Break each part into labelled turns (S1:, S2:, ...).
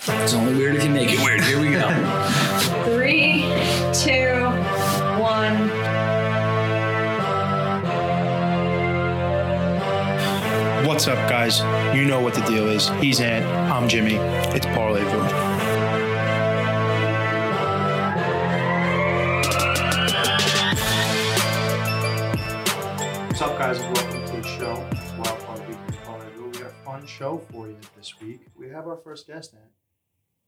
S1: It's only weird if you make it weird. Here we go.
S2: Three, two, one.
S3: What's up, guys? You know what the deal is. He's Ant. I'm Jimmy. It's Parlayville. What's up, guys? and Welcome to the show. It's Wild Card Week with Parlayville. We got a fun show for you this week. We have our first guest, Ant.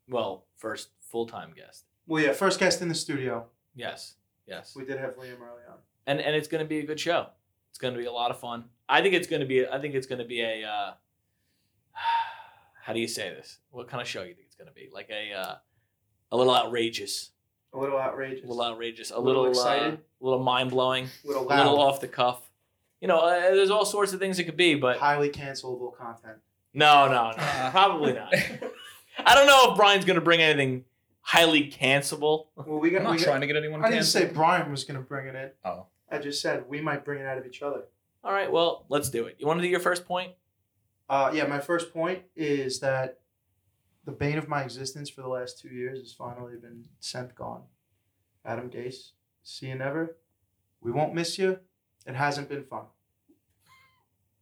S4: Well, first full time guest.
S3: Well, yeah, first guest in the studio.
S4: Yes, yes.
S3: We did have Liam early on.
S4: And and it's going to be a good show. It's going to be a lot of fun. I think it's going to be. I think it's going to be a. Uh, how do you say this? What kind of show you think it's going to be? Like a uh, a little outrageous,
S3: A little outrageous.
S4: a little outrageous, a
S3: Little
S4: little
S3: excited?
S4: Uh, a little mind blowing,
S3: little
S4: a
S3: loud.
S4: little off the cuff. You know, uh, there's all sorts of things it could be, but
S3: Highly cancelable content.
S4: no, no, no, probably not. I don't know if Brian's going to bring anything highly cancelable.
S3: Well, we got.
S1: I'm not
S3: we got-
S1: trying to get anyone
S3: I didn't
S1: canceled.
S3: say Brian was going to bring it in.
S1: Oh.
S3: I just said we might bring it out of each other.
S4: All right, well, let's do it. You want to do your first point?
S3: Uh, yeah, my first point is that the bane of my existence for the last two years has finally been sent gone. Adam Gase, see you never. We won't miss you. It hasn't been fun.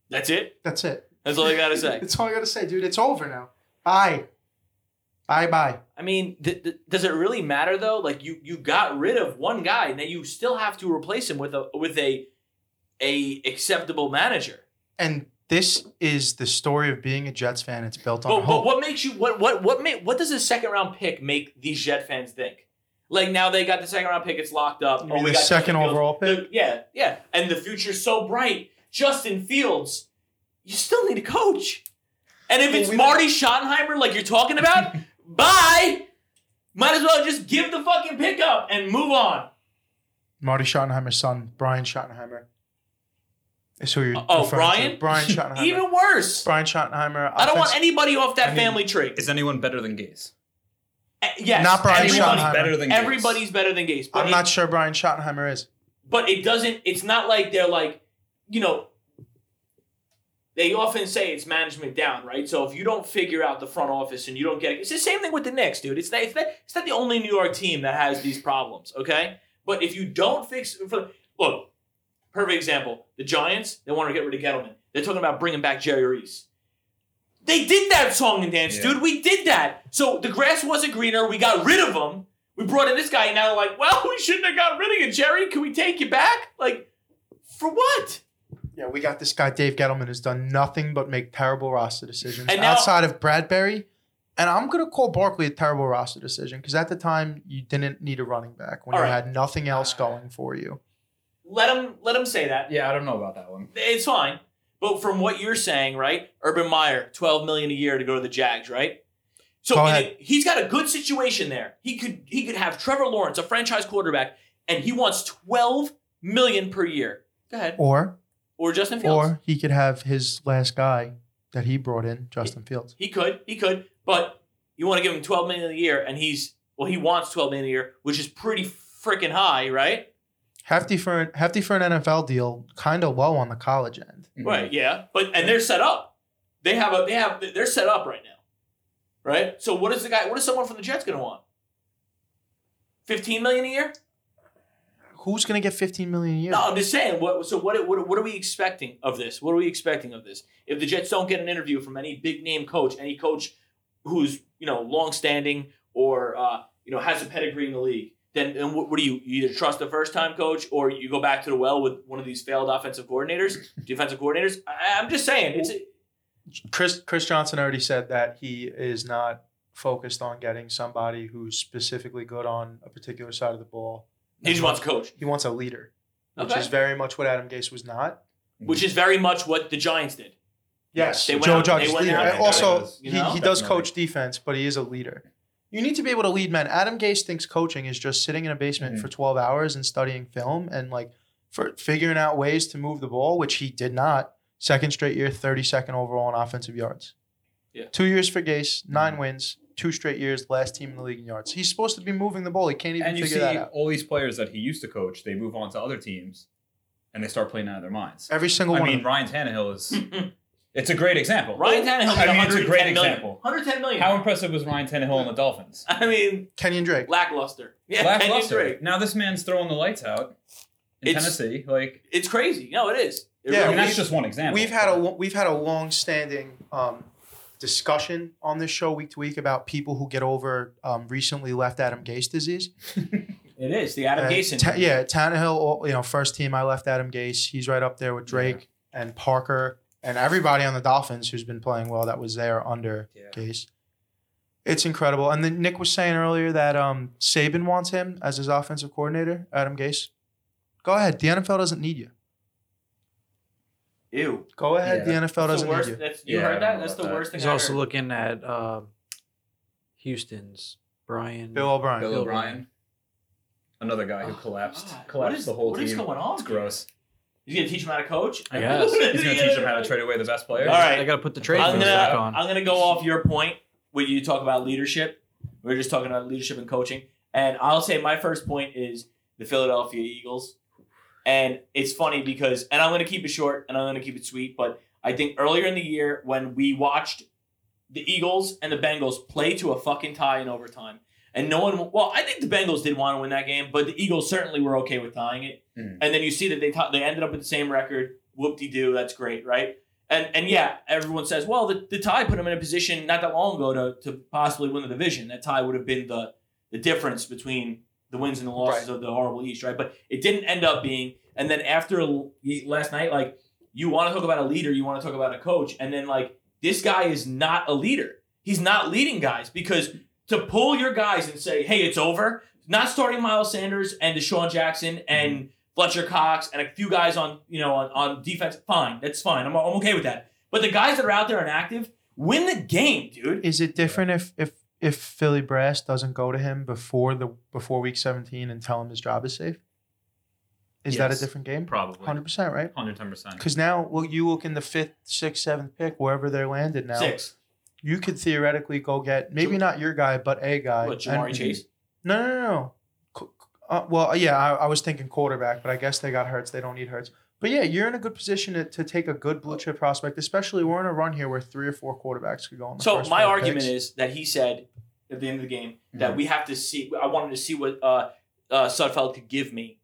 S4: That's it.
S3: That's it.
S4: That's all you got to say.
S3: That's all I gotta say, dude. It's over now. Bye. Bye bye.
S4: I mean, th- th- does it really matter though? Like you you got rid of one guy, and then you still have to replace him with a with a a acceptable manager.
S3: And this is the story of being a Jets fan. It's built on
S4: But, but
S3: hope.
S4: what makes you what what what make what does a second round pick make these Jet fans think? Like now they got the second round pick, it's locked up.
S3: You
S4: Oh,
S3: mean
S4: we
S3: the
S4: got
S3: second
S4: Justin
S3: overall
S4: Fields.
S3: pick?
S4: The- yeah, yeah, and the future's so bright. Justin Fields, you still need a coach. And if
S3: Well,
S4: it's
S3: we don't-
S4: Marty Schottenheimer, like you're talking about, bye. Might as well just give the fucking pick up and move on.
S3: Marty Schottenheimer's son, Brian Schottenheimer, is who you're.
S4: Oh,
S3: referring
S4: Brian?
S3: To. Brian Schottenheimer.
S4: Even worse.
S3: Brian Schottenheimer.
S4: I don't want
S3: offensive-
S4: anybody off that
S1: I mean,
S4: family tree.
S1: Is anyone better than Gase?
S4: Uh, yes,
S3: Not Brian
S4: everybody-
S3: Schottenheimer.
S1: better than Gase.
S4: Everybody's better than Gase. But
S3: I'm
S4: it-
S3: not sure Brian Schottenheimer is.
S4: but it doesn't it's not like they're like you know they often say it's management down right so if you don't figure out the front office and you don't get it it's the same thing with the Knicks dude it's not, it's not, it's not the only New York team that has these problems okay but if you don't fix for, look perfect example the Giants they want to get rid of Gettleman they're talking about bringing back Jerry Reese they did that song and dance
S1: Yeah.
S4: dude we did that so the grass wasn't greener we got rid of them we brought in this guy, and now they're like, well, we shouldn't have got rid of you, Jerry. Can we take you back? Like, for what?
S3: Yeah, we got this guy Dave Gettleman who's done nothing but make terrible roster decisions
S4: And now-
S3: outside of Bradbury. And I'm gonna call Barkley a terrible roster decision because at the time you didn't need a running back when
S4: All
S3: you
S4: right. Uh,
S3: had nothing else going for you.
S4: Let him let him say that.
S1: Yeah, I don't know about that one.
S4: It's fine. But from what you're saying, right? Urban Meyer, twelve million a year to go to the Jags, right? So
S3: Go
S4: in
S3: ahead.
S4: it- he's got a good situation there. He could he could have Trevor Lawrence, a franchise quarterback, and he wants twelve million per year. Go ahead.
S3: Or
S4: Or Justin Fields.
S3: or he could have his last guy that he brought in, Justin Fields.
S4: He could, he could, but you want to give him 12 million a year, and he's well, he wants 12 million a year, which is pretty freaking high, right?
S3: Hefty for an, hefty for an NFL deal, kind of low on the college end.
S4: Right.
S1: Mhm. Mm-hmm.
S4: Yeah. But and they're set up. They have a they have they're set up right now. Right? So what is the guy what is someone from the Jets gonna want? Fifteen million a year?
S3: Who's gonna get 15 million a year?
S4: No, I'm just saying what so what what what are we expecting of this? What are we expecting of this? If the Jets don't get an interview from any big name coach, any coach who's, you know, long standing or uh, you know, has a pedigree in the league, then, then what, what do you you either trust the first time coach or you go back to the well with one of these failed offensive coordinators, defensive coordinators? I, I'm just saying it's
S3: Chris Chris Johnson already said that he is not focused on getting somebody who's specifically good on a particular side of the ball.
S4: he just wants a coach.
S3: He wants a leader, which
S4: Okay.
S3: is very much what Adam Gase was not.
S4: which is very much what the Giants did.
S3: Yes,
S4: They went
S3: Joe
S4: out-
S3: Judge
S4: they
S3: is
S4: went
S3: leader.
S4: out
S3: And
S4: and
S3: also,
S1: got us,
S4: you
S3: he,
S4: know?
S3: he does
S1: Definitely.
S3: coach defense, but he is a leader. You need to be able to lead men. Adam Gase thinks coaching is just sitting in a basement
S1: Mhm.
S3: for 12 hours and studying film and like for figuring out ways to move the ball, which he did not. Second straight year, 32nd overall in offensive yards.
S4: Yeah.
S3: Two years for Gase, 9
S1: Mhm.
S3: wins, two straight years, last team in the league in yards. He's supposed to be moving the ball. He can't even
S1: And you
S3: figure
S1: see
S3: that out.
S1: all these players that he used to coach, they move on to other teams, and they start playing out of their minds.
S3: Every single
S1: I
S3: one.
S1: mean,
S3: of them.
S1: Ryan Tannehill is It's a great example.
S4: Ryan Tannehill made
S1: I mean, it's a
S4: 110
S1: great
S4: million.
S1: example.
S4: 110 million.
S1: How impressive was Ryan Tannehill and the Dolphins?
S4: I mean,
S3: Kenyon Drake.
S4: lackluster. Yeah,
S1: Lackluster.
S4: 10 and three.
S1: Now this man's throwing the lights out in
S4: It's-
S1: Tennessee. Like,
S4: It's crazy. No, it is. It
S3: Yeah,
S1: I
S4: really
S1: mean, that's
S4: is.
S1: just one example.
S3: We've had a lo- we've had a long-standing um, discussion on this show week to week about people who get over um, recently left Adam Gase disease.
S4: it is the Adam
S3: Uh,
S4: Gase.
S3: Ta-
S4: injury.
S3: yeah, Tannehill. all- You know, first team. I left Adam Gase. He's right up there with Drake and Parker and everybody on the Dolphins who's been playing well. That was there under
S1: Yeah.
S3: Gase. It's incredible. And then Nick was saying earlier that um, Saban wants him as his offensive coordinator. Adam Gase. Go ahead. The NFL doesn't need you.
S4: Ew.
S3: Go ahead. The NFL
S1: Yeah.
S4: That's
S3: doesn't
S4: the
S3: need
S4: worst.
S3: you.
S4: That's, you
S1: Yeah, I
S4: heard
S1: don't
S4: that?
S1: know
S4: That's the
S1: about that.
S4: worst thing.
S5: He's
S4: I
S5: also
S4: heard.
S5: looking at um, Houston's Brian.
S3: Bill O'Brien.
S1: Bill
S5: Bill
S1: O'Brien, another guy who
S4: Oh,
S1: collapsed,
S4: God.
S1: collapsed
S4: What is-
S1: the whole
S4: what
S1: team.
S4: is going on
S1: It's
S4: here?
S1: gross.
S4: He's gonna teach him how to coach.
S5: I guess.
S1: He's gonna teach them how to trade away the best players.
S4: All right.
S5: I got to put the trade
S4: I'm
S5: moves
S4: gonna,
S5: back on.
S4: I'm gonna go off your point where you talk about leadership. We are just talking about leadership and coaching, and I'll say my first point is the Philadelphia Eagles, and it's funny because, and I'm gonna keep it short and I'm gonna keep it sweet, but I think earlier in the year when we watched the Eagles and the Bengals play to a fucking tie in overtime. And no one, well, I think the Bengals did want to win that game, but the Eagles certainly were okay with tying it.
S1: Mhm.
S4: And then you see that they tie- they ended up with the same record. Whoop de doo, that's great, right? And and yeah, everyone says, well, the, the tie put them in a position not that long ago to, to possibly win the division. That tie would have been the the difference between the wins and the losses of the horrible East, right? But it didn't end up being. And then after l- last night, like you want to talk about a leader, you want to talk about a coach, and then like this guy is not a leader. He's not leading guys because to pull your guys and say, hey, it's over, not starting Miles Sanders and Deshaun Jackson and Fletcher Cox and a few guys on, you know, on, on defense, fine. That's fine. I'm, I'm okay with that. But the guys that are out there and active, win the game, dude.
S3: Is it different if if if Philly Brass doesn't go to him before the before week seventeen and tell him his job is safe? Is that a
S1: Yes.
S3: different game?
S1: Probably.
S3: Hundred percent, right?
S1: Hundred ten percent.
S3: Because now, well, you look in the fifth, sixth, seventh pick, wherever they landed now.
S4: Six.
S3: You could theoretically go get maybe not your guy, but a guy.
S4: What, Jamari
S3: And-
S4: Chase?
S3: No, no, no, no. Co- Uh, well, yeah, I, I was thinking quarterback, but I guess they got Hurts. They don't need Hurts. But yeah, you're in a good position to, to take a good blue chip prospect, especially we're in a run here where three or four quarterbacks could go on the
S4: So
S3: first
S4: my
S3: five
S4: argument
S3: picks. Mm-hmm.
S4: is that he said at the end of the game that we have to see. I wanted to see what uh, uh, Sudfeld could give me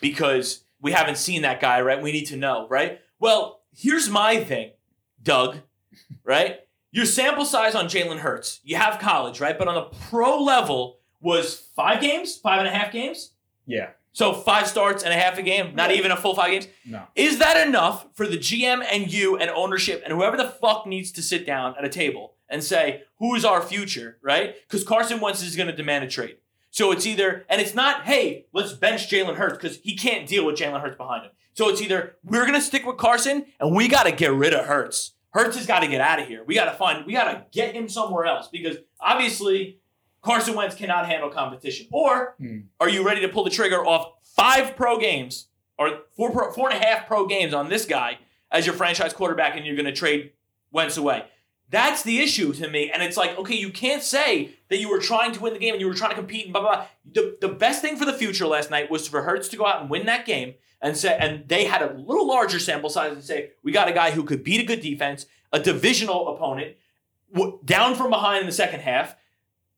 S4: because we haven't seen that guy, right? We need to know, right? Well, here's my thing, Doug. Right, your sample size on Jalen Hurts, you have college, right? But on the pro level was five games, five and a half games.
S1: Yeah.
S4: So five starts and a half a game, not even a full five games.
S1: No.
S4: Is that enough for the GM and you and ownership and whoever the fuck needs to sit down at a table and say, who is our future, right? Because Carson Wentz is going to demand a trade. So it's either, and it's not, hey, let's bench Jalen Hurts because he can't deal with Jalen Hurts behind him. So it's either we're going to stick with Carson and we got to get rid of Hurts. Hurts has got to get out of here. We got to find, we got to get him somewhere else because obviously Carson Wentz cannot handle competition. Or
S1: Hmm.
S4: are you ready to pull the trigger off five pro games or four pro, four and a half pro games on this guy as your franchise quarterback, and you're going to trade Wentz away. That's the issue to me, and it's like, okay, you can't say that you were trying to win the game and you were trying to compete and blah blah. blah. The the best thing for the future last night was for Hertz to go out and win that game and say, and they had a little larger sample size and say, we got a guy who could beat a good defense, a divisional opponent, w- down from behind in the second half.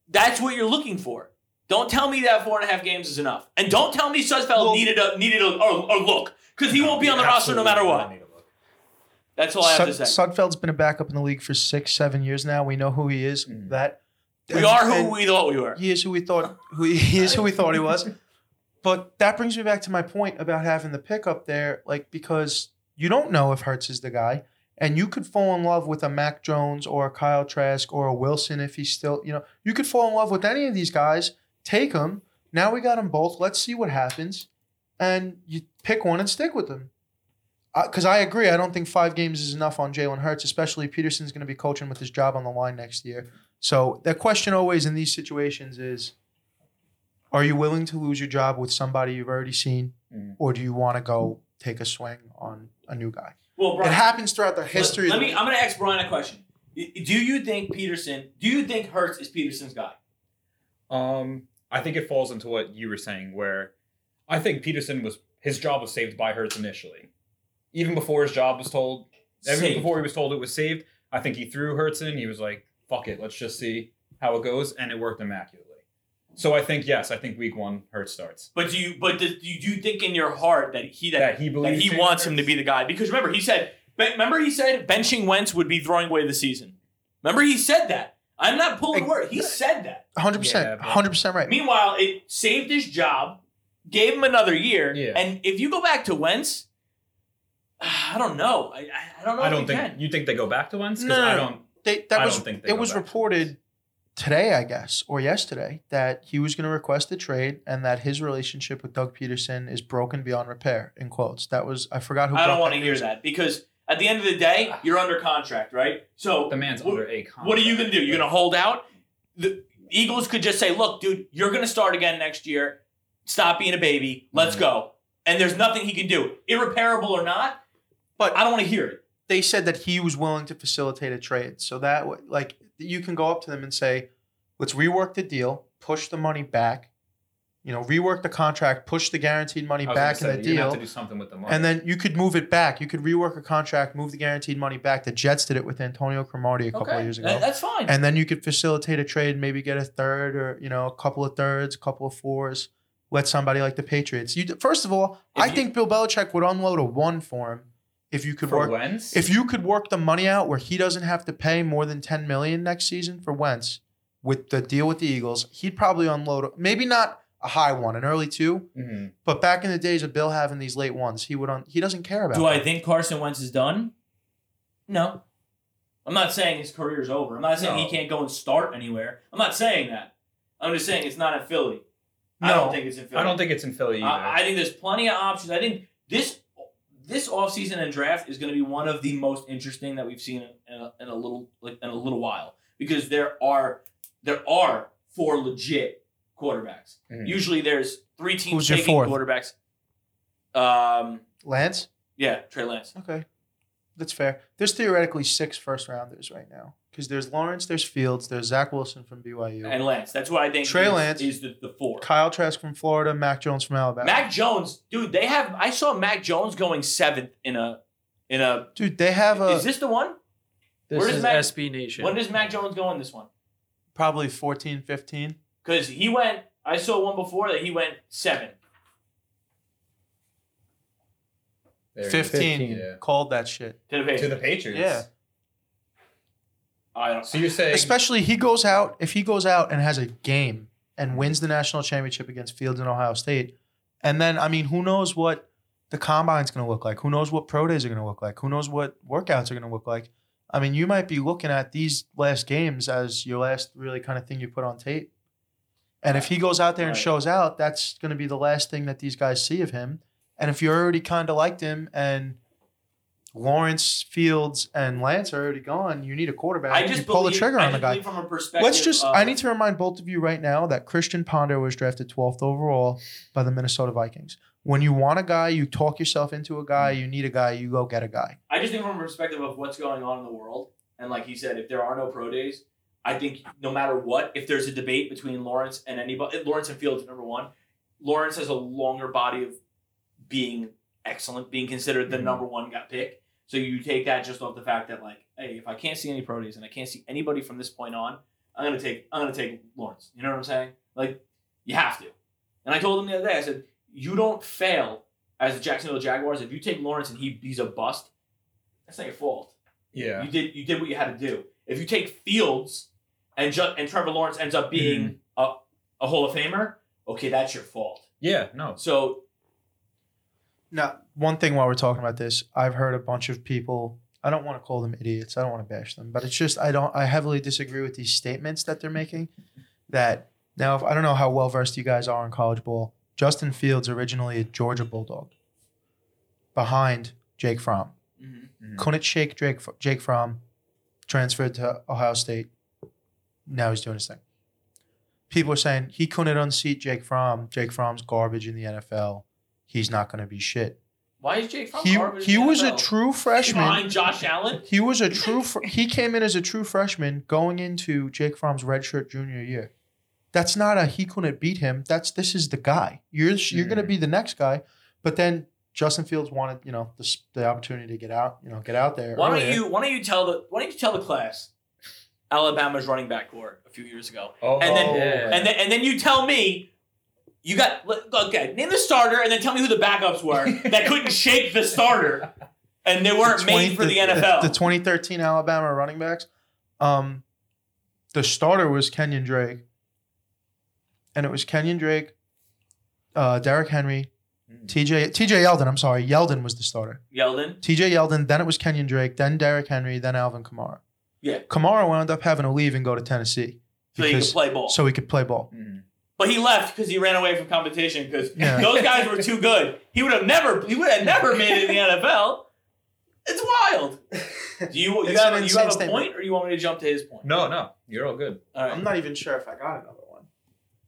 S4: That's what you're looking for. Don't tell me that four and a half games is enough, and don't tell me Sudfeld
S3: Well-
S4: needed a needed a or, or look because he won't be on the roster no matter what. That's all I have to say.
S3: Sud- Sudfeld's been a backup in the league for six, seven years now. We know who he is.
S1: Mhm.
S3: That
S4: Mm-hmm. we are who
S3: and
S4: we thought we were.
S3: he is who we thought who he, he is who we thought he was. But that brings me back to my point about having the pick up there, like because you don't know if Hertz is the guy, and you could fall in love with a Mac Jones or a Kyle Trask or a Wilson if he's still, you know, you could fall in love with any of these guys. Take them. Now we got them both. Let's see what happens, and you pick one and stick with them. Because I agree, I don't think five games is enough on Jalen Hurts, especially Peterson's going to be coaching with his job on the line next year. So the question always in these situations is, are you willing to lose your job with somebody you've already seen,
S1: Mm.
S3: or do you want to go take a swing on a new guy?
S4: Well,
S3: It
S4: Brian,
S3: happens throughout the history.
S4: Let,
S3: of
S4: let
S3: the
S4: me. I'm going to ask Brian a question. Y- Do you think Peterson? Do you think Hertz is Peterson's guy?
S1: Um, I think it falls into what you were saying, where I think Peterson was his job was saved by Hurts initially, even before his job was told Everything
S4: Saved.
S1: before he was told it was saved. I think he threw Hertz in. He was like, "Fuck it, let's just see how it goes," and it worked immaculately. So I think yes, I think week one Hertz starts.
S4: But do you but do you, do you think in your heart that he that,
S1: he
S4: that
S1: believes
S4: he
S1: in
S4: wants him to
S1: Hurts?
S4: be the guy? Because remember he said ben- remember he said benching Wentz would be throwing away the season. Remember he said that. I'm not pulling
S3: Ex-
S4: word. He said that.
S3: Hundred
S1: Yeah,
S3: percent,
S1: but-
S3: hundred percent right.
S4: Meanwhile, it saved his job, gave him another year,
S1: Yeah.
S4: and if you go back to Wentz, I don't know. I, I- I don't know.
S1: I
S4: if
S1: don't
S4: he
S1: think
S4: can.
S1: you think they go back to Wentz because
S3: No, no,
S1: I
S3: no.
S1: don't.
S3: They, that
S1: I
S3: was
S1: don't think they
S3: it
S1: go
S3: was
S1: back.
S3: reported today, I guess, or yesterday, that he was going to request a trade and that his relationship with Doug Peterson is broken beyond repair. In quotes, that was I forgot who.
S4: I don't
S3: brought Ah.
S4: want to hear that because at the end of the day, you're under contract, right? So
S1: The man's
S4: What-
S1: under a contract.
S4: what are you going to do? You're going to hold out? The Eagles could just say, look, dude, you're going to start again next year. Stop being a baby. Let's
S3: Mm-hmm.
S1: Mhm.
S4: go. And there's nothing he can do, irreparable or not. But I don't want to hear it.
S3: They said that he was willing to facilitate a trade, so that w- like you can go up to them and say, "Let's rework the deal, push the money back, you know, rework the contract, push the guaranteed money
S1: I was gonna
S3: back in
S1: say,
S3: the
S1: you're gonna
S3: deal."
S1: Have to do something with the money.
S3: And then you could move it back. You could rework a contract, move the guaranteed money back. The Jets did it with Antonio Cromartie a couple of years ago.
S4: That- That's fine.
S3: and then you could facilitate a trade, maybe get a third or you know a couple of thirds, a couple of fours. Let somebody like the Patriots. You first of all,
S4: If
S3: I
S4: you-
S3: think Bill Belichick would unload a one for him if you could
S1: for
S3: work
S1: Wentz,
S3: if you could work the money out where he doesn't have to pay more than 10 million next season for Wentz with the deal with the Eagles, he'd probably unload maybe not a high one, an early two,
S1: Mhm.
S3: but back in the days of Bill having these late ones, he would on he doesn't care about.
S4: Do I
S3: that.
S4: think Carson Wentz is done? No. I'm not saying his career's over. I'm not saying he
S1: No.
S4: can't go and start anywhere. I'm not saying that. I'm just saying it's not in Philly. I
S3: No,
S4: don't think it's in Philly.
S1: I don't think it's in Philly either.
S4: I, I think there's plenty of options. I think this this offseason and draft is going to be one of the most interesting that we've seen in a, in a little like in a little while because there are there are four legit quarterbacks.
S1: Mhm.
S4: Usually there's three teams
S3: Who's your
S4: taking
S3: fourth?
S4: quarterbacks. Um,
S3: Lance?
S4: yeah, Trey Lance.
S3: Okay. That's fair. There's theoretically six first rounders right now. Because there's Lawrence, there's Fields, there's Zach Wilson from BYU,
S4: and Lance. That's what I think.
S3: Trey
S4: is,
S3: Lance.
S4: is the, the four.
S3: Kyle Trask from Florida, Mac Jones from Alabama.
S4: Mac Jones, dude. They have. I saw Mac Jones going seventh in a in a.
S3: Dude, they have a
S4: is this the one?
S5: This
S4: Where does
S5: is
S4: Mac-
S5: SB Nation.
S4: When does Mac Jones go in this one?
S3: probably 14, 15.
S4: Because he went. I saw one before that he went seven.
S1: There it is.
S3: 15.
S1: Yeah.
S3: Called that shit.
S4: To the
S1: To
S4: Patriots.
S1: the Patriots.
S3: Yeah.
S4: I don't.
S1: So you're saying
S3: Especially he goes out, if he goes out and has a game and wins the national championship against Fields and Ohio State, and then, I mean, who knows what the combine's going to look like? Who knows what pro days are going to look like? Who knows what workouts are going to look like? I mean, you might be looking at these last games as your last really kind of thing you put on tape. And if he goes out there and
S4: Right.
S3: shows out, that's going to be the last thing that these guys see of him. And if you already kind of liked him and Lawrence, Fields, and Lance are already gone, you need a quarterback.
S4: I just
S3: you pull
S4: believe,
S3: the trigger
S4: I
S3: on the
S4: just
S3: guy.
S4: believe From a perspective.
S3: Let's just.
S4: Of,
S3: I need to remind both of you right now that Christian Ponder was drafted 12th overall by the Minnesota Vikings. When you want a guy, you talk yourself into a guy. You need a guy, you go get a guy.
S4: I just think from a perspective of what's going on in the world, and like he said, if there are no pro days, I think no matter what, if there's a debate between Lawrence and anybody, eh, Lawrence and Fields, number one, Lawrence has a longer body of being excellent, being considered the
S1: Mhm.
S4: number one got pick. So you take that just off the fact that like, hey, if I can't see any pro days and I can't see anybody from this point on, I'm gonna take I'm gonna take Lawrence. You know what I'm saying? Like, you have to. And I told him the other day, I said, you don't fail as the Jacksonville Jaguars if you take Lawrence and he he's a bust. That's not your fault.
S1: yeah.
S4: You did you did what you had to do. If you take Fields and ju- and Trevor Lawrence ends
S3: Mm-hmm.
S4: up being a, a Hall of Famer, okay, that's your fault.
S1: Yeah, no.
S4: So
S3: Now, one thing while we're talking about this, I've heard a bunch of people. I don't want to call them idiots. I don't want to bash them, but it's just I don't. I heavily disagree with these statements that they're making. That now, if, I don't know how well versed you guys are in college ball. Justin Fields originally a Georgia Bulldog, behind Jake Fromm.
S4: Mm-hmm.
S1: Mhm.
S3: couldn't shake Jake Jake Fromm, transferred to Ohio State. Now he's doing his thing. People are saying he couldn't unseat Jake Fromm. Jake Fromm's garbage in the NFL. He's not going to be shit.
S4: why is Jake from
S3: He
S4: Harvard
S3: he
S4: in the
S3: was a
S4: NFL?
S3: true freshman.
S4: Behind Josh Allen.
S3: He was a true fr- he came in as a true freshman going into Jake Fromm's redshirt junior year. That's
S4: Hmm.
S3: not a he couldn't beat him. That's this is the guy. You're you're going to
S1: Mhm.
S3: be the next guy. But then Justin Fields wanted, you know, the, s- the opportunity to get out, you know, get out there.
S4: Why don't
S3: earlier.
S4: you why don't you tell the why don't you tell the class Alabama's running back core a few years ago.
S1: Oh,
S4: And then-
S1: yeah.
S4: And then and then you tell me you got let- okay, name the starter and then tell me who the backups were that couldn't shake the starter and they weren't
S3: 20
S4: made for the, NFL.
S3: The, 2013 Alabama running backs. Um, the starter was Kenyon Drake, and it was Kenyon Drake, uh, Derrick Henry,
S4: Hmm.
S1: Mm.
S3: TJ TJ Yeldon. I'm sorry, Yeldon was the starter.
S4: Yeldon.
S3: TJ Yeldon. Then it was Kenyon Drake. Then Derrick Henry. Then Alvin Kamara.
S4: Yeah.
S3: Kamara wound up having to leave and go to Tennessee
S4: So he could
S3: because
S4: play ball.
S3: so he could play ball.
S1: Mm.
S4: But he left because he ran away from competition because
S3: Yeah.
S4: those guys were too good. He would have never he would have never made it in the NFL. It's wild. Do you, you
S3: It's
S4: have,
S3: an
S4: you
S3: insane
S4: have a
S3: statement.
S4: point or you want me to jump to his point?
S1: No, no, you're all good.
S4: All right.
S3: not even sure if I got another one.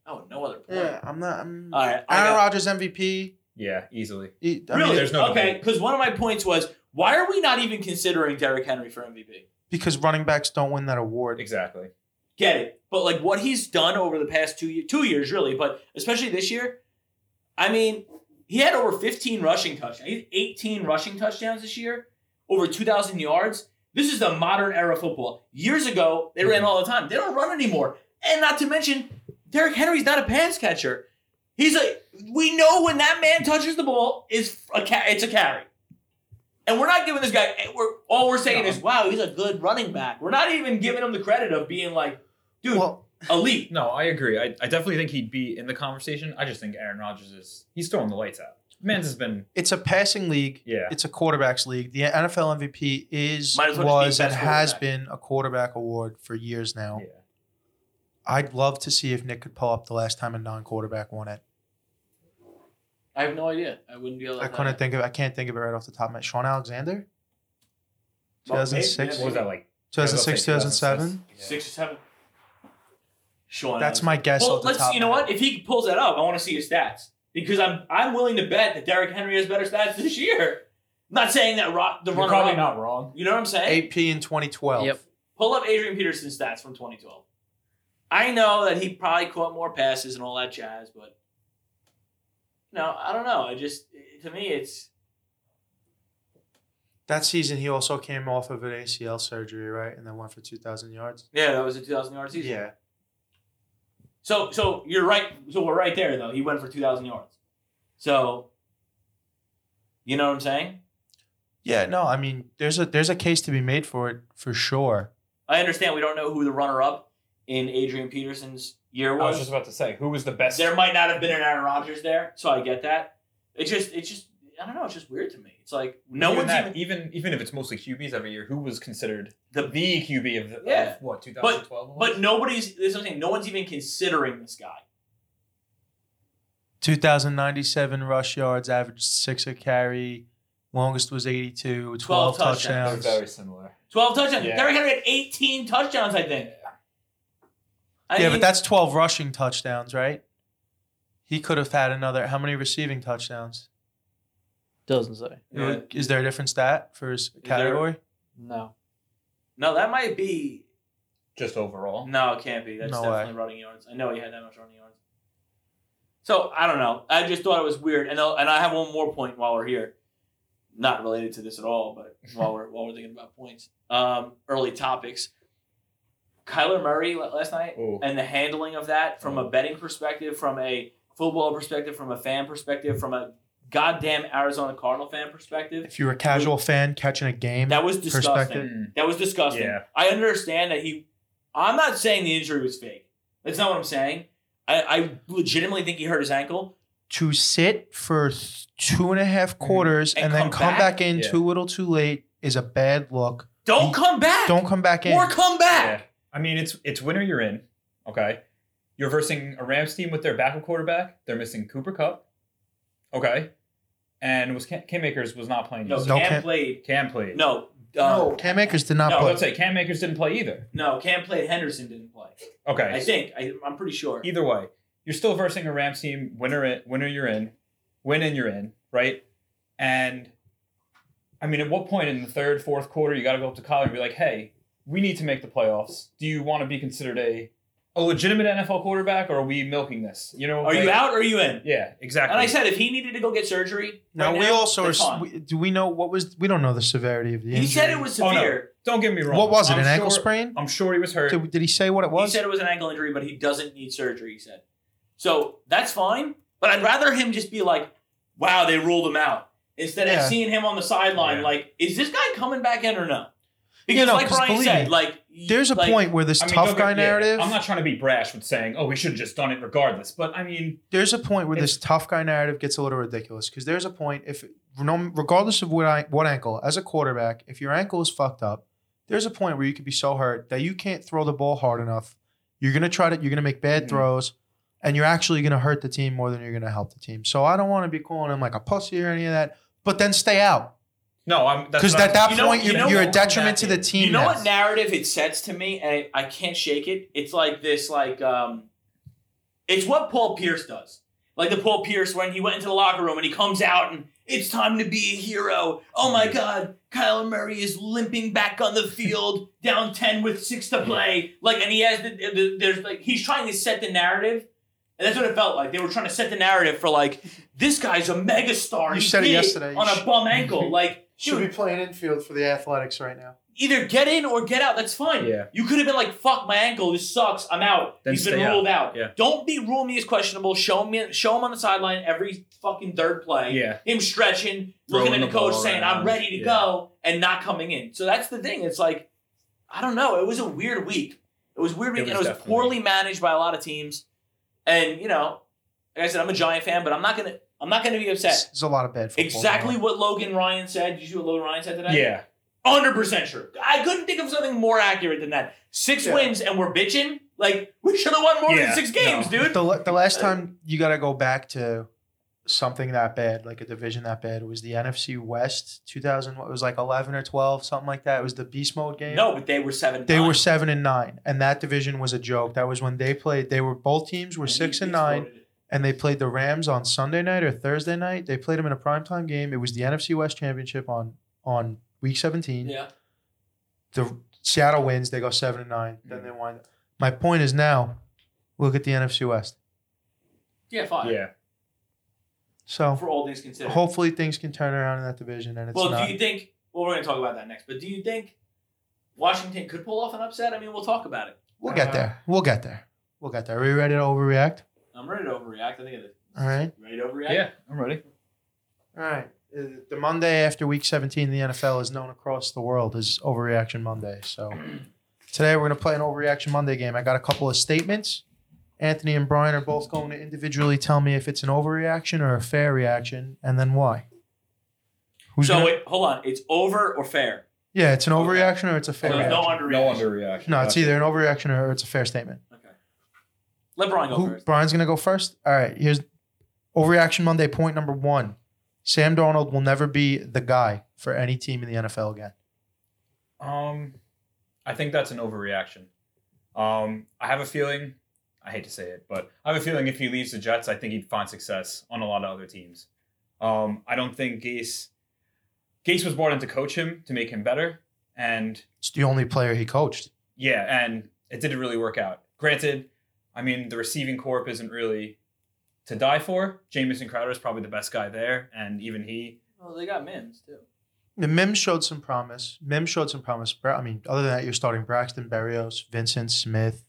S4: Oh, no other point.
S3: Yeah, I'm not. I'm,
S4: All right. I
S3: Aaron
S4: got,
S3: Rodgers MVP.
S1: Yeah, easily.
S3: He- I
S4: really?
S3: mean,
S1: there's no
S4: okay,
S1: debate.
S4: because one of my points was why are we not even considering Derrick Henry for MVP?
S3: because running backs don't win that award.
S1: Exactly.
S4: Get it. But like what he's done over the past two year, two years really, but especially this year, I mean, he had over 15 rushing touchdowns. He had 18 rushing touchdowns this year, over 2,000 yards. This is the modern era football. Years ago, they ran all the time. They don't run anymore. And not to mention, Derrick Henry's not a pass catcher. He's a. We know when that man touches the ball is a ca- it's a carry, and we're not giving this guy. and We're all we're saying is, wow, he's a good running back. We're not even giving him the credit of being like, dude,
S3: Well,
S4: elite.
S1: No, I agree. I, I definitely think he'd be in the conversation. I just think Aaron Rodgers is he's throwing the lights out. Mans has been
S3: it's a passing league.
S1: yeah.
S3: It's a quarterbacks league. The NFL MVP is
S4: Might as well just
S3: was
S4: be
S3: and
S4: best
S3: has
S4: quarterback.
S3: been a quarterback award for years now.
S1: Yeah.
S3: I'd love to see if Nick could pull up the last time a non-quarterback won it.
S4: I have no idea. I wouldn't be able. to
S3: I couldn't think of. I can't think of it right off the top of my. Sean Alexander,
S4: Well, maybe,
S3: 2006,
S1: What was that like?
S3: 2006, 2007.
S4: six or seven. Sean,
S3: That's my guess.
S4: Well,
S3: off the
S4: let's.
S3: top
S4: You
S3: of
S4: know
S3: my-
S4: what? If he pulls that up, I want to see his stats because I'm I'm willing to bet that Derrick Henry has better stats this year. I'm not saying that rock the
S1: You're
S4: runner
S1: probably
S4: up-
S1: not wrong.
S4: You know what I'm saying?
S3: AP in 2012.
S5: Yep.
S4: Pull up Adrian Peterson's stats from 2012. I know that he probably caught more passes and all that jazz, but no, I don't know. I just to me it's
S3: That season, he also came off of an ACL surgery, right, and then went for 2,000 yards.
S4: yeah, that was a 2000 yard season.
S3: Yeah.
S4: So so you're right. So we're right there though. He went for 2000 yards. So you know what I'm saying?
S3: Yeah. No, I mean, there's a there's a case to be made for it for sure.
S4: I understand we don't know who the runner up in Adrian Peterson's year
S1: I was
S4: was.
S1: just about to say who was the best.
S4: there might not have been an Aaron Rodgers there, so I get that. It just it's just I don't know, it's just weird to me. It's like no
S1: even
S4: one's
S1: that,
S4: even
S1: even even if it's mostly QBs every year. Who was considered the
S4: the
S1: QB of, the,
S4: Yeah.
S1: of what 2012?
S4: But nobody's. This is what I'm saying. No one's even considering this guy.
S3: 2,097 rush yards, averaged six a carry. Longest was 82, 12,
S4: 12
S1: they're
S3: touchdowns.
S4: touchdowns.
S1: very similar.
S4: Twelve touchdowns.
S1: Yeah.
S4: Derrick Henry had eighteen touchdowns. I think. I
S3: yeah,
S4: mean,
S3: but that's 12 rushing touchdowns, right? He could have had another. How many receiving touchdowns?
S5: Doesn't say.
S4: Yeah.
S3: Is there a different stat for his
S4: there-
S3: category?
S5: No.
S4: No, that might be.
S1: Just overall.
S4: No, it can't be. That's
S3: No
S4: definitely running yards. I know he had that much running yards. So I don't know. I just thought it was weird. And I'll- and I have one more point while we're here, not related to this at all, but while we're while we're thinking about points, um, early topics. Kyler Murray la- last night.
S1: Ooh.
S4: and the handling of that from a betting perspective, from a football perspective, from a fan perspective, from a goddamn Arizona Cardinal fan perspective.
S3: If you were a casual fan catching a game,
S4: That was disgusting.
S3: Perspective.
S1: Mm.
S4: That was disgusting.
S1: Yeah.
S4: I understand that he. I'm not saying the injury was fake. That's not what I'm saying. I, I legitimately think he hurt his ankle.
S3: to sit for th- two and a half quarters
S4: Mm-hmm.
S3: and,
S4: And
S3: then
S4: come
S3: come
S4: back?
S3: back, in
S1: Yeah.
S3: too little too late is a bad look.
S4: Don't
S3: He-
S4: come back.
S3: Don't come back in.
S4: or come
S1: Yeah.
S4: back.
S1: I mean, it's it's winner you're in. Okay. You're versing a Rams team with their backup quarterback. They're missing Cooper Cup. Okay. And was Cam, Cam Akers was not playing.
S4: No,
S1: either.
S3: No,
S4: Cam
S3: Cam-
S4: played.
S1: Cam played.
S4: No, uh,
S3: no,
S4: no,
S3: Cam Akers did not
S4: No,
S1: I
S3: play.
S1: would say Cam Akers didn't play either.
S4: Cam played. Henderson didn't play.
S1: Okay.
S4: I think. I, I'm pretty sure.
S1: either way, you're still versing a Rams team. Winner, in, winner, you're in. Win and you're in, right? And I mean, at what point in the third, fourth quarter, you got to go up to Collar and be like, "Hey, we need to make the playoffs. Do you want to be considered a a legitimate NFL quarterback, or are we milking this? You know,
S4: Are you
S1: like-
S4: out or are you in?
S1: Yeah, exactly.
S4: And I said if he needed to go get surgery,
S3: Now
S4: right
S3: we also
S4: that's
S3: are.
S4: fine.
S3: We, do we know what was? We don't know the severity of the injury.
S4: he said it was
S1: Oh, no.
S4: severe.
S1: don't get me wrong.
S3: What was it?
S1: I'm
S3: an ankle
S1: sure-
S3: sprain?
S1: I'm sure he was hurt.
S3: Did, did he say what it
S4: He
S3: was?
S4: said it was an ankle injury, but he doesn't need surgery. He said, so that's fine. But I'd rather him just be like, "Wow, they ruled him out," instead of
S3: Yeah.
S4: seeing him on the sideline.
S1: Yeah.
S4: Like, is this guy coming back in or no? Because,
S3: no,
S4: like
S3: 'cause
S4: Brian
S3: believe
S4: said,
S3: me,
S4: like
S3: There's a
S4: like,
S3: point where this
S1: I mean,
S3: tough
S1: don't
S3: guy
S1: get- yeah,
S3: narrative.
S1: I'm not trying to be brash with saying, oh, we should have just done it regardless. But I mean,
S3: there's a point where this tough guy narrative gets a little ridiculous because there's a point if no- regardless of what I, what ankle as a quarterback if your ankle is fucked up there's a point where you could be so hurt that you can't throw the ball hard enough you're going to try to you're going to make bad
S1: Mhm.
S3: throws and you're actually going to hurt the team more than you're going to help the team so i don't want to be calling him like a pussy or any of that but then stay out
S1: no, I'm that's
S3: because
S1: not-
S3: at that
S4: You know-
S3: point
S4: you
S3: you're,
S4: know
S3: you're a
S4: what-
S3: detriment to the team
S4: You know
S3: now.
S4: what narrative it sets to me, and I can't shake it. It's like this, like um, it's what Paul Pierce does. Like the Paul Pierce when he went into the locker room and he comes out and it's time to be a hero. Oh my God, Kyler Murray is limping back on the field, down ten with six to play. Like, and he has the, the there's like he's trying to set the narrative. And that's what it felt like. They were trying to set the narrative for like this guy's a megastar.
S3: You
S4: He
S3: said it
S4: did
S3: yesterday. You
S4: on a
S3: sh-
S4: bum ankle. Like, dude,
S3: playing infield for the athletics right now
S4: either get in or get out. That's fine.
S1: Yeah.
S4: You could have been like, "Fuck my ankle. This sucks. I'm out."
S1: Then
S4: He's been
S1: stay out.
S4: ruled out.
S1: Yeah.
S4: Don't be rule me as questionable. Show me, show him on the sideline every fucking third play.
S1: Yeah.
S4: Him stretching,
S1: Throwing
S4: looking at the
S1: the
S4: coach,
S1: ball
S4: saying,
S1: around.
S4: "I'm ready to
S1: Yeah.
S4: go," and not coming in. So that's the thing. It's like, I don't know. It was a weird week. It was a weird
S1: It
S4: week, and
S1: was
S4: it was
S1: definitely-
S4: poorly managed by a lot of teams. And you know, like I said, I'm a Giant fan, but I'm not gonna, I'm not gonna be upset.
S3: there's a lot of bad football
S4: Exactly
S3: going on.
S4: what Logan Ryan said. Did you see what Logan Ryan said today?
S1: Yeah,
S4: Hundred percent sure. I couldn't think of something more accurate than that. Six
S3: Yeah.
S4: wins and we're bitching. Like we should have won more
S1: Yeah,
S4: than six games,
S1: no.
S4: dude.
S3: the, la- the
S4: Uh,
S3: last time you got to go back to something that bad, like a division that bad, was the NFC West 2000. What it was like 11 or 12, something like that. It was the beast mode game.
S4: No, but they were seven.
S3: They
S4: nine.
S3: were seven and nine, and that division was a joke. That was when they played. They were both teams were
S4: And
S3: six
S4: he
S3: and nine,
S4: exploded.
S3: and they played the Rams on Sunday night or Thursday night. They played them in a primetime game. It was the NFC West championship on on week 17
S4: Yeah,
S3: the Seattle wins, they go seven and 9 Then
S1: Mhm.
S4: Mm.
S3: they wind. My point is now, look at the NFC West.
S4: yeah, fine.
S1: yeah.
S3: So
S4: For all things considered.
S3: hopefully things can turn around in that division, and it's
S4: well,
S3: not.
S4: do you think? Well, we're gonna talk about that next. But do you think Washington could pull off an upset? I mean, we'll talk about it.
S3: we'll get there. We'll get there. We'll get there. Are we ready to overreact?
S4: I'm ready to overreact. I think it is.
S3: All right.
S4: Ready to overreact?
S1: Yeah, I'm ready.
S3: All right. The Monday after Week 17, the NFL is known across the world as Overreaction Monday. So today we're going to play an Overreaction Monday game. I got a couple of statements. Anthony and Brian are both going to individually tell me if it's an overreaction or a fair reaction, and then why. Who's
S4: so
S3: gonna-
S4: wait, hold on. It's over or fair?
S3: Yeah, it's an overreaction or it's a fair.
S4: So there's
S3: reaction.
S4: no
S3: No,
S4: underreaction.
S1: No underreaction.
S3: it's either an overreaction or it's a fair statement.
S4: Okay. Let Brian go
S3: Who,
S4: first.
S3: Brian's gonna go first. All right, here's overreaction Monday. Point number one: Sam Darnold will never be the guy for any team in the NFL again.
S1: Um, I think that's an overreaction. Um, I have a feeling. I hate to say it, but I have a feeling if he leaves the Jets, I think he'd find success on a lot of other teams. Um, I don't think Gase. Gase was brought in to coach him to make him better, and
S3: It's the only player he coached.
S1: yeah, and it didn't really work out. Granted, I mean the receiving corp isn't really to die for. Jamison Crowder is probably the best guy there, and even he.
S4: Well, they got Mims too.
S3: The Mim showed some promise. Mim showed some promise. Bra- I mean, other than that, you're starting Braxton Berrios, Vincent Smith,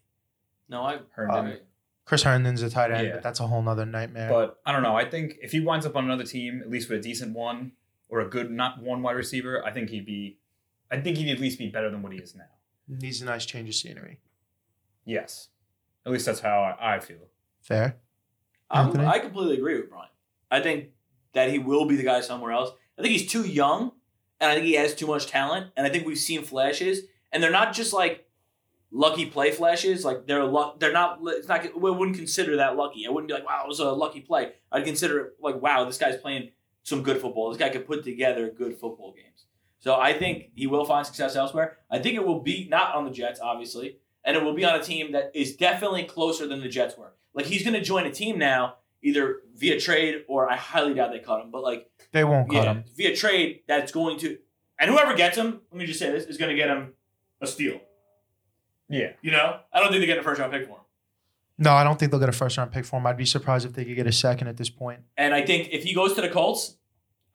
S4: No, I
S1: Herndon.
S4: All right.
S3: Chris Herndon's a tight end,
S1: Yeah.
S3: but that's a whole nother nightmare.
S1: But I don't know. I think if he winds up on another team, at least with a decent one or a good not one wide receiver, I think he'd be. I think he'd at least be better than what he is now.
S3: Needs a nice change of scenery.
S1: Yes, at least that's how I, I feel.
S3: Fair.
S4: I'm,
S3: Anthony?
S4: Um, I completely agree with Brian. I think that he will be the guy somewhere else. I think he's too young, and I think he has too much talent. And I think we've seen flashes, and they're not just like lucky play flashes. Like they're luck. They're not. It's not. I wouldn't consider that lucky. I wouldn't be like, wow, it was a lucky play. I'd consider it like, wow, this guy's playing some good football. This guy could put together good football games. So I think he will find success elsewhere. I think it will be not on the Jets, obviously, and it will be on a team that is definitely closer than the Jets were. Like he's going to join a team now, either via trade or I highly doubt they cut him, but like
S3: They won't cut
S4: yeah,
S3: him.
S4: via trade that's going to and whoever gets him, let me just say this, is going to get him a steal.
S1: Yeah,
S4: You know, I don't think they get a first round pick for him.
S3: No, I don't think they'll get a first round pick for him. I'd be surprised if they could get a second at this point.
S4: And I think if he goes to the Colts,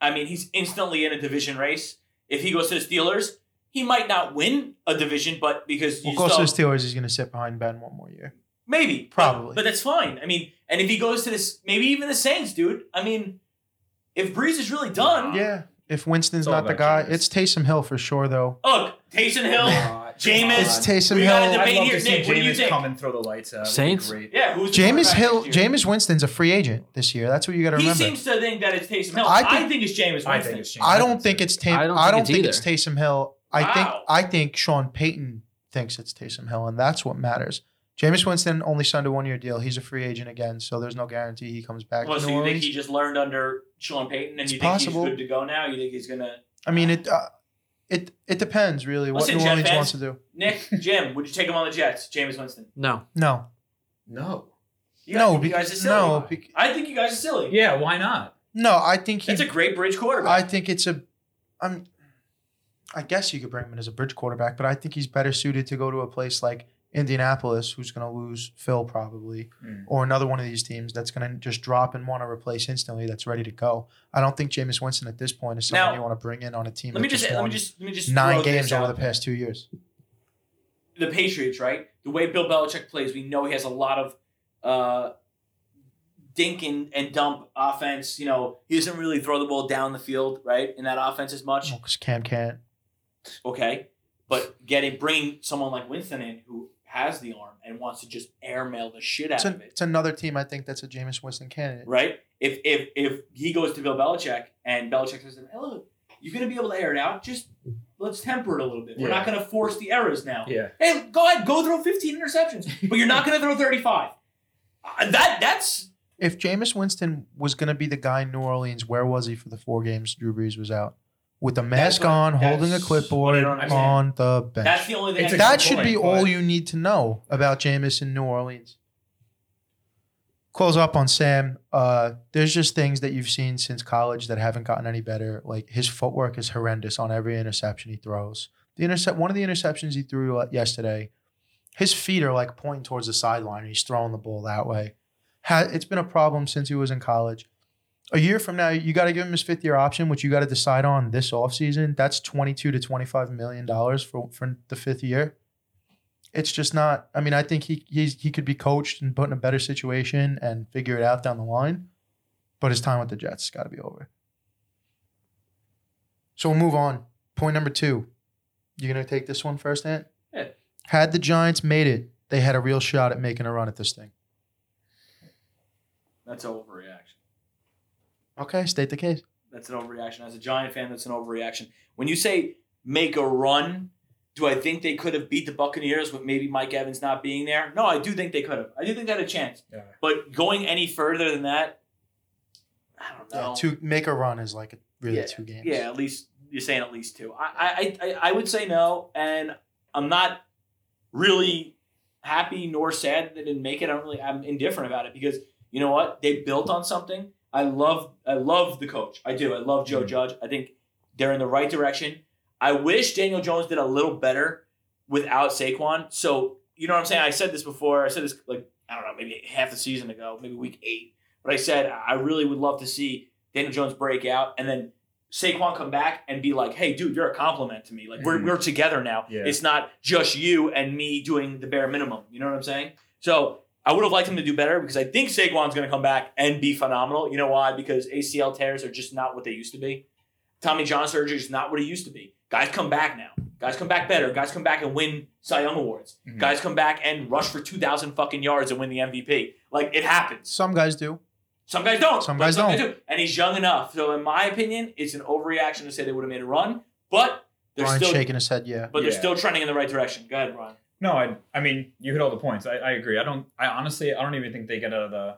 S4: I mean, he's instantly in a division race. If he goes to the Steelers, he might not win a division, but because you
S3: Well, goes to the
S4: still
S3: Steelers. He's going to sit behind Ben one more year.
S4: maybe but-
S3: Probably.
S4: but, that's fine. I mean, and if he goes to this, maybe even the Saints, dude. I mean, if Breeze is really done,
S3: Yeah. If Winston's
S1: It's all
S3: not the
S1: about
S3: guy,
S1: genius.
S3: it's Taysom Hill for sure, though.
S4: look, Taysom Hill, Jameis.
S3: It's Taysom
S4: We gotta
S3: Hill.
S4: debate-
S1: I'd love
S4: here,
S1: to see
S4: Nick, what do you
S1: Jameis
S4: think?
S1: come and throw the lights out. That'd be
S5: Saints?
S1: great.
S4: yeah, who's the
S3: Jameis
S4: quarterback
S3: Hill.
S4: next year?
S3: Jameis Winston's a free agent this year. That's what you got to
S4: He
S3: remember.
S4: seems to think that it's Taysom Hill. I
S3: I
S4: think,
S3: think-
S4: it's Jameis Winston.
S1: I think it's Jameis.
S3: I don't think it's Tam- I don't think, it's,
S5: either.
S3: Taysom Hill. I
S4: Wow.
S3: think I think Sean Payton thinks it's Taysom Hill, and that's what matters. Jameis Winston only signed a one year deal. He's a free agent again, so there's no guarantee he comes back.
S4: Well,
S3: to
S4: so
S3: New
S4: you think
S3: Orleans.
S4: he just learned under Sean Payton, and
S3: It's
S4: you think
S3: possible.
S4: he's good to go now? You think he's gonna
S3: I mean, it uh, it it depends really what
S4: Listen,
S3: New
S4: Jet
S3: Orleans
S4: fans.
S3: wants to do.
S4: Nick Jim? Would you take him on the Jets, Jameis Winston?
S5: No.
S3: No,
S1: No.
S4: You guys,
S3: no,
S4: you
S3: be-
S4: guys are silly.
S3: no, be-
S4: I think you guys are silly.
S1: Yeah, why not?
S3: no. I think he.
S4: That's a great bridge quarterback.
S3: I think it's a. I'm. I guess you could bring him in as a bridge quarterback, but I think he's better suited to go to a place like Indianapolis, who's going to lose Phil probably,
S1: Mm.
S3: or another one of these teams that's going to just drop and want to replace instantly. That's ready to go. I don't think Jameis Winston at this point is someone
S4: Now-
S3: you want to bring in on a team.
S4: let me
S3: that
S4: just, let me
S3: won
S4: just let me just
S3: nine
S4: throw this
S3: games over
S4: out
S3: the past two years.
S4: the Patriots, right? The way Bill Belichick plays, we know he has a lot of uh, dink and, and dump offense. You know, he doesn't really throw the ball down the field, right? In that offense as much.
S3: Because Oh, Cam can't.
S4: Okay, but getting bringing someone like Winston in who has the arm and wants to just airmail the shit out
S3: It's,
S4: of
S3: an
S4: it.
S3: it's another team. I think that's a Jameis Winston candidate.
S4: right? If if if he goes to Bill Belichick and Belichick says, "Hey, look, you're gonna be able to air it out. Just let's temper it a little bit. We're
S1: Yeah.
S4: not gonna force the errors now.
S1: Yeah.
S4: Hey, go ahead, go throw 15 interceptions, but you're not gonna throw 35. Uh, that that's
S3: If Jameis Winston was going to be the guy in New Orleans, where was he for the four games Drew Brees was out? With a mask
S4: what-
S3: on,
S4: that's
S3: holding a
S4: what I
S3: clipboard
S4: don't understand.
S3: on the bench.
S4: that's the only thing.
S1: It's
S4: I
S1: a
S4: can-
S3: that
S1: good
S3: should be
S1: point,
S3: all
S1: but-
S3: you need to know about Jameis in New Orleans. Close up on Sam. Uh, there's just things that you've seen since college that haven't gotten any better. Like his footwork is horrendous on every interception he throws. The intercept one of the interceptions he threw uh, yesterday, his feet are like pointing towards the sideline. and He's throwing the ball that way. Ha- it's been a problem since he was in college. A year from now, you got to give him his fifth year option, which you got to decide on this offseason. That's 22 to 25 million dollars for for the fifth year. It's just not. I mean, I think he he's, he could be coached and put in a better situation and figure it out down the line. But his time with the Jets has got to be over. So we'll move on. Point number two. You're gonna take this one first, Ant.
S4: Yeah.
S3: Had the Giants made it, they had a real shot at making a run at this thing.
S4: that's an overreaction.
S3: Okay, state the case.
S4: That's an overreaction. As a Giant fan, that's an overreaction. When you say make a run, do I think they could have beat the Buccaneers with maybe Mike Evans not being there? No, I do think they could have. I do think they had a chance.
S1: Yeah.
S4: But going any further than that, I don't know.
S3: Yeah, to make a run is like really
S4: Yeah,
S3: two games.
S4: Yeah, at least you're saying at least two. I I, I, I would say no, and I'm not really happy nor sad that they didn't make it. I'm really I'm indifferent about it because you know what? They built on something. I love I love the coach. I do. I love Joe
S1: Mhm.
S4: Judge. I think they're in the right direction. I wish Daniel Jones did a little better without Saquon. So you know what I'm saying? I said this before. I said this like I don't know, maybe half the season ago, maybe week eight. But I said I really would love to see Daniel Jones break out and then Saquon come back and be like, "Hey, dude, you're a compliment to me. Like we're
S1: Mhm.
S4: we're together now.
S1: Yeah.
S4: It's not just you and me doing the bare minimum." You know what I'm saying? So I would have liked him to do better because I think Saquon's going to come back and be phenomenal. You know why? Because ACL tears are just not what they used to be. Tommy John surgery is not what it used to be. Guys come back now. Guys come back better. Guys come back and win Cy Young awards.
S3: Mm-hmm.
S1: Mhm.
S4: Guys come back and rush for two thousand fucking yards and win the MVP. Like it happens.
S3: Some guys do.
S4: Some guys don't.
S3: Some
S4: but
S3: guys
S4: do. And he's young enough. So in my opinion, it's an overreaction to say they would have made a run, but they're
S3: Ryan's
S4: still
S3: shaking his head. Yeah.
S4: but they're
S1: Yeah.
S4: still trending in the right direction. Go ahead, Ron.
S1: No, I I mean you hit all the points. I, I agree. I don't I honestly I don't even think they get out of the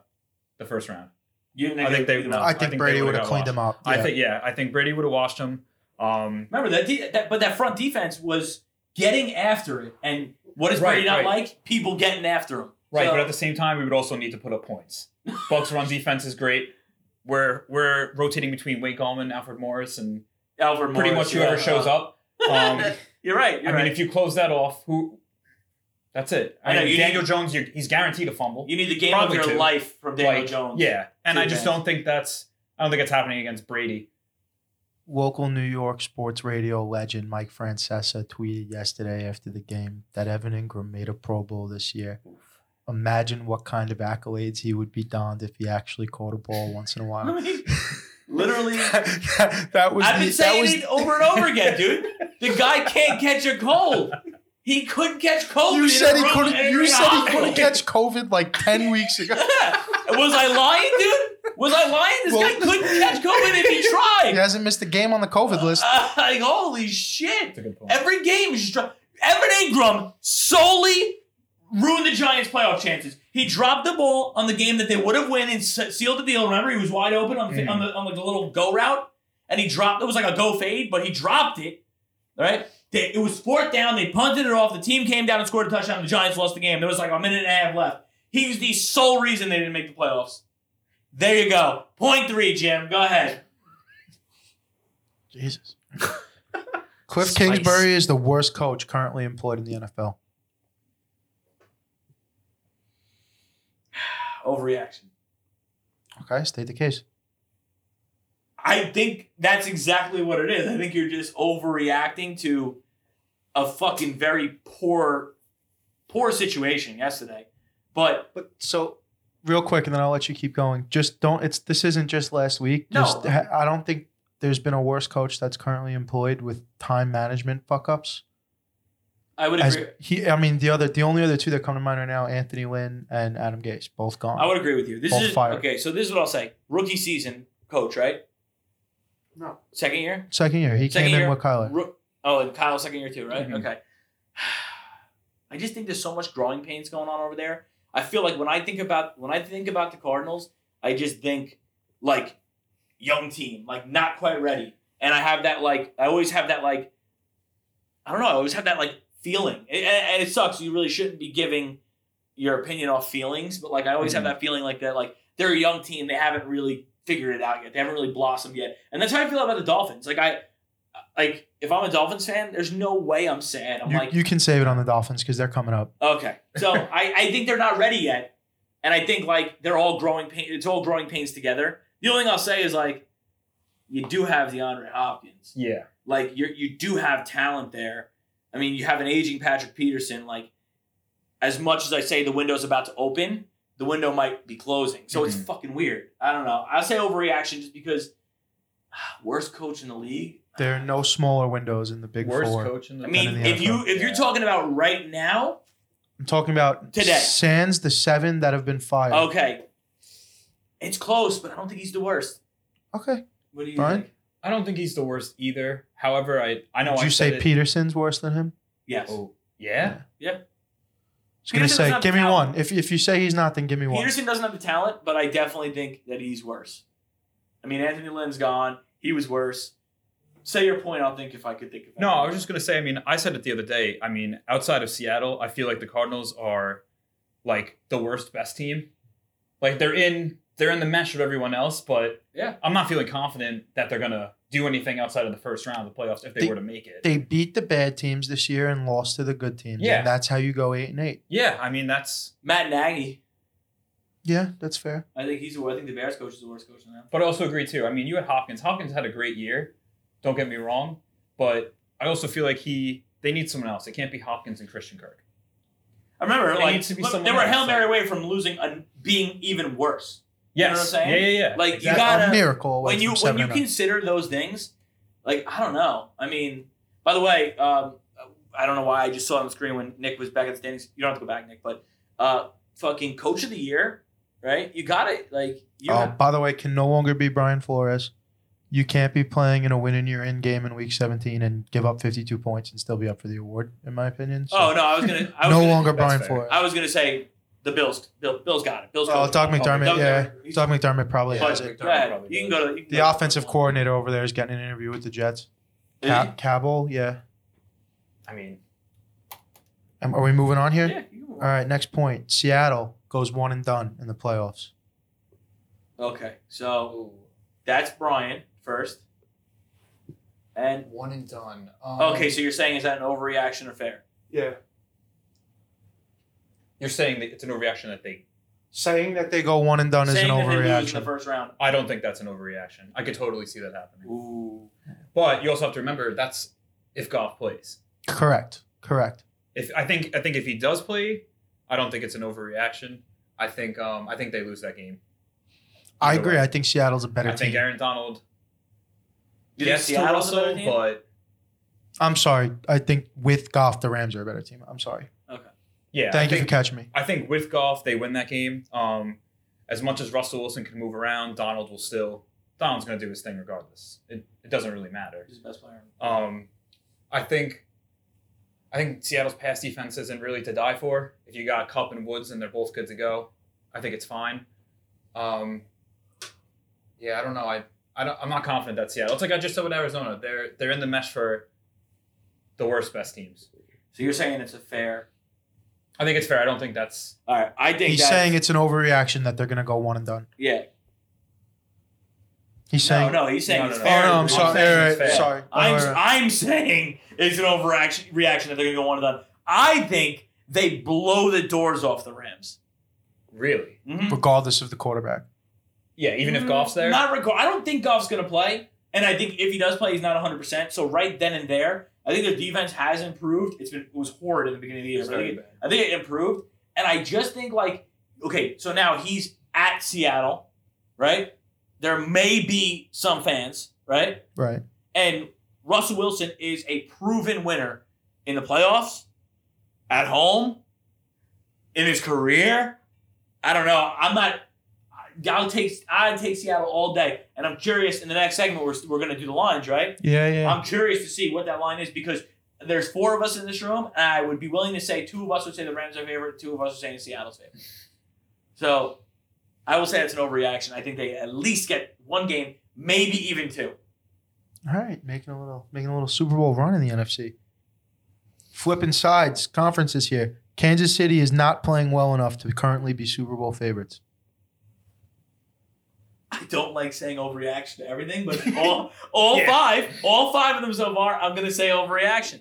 S1: the first round.
S4: You didn't
S1: I think
S3: I
S1: they- I
S3: think,
S1: think they
S3: Brady
S1: would've
S3: would have
S1: got
S3: cleaned
S1: washed.
S3: him up.
S1: I
S3: Yeah.
S1: think yeah, I think Brady would have washed him. Um
S4: remember that, de- that but that front defense was getting after it. And what is
S1: Right,
S4: Brady not
S1: right.
S4: like? People getting after him.
S1: right,
S4: So-
S1: but at the same time we would also need to put up points. Bucks run defense is great. We're we're rotating between Wayne Gallman, Alfred Morris, and
S4: Alfred
S1: pretty
S4: Morris,
S1: much whoever
S4: yeah.
S1: shows up. Um,
S4: You're right.
S1: I
S4: You're
S1: mean,
S4: right.
S1: if you close that off, who That's it.
S4: I
S1: I
S4: know,
S1: mean,
S4: you
S1: Daniel
S4: need-
S1: Jones, you he's guaranteed a fumble.
S4: You need the game
S1: Probably
S4: of your
S1: two.
S4: life from Daniel
S1: Like,
S4: Jones.
S1: Yeah, and
S4: Two
S1: I just
S4: games.
S1: don't think that's. I don't think it's happening against Brady.
S3: Local New York sports radio legend Mike Francesa tweeted yesterday after the game that Evan Ingram made a Pro Bowl this year. Imagine what kind of accolades he would be donned if he actually caught a ball once in a while.
S4: Literally,
S3: that, that was
S4: I've
S3: the-
S4: been
S3: that
S4: saying
S3: was-
S4: it over and over again, dude. The guy can't catch a cold. He couldn't catch COVID.
S3: You
S4: in
S3: said
S4: a
S3: he
S4: room
S3: couldn't.
S4: and
S3: You
S4: in a
S3: said he
S4: hospital.
S3: couldn't catch COVID like ten weeks ago.
S4: Yeah. Was I lying, dude? Was I lying? This
S3: Well-
S4: guy couldn't catch COVID if he tried.
S3: He hasn't missed a game on the COVID list.
S4: Uh, like, holy shit.
S1: That's a good point.
S4: Every game is just dro- Evan Ingram solely ruined the Giants' playoff chances. He dropped the ball on the game that they would have won and s- sealed the deal. Remember, he was wide open on the,
S1: Mhm.
S4: on the on like the little go route, and he dropped. It was like a go fade, but he dropped it. All right, They- it was fourth down. They punted it off. The team came down and scored a touchdown. The Giants lost the game. There was like a minute and a half left. He was the sole reason they didn't make the playoffs. There you go. Point three, Jim. Go ahead.
S3: Jesus. Cliff
S4: Spice.
S3: Kingsbury is the worst coach currently employed in the NFL.
S4: Overreaction.
S3: Okay, state the case.
S4: I think that's exactly what it is. I think you're just overreacting to a fucking very poor, poor situation yesterday. But
S3: But so, real quick, and then I'll let you keep going. Just don't. It's this isn't just last week.
S4: No.
S3: Just, ha- I don't think there's been a worse coach that's currently employed with time management fuck ups.
S4: I would
S3: As
S4: agree.
S3: he, I mean, the other, the only other two that come to mind right now, Anthony Lynn and Adam Gase, both gone.
S4: I would agree with you. This
S3: Both
S4: is
S3: fired.
S4: okay. So this is what I'll say: rookie season coach, right?
S3: No.
S4: Second year.
S3: Second year, he
S4: Second
S3: came
S4: year.
S3: in with Kyler.
S4: Roo- oh, and Kyle second year too, right?
S1: Mhm.
S4: Okay. I just think there's so much growing pains going on over there. I feel like when I think about when I think about the Cardinals, I just think like young team, like not quite ready. And I have that like I always have that like I don't know, I always have that like feeling. And, and it sucks. You really shouldn't be giving your opinion off feelings, but like I always have that feeling like that like they're a young team, they haven't really figured it out yet. They haven't really blossomed yet. And that's how I feel about the Dolphins. Like I like if I'm a Dolphins fan, there's no way I'm sad. I'm
S3: You,
S4: like
S3: you can save it on the Dolphins because they're coming up.
S4: Okay. So I, I think they're not ready yet. And I think like they're all growing pain it's all growing pains together. The only thing I'll say is like you do have DeAndre Hopkins.
S1: Yeah,
S4: Like you you do have talent there. I mean, you have an aging Patrick Peterson, like as much as I say the window's about to open, the window might be closing. So it's
S3: Mm-hmm.
S1: Mhm.
S4: fucking weird. I don't know. I'll say overreaction just because worst coach in the league.
S3: There are no smaller windows in the big
S1: worst
S3: four.
S1: coach in the.
S4: I
S3: Better
S4: mean,
S3: than the
S4: if you
S3: NFL.
S4: if you're
S1: Yeah.
S4: talking about right now,
S3: I'm talking about
S4: Today.
S3: Sans the seven that have been fired.
S4: okay, it's close, but I don't think he's the worst.
S3: Okay.
S4: What do you
S3: Brian?
S4: think?
S1: I don't think he's the worst either. However, I I know
S3: Did
S1: I
S3: you
S1: said
S3: say
S1: it-
S3: Peterson's worse than him?
S4: Yes,
S1: Oh yeah,
S3: I was gonna
S4: Peterson's
S3: say,
S4: not
S3: give me
S4: talented.
S3: one. If if you say he's not, then give me one.
S4: Peterson doesn't have the talent, but I definitely think that he's worse. I mean, Anthony Lynn's gone; he was worse. Say your point. I'll think if I could think of.
S1: no,
S4: anything.
S1: I was just gonna say. I mean, I said it the other day. I mean, outside of Seattle, I feel like the Cardinals are like the worst best team. Like they're in they're in the mesh of everyone else, but
S4: Yeah.
S1: I'm not feeling confident that they're gonna do anything outside of the first round of the playoffs if they,
S3: They-
S1: were to make it.
S3: They beat the bad teams this year and lost to the good teams.
S1: Yeah.
S3: And that's how you go eight and eight.
S1: yeah, I mean that's.
S4: Matt Nagy.
S3: Yeah, that's fair.
S4: I think he's. the wor- I think the Bears coach is the worst coach now.
S1: But I also agree too. I mean, you had Hopkins. Hopkins had a great year. Don't get me wrong, but I also feel like he they need someone else. It can't be Hopkins and Christian Kirk.
S4: I remember,
S1: There
S4: like,
S1: needs to be
S4: look,
S1: someone
S4: they were a
S1: else,
S4: hail mary
S1: like-
S4: away from losing and being even worse. know
S1: Yes.
S4: what I'm saying?
S1: Yeah, yeah, yeah.
S4: Like, you
S1: Exactly.
S4: gotta-
S3: a miracle away
S4: when you
S3: from
S4: when
S3: seven
S4: you
S3: and oh. nine.
S4: consider those things, like I don't know. I mean, by the way, um, I don't know why I just saw it on the screen when Nick was back at the standings. You don't have to go back, Nick, but uh, fucking coach of the year, right? You got it. Like you,
S3: Oh, by the way, can no longer be Brian Flores. You can't be playing in a win in your end game in week 17 and give up 52 points and still be up for the award, in my opinion. So,
S4: oh no, I was gonna. I was
S3: no
S4: gonna,
S3: longer
S1: that's
S3: Brian
S1: fair.
S3: Flores.
S4: I was gonna say the Bills. Bill, Bills got it. Bills.
S3: Oh,
S4: coach.
S3: Doug
S1: Doug
S3: McDermott. Yeah.
S4: He's-
S3: Doug McDermott probably
S4: But-
S3: has
S1: Doug
S3: it.
S1: McDermott
S4: go ahead.
S1: probably
S4: You can
S1: does.
S4: go to you can go
S3: The
S4: to-
S3: offensive coordinator over there is getting an interview with the Jets.
S4: Is
S3: Ca- Cabell, yeah.
S1: I mean,
S3: Am- Are we moving on
S4: he?
S3: here?
S4: Yeah, you can
S3: All right, next point. Seattle goes one and done in the playoffs.
S4: Okay, so that's Brian first, and
S6: One and done. Um,
S4: okay, so you're saying is that an overreaction or fair?
S3: Yeah.
S1: You're saying that it's an overreaction that they.
S3: Saying that they go one and done is an
S4: Saying that they lose in the
S3: overreaction.
S4: first round.
S1: I don't think that's an overreaction. I could totally see that happening.
S4: Ooh.
S1: But you also have to remember that's if Goff plays.
S3: Correct. Correct.
S1: If I think I think if he does play, I don't think it's an overreaction. I think um I think they lose that game.
S3: I
S1: Either
S3: agree.
S1: way.
S3: I think Seattle's a better
S1: I think
S3: team.
S1: Aaron Donald
S4: You
S1: gets
S4: think
S1: to
S4: Seattle's a better
S1: Russell,
S4: team?
S1: but
S3: I'm sorry. I think with Goff, the Rams are a better team. I'm sorry.
S1: yeah.
S3: Thank
S1: I
S3: you for
S1: think,
S3: catching me.
S1: I think with Goff they win that game. Um, as much as Russell Wilson can move around, Donald will still Donald's going to do his thing regardless. It, it doesn't really matter.
S4: He's the best player.
S1: Um, I think I think Seattle's pass defense isn't really to die for. If you got Cup and Woods and they're both good to go, I think it's fine. Um, yeah, I don't know. I, I don't, I'm not confident that Seattle. It's like I just said with Arizona. They're they're in the mesh for the worst best teams.
S4: So you're saying it's a fair.
S1: I think it's fair. I don't think that's
S4: All right, I think
S3: He's
S4: that's,
S3: saying it's an overreaction that they're going to go one and done.
S4: Yeah.
S3: He's saying.
S4: no, no, he's saying
S1: No, no,
S4: it's
S3: Oh
S1: no.
S4: fair.
S3: no, I'm
S1: saying
S3: sorry.
S1: it's
S3: All right,
S1: fair.
S3: sorry.
S4: I'm,
S3: All right.
S4: I'm saying it's an overreaction reaction that they're going to go one and done. I think they blow the doors off the Rams.
S1: really.
S4: Mhm.
S3: regardless of the quarterback.
S1: Yeah, Mm-hmm. even if Goff's there.
S4: Mm, Not regard. I don't think Goff's going to play, and I think if he does play, he's not 100. percent So right then and there, I think their defense has improved. It's been it was horrid in the beginning of the year.
S1: it's
S4: but I
S1: very
S4: think, it,
S1: bad.
S4: I think it improved, and I just think like okay, so now he's at Seattle, right? There may be some fans, right?
S3: Right.
S4: And Russell Wilson is a proven winner in the playoffs, at home, in his career. I don't know. I'm not. I'll take I take Seattle all day, and I'm curious. In the next segment, we're we're gonna do the lines, right?
S3: Yeah, yeah.
S4: I'm curious to see what that line is because there's four of us in this room, and I would be willing to say two of us would say the Rams are favorite, two of us are saying Seattle's favorite. So, I will say it's an overreaction. I think they at least get one game, maybe even two.
S3: All right, making a little making a little Super Bowl run in the NFC. Flipping sides, conferences here. Kansas City is not playing well enough to currently be Super Bowl favorites.
S4: I don't like saying overreaction to everything, but all all five, all five of them so far, I'm gonna say overreaction.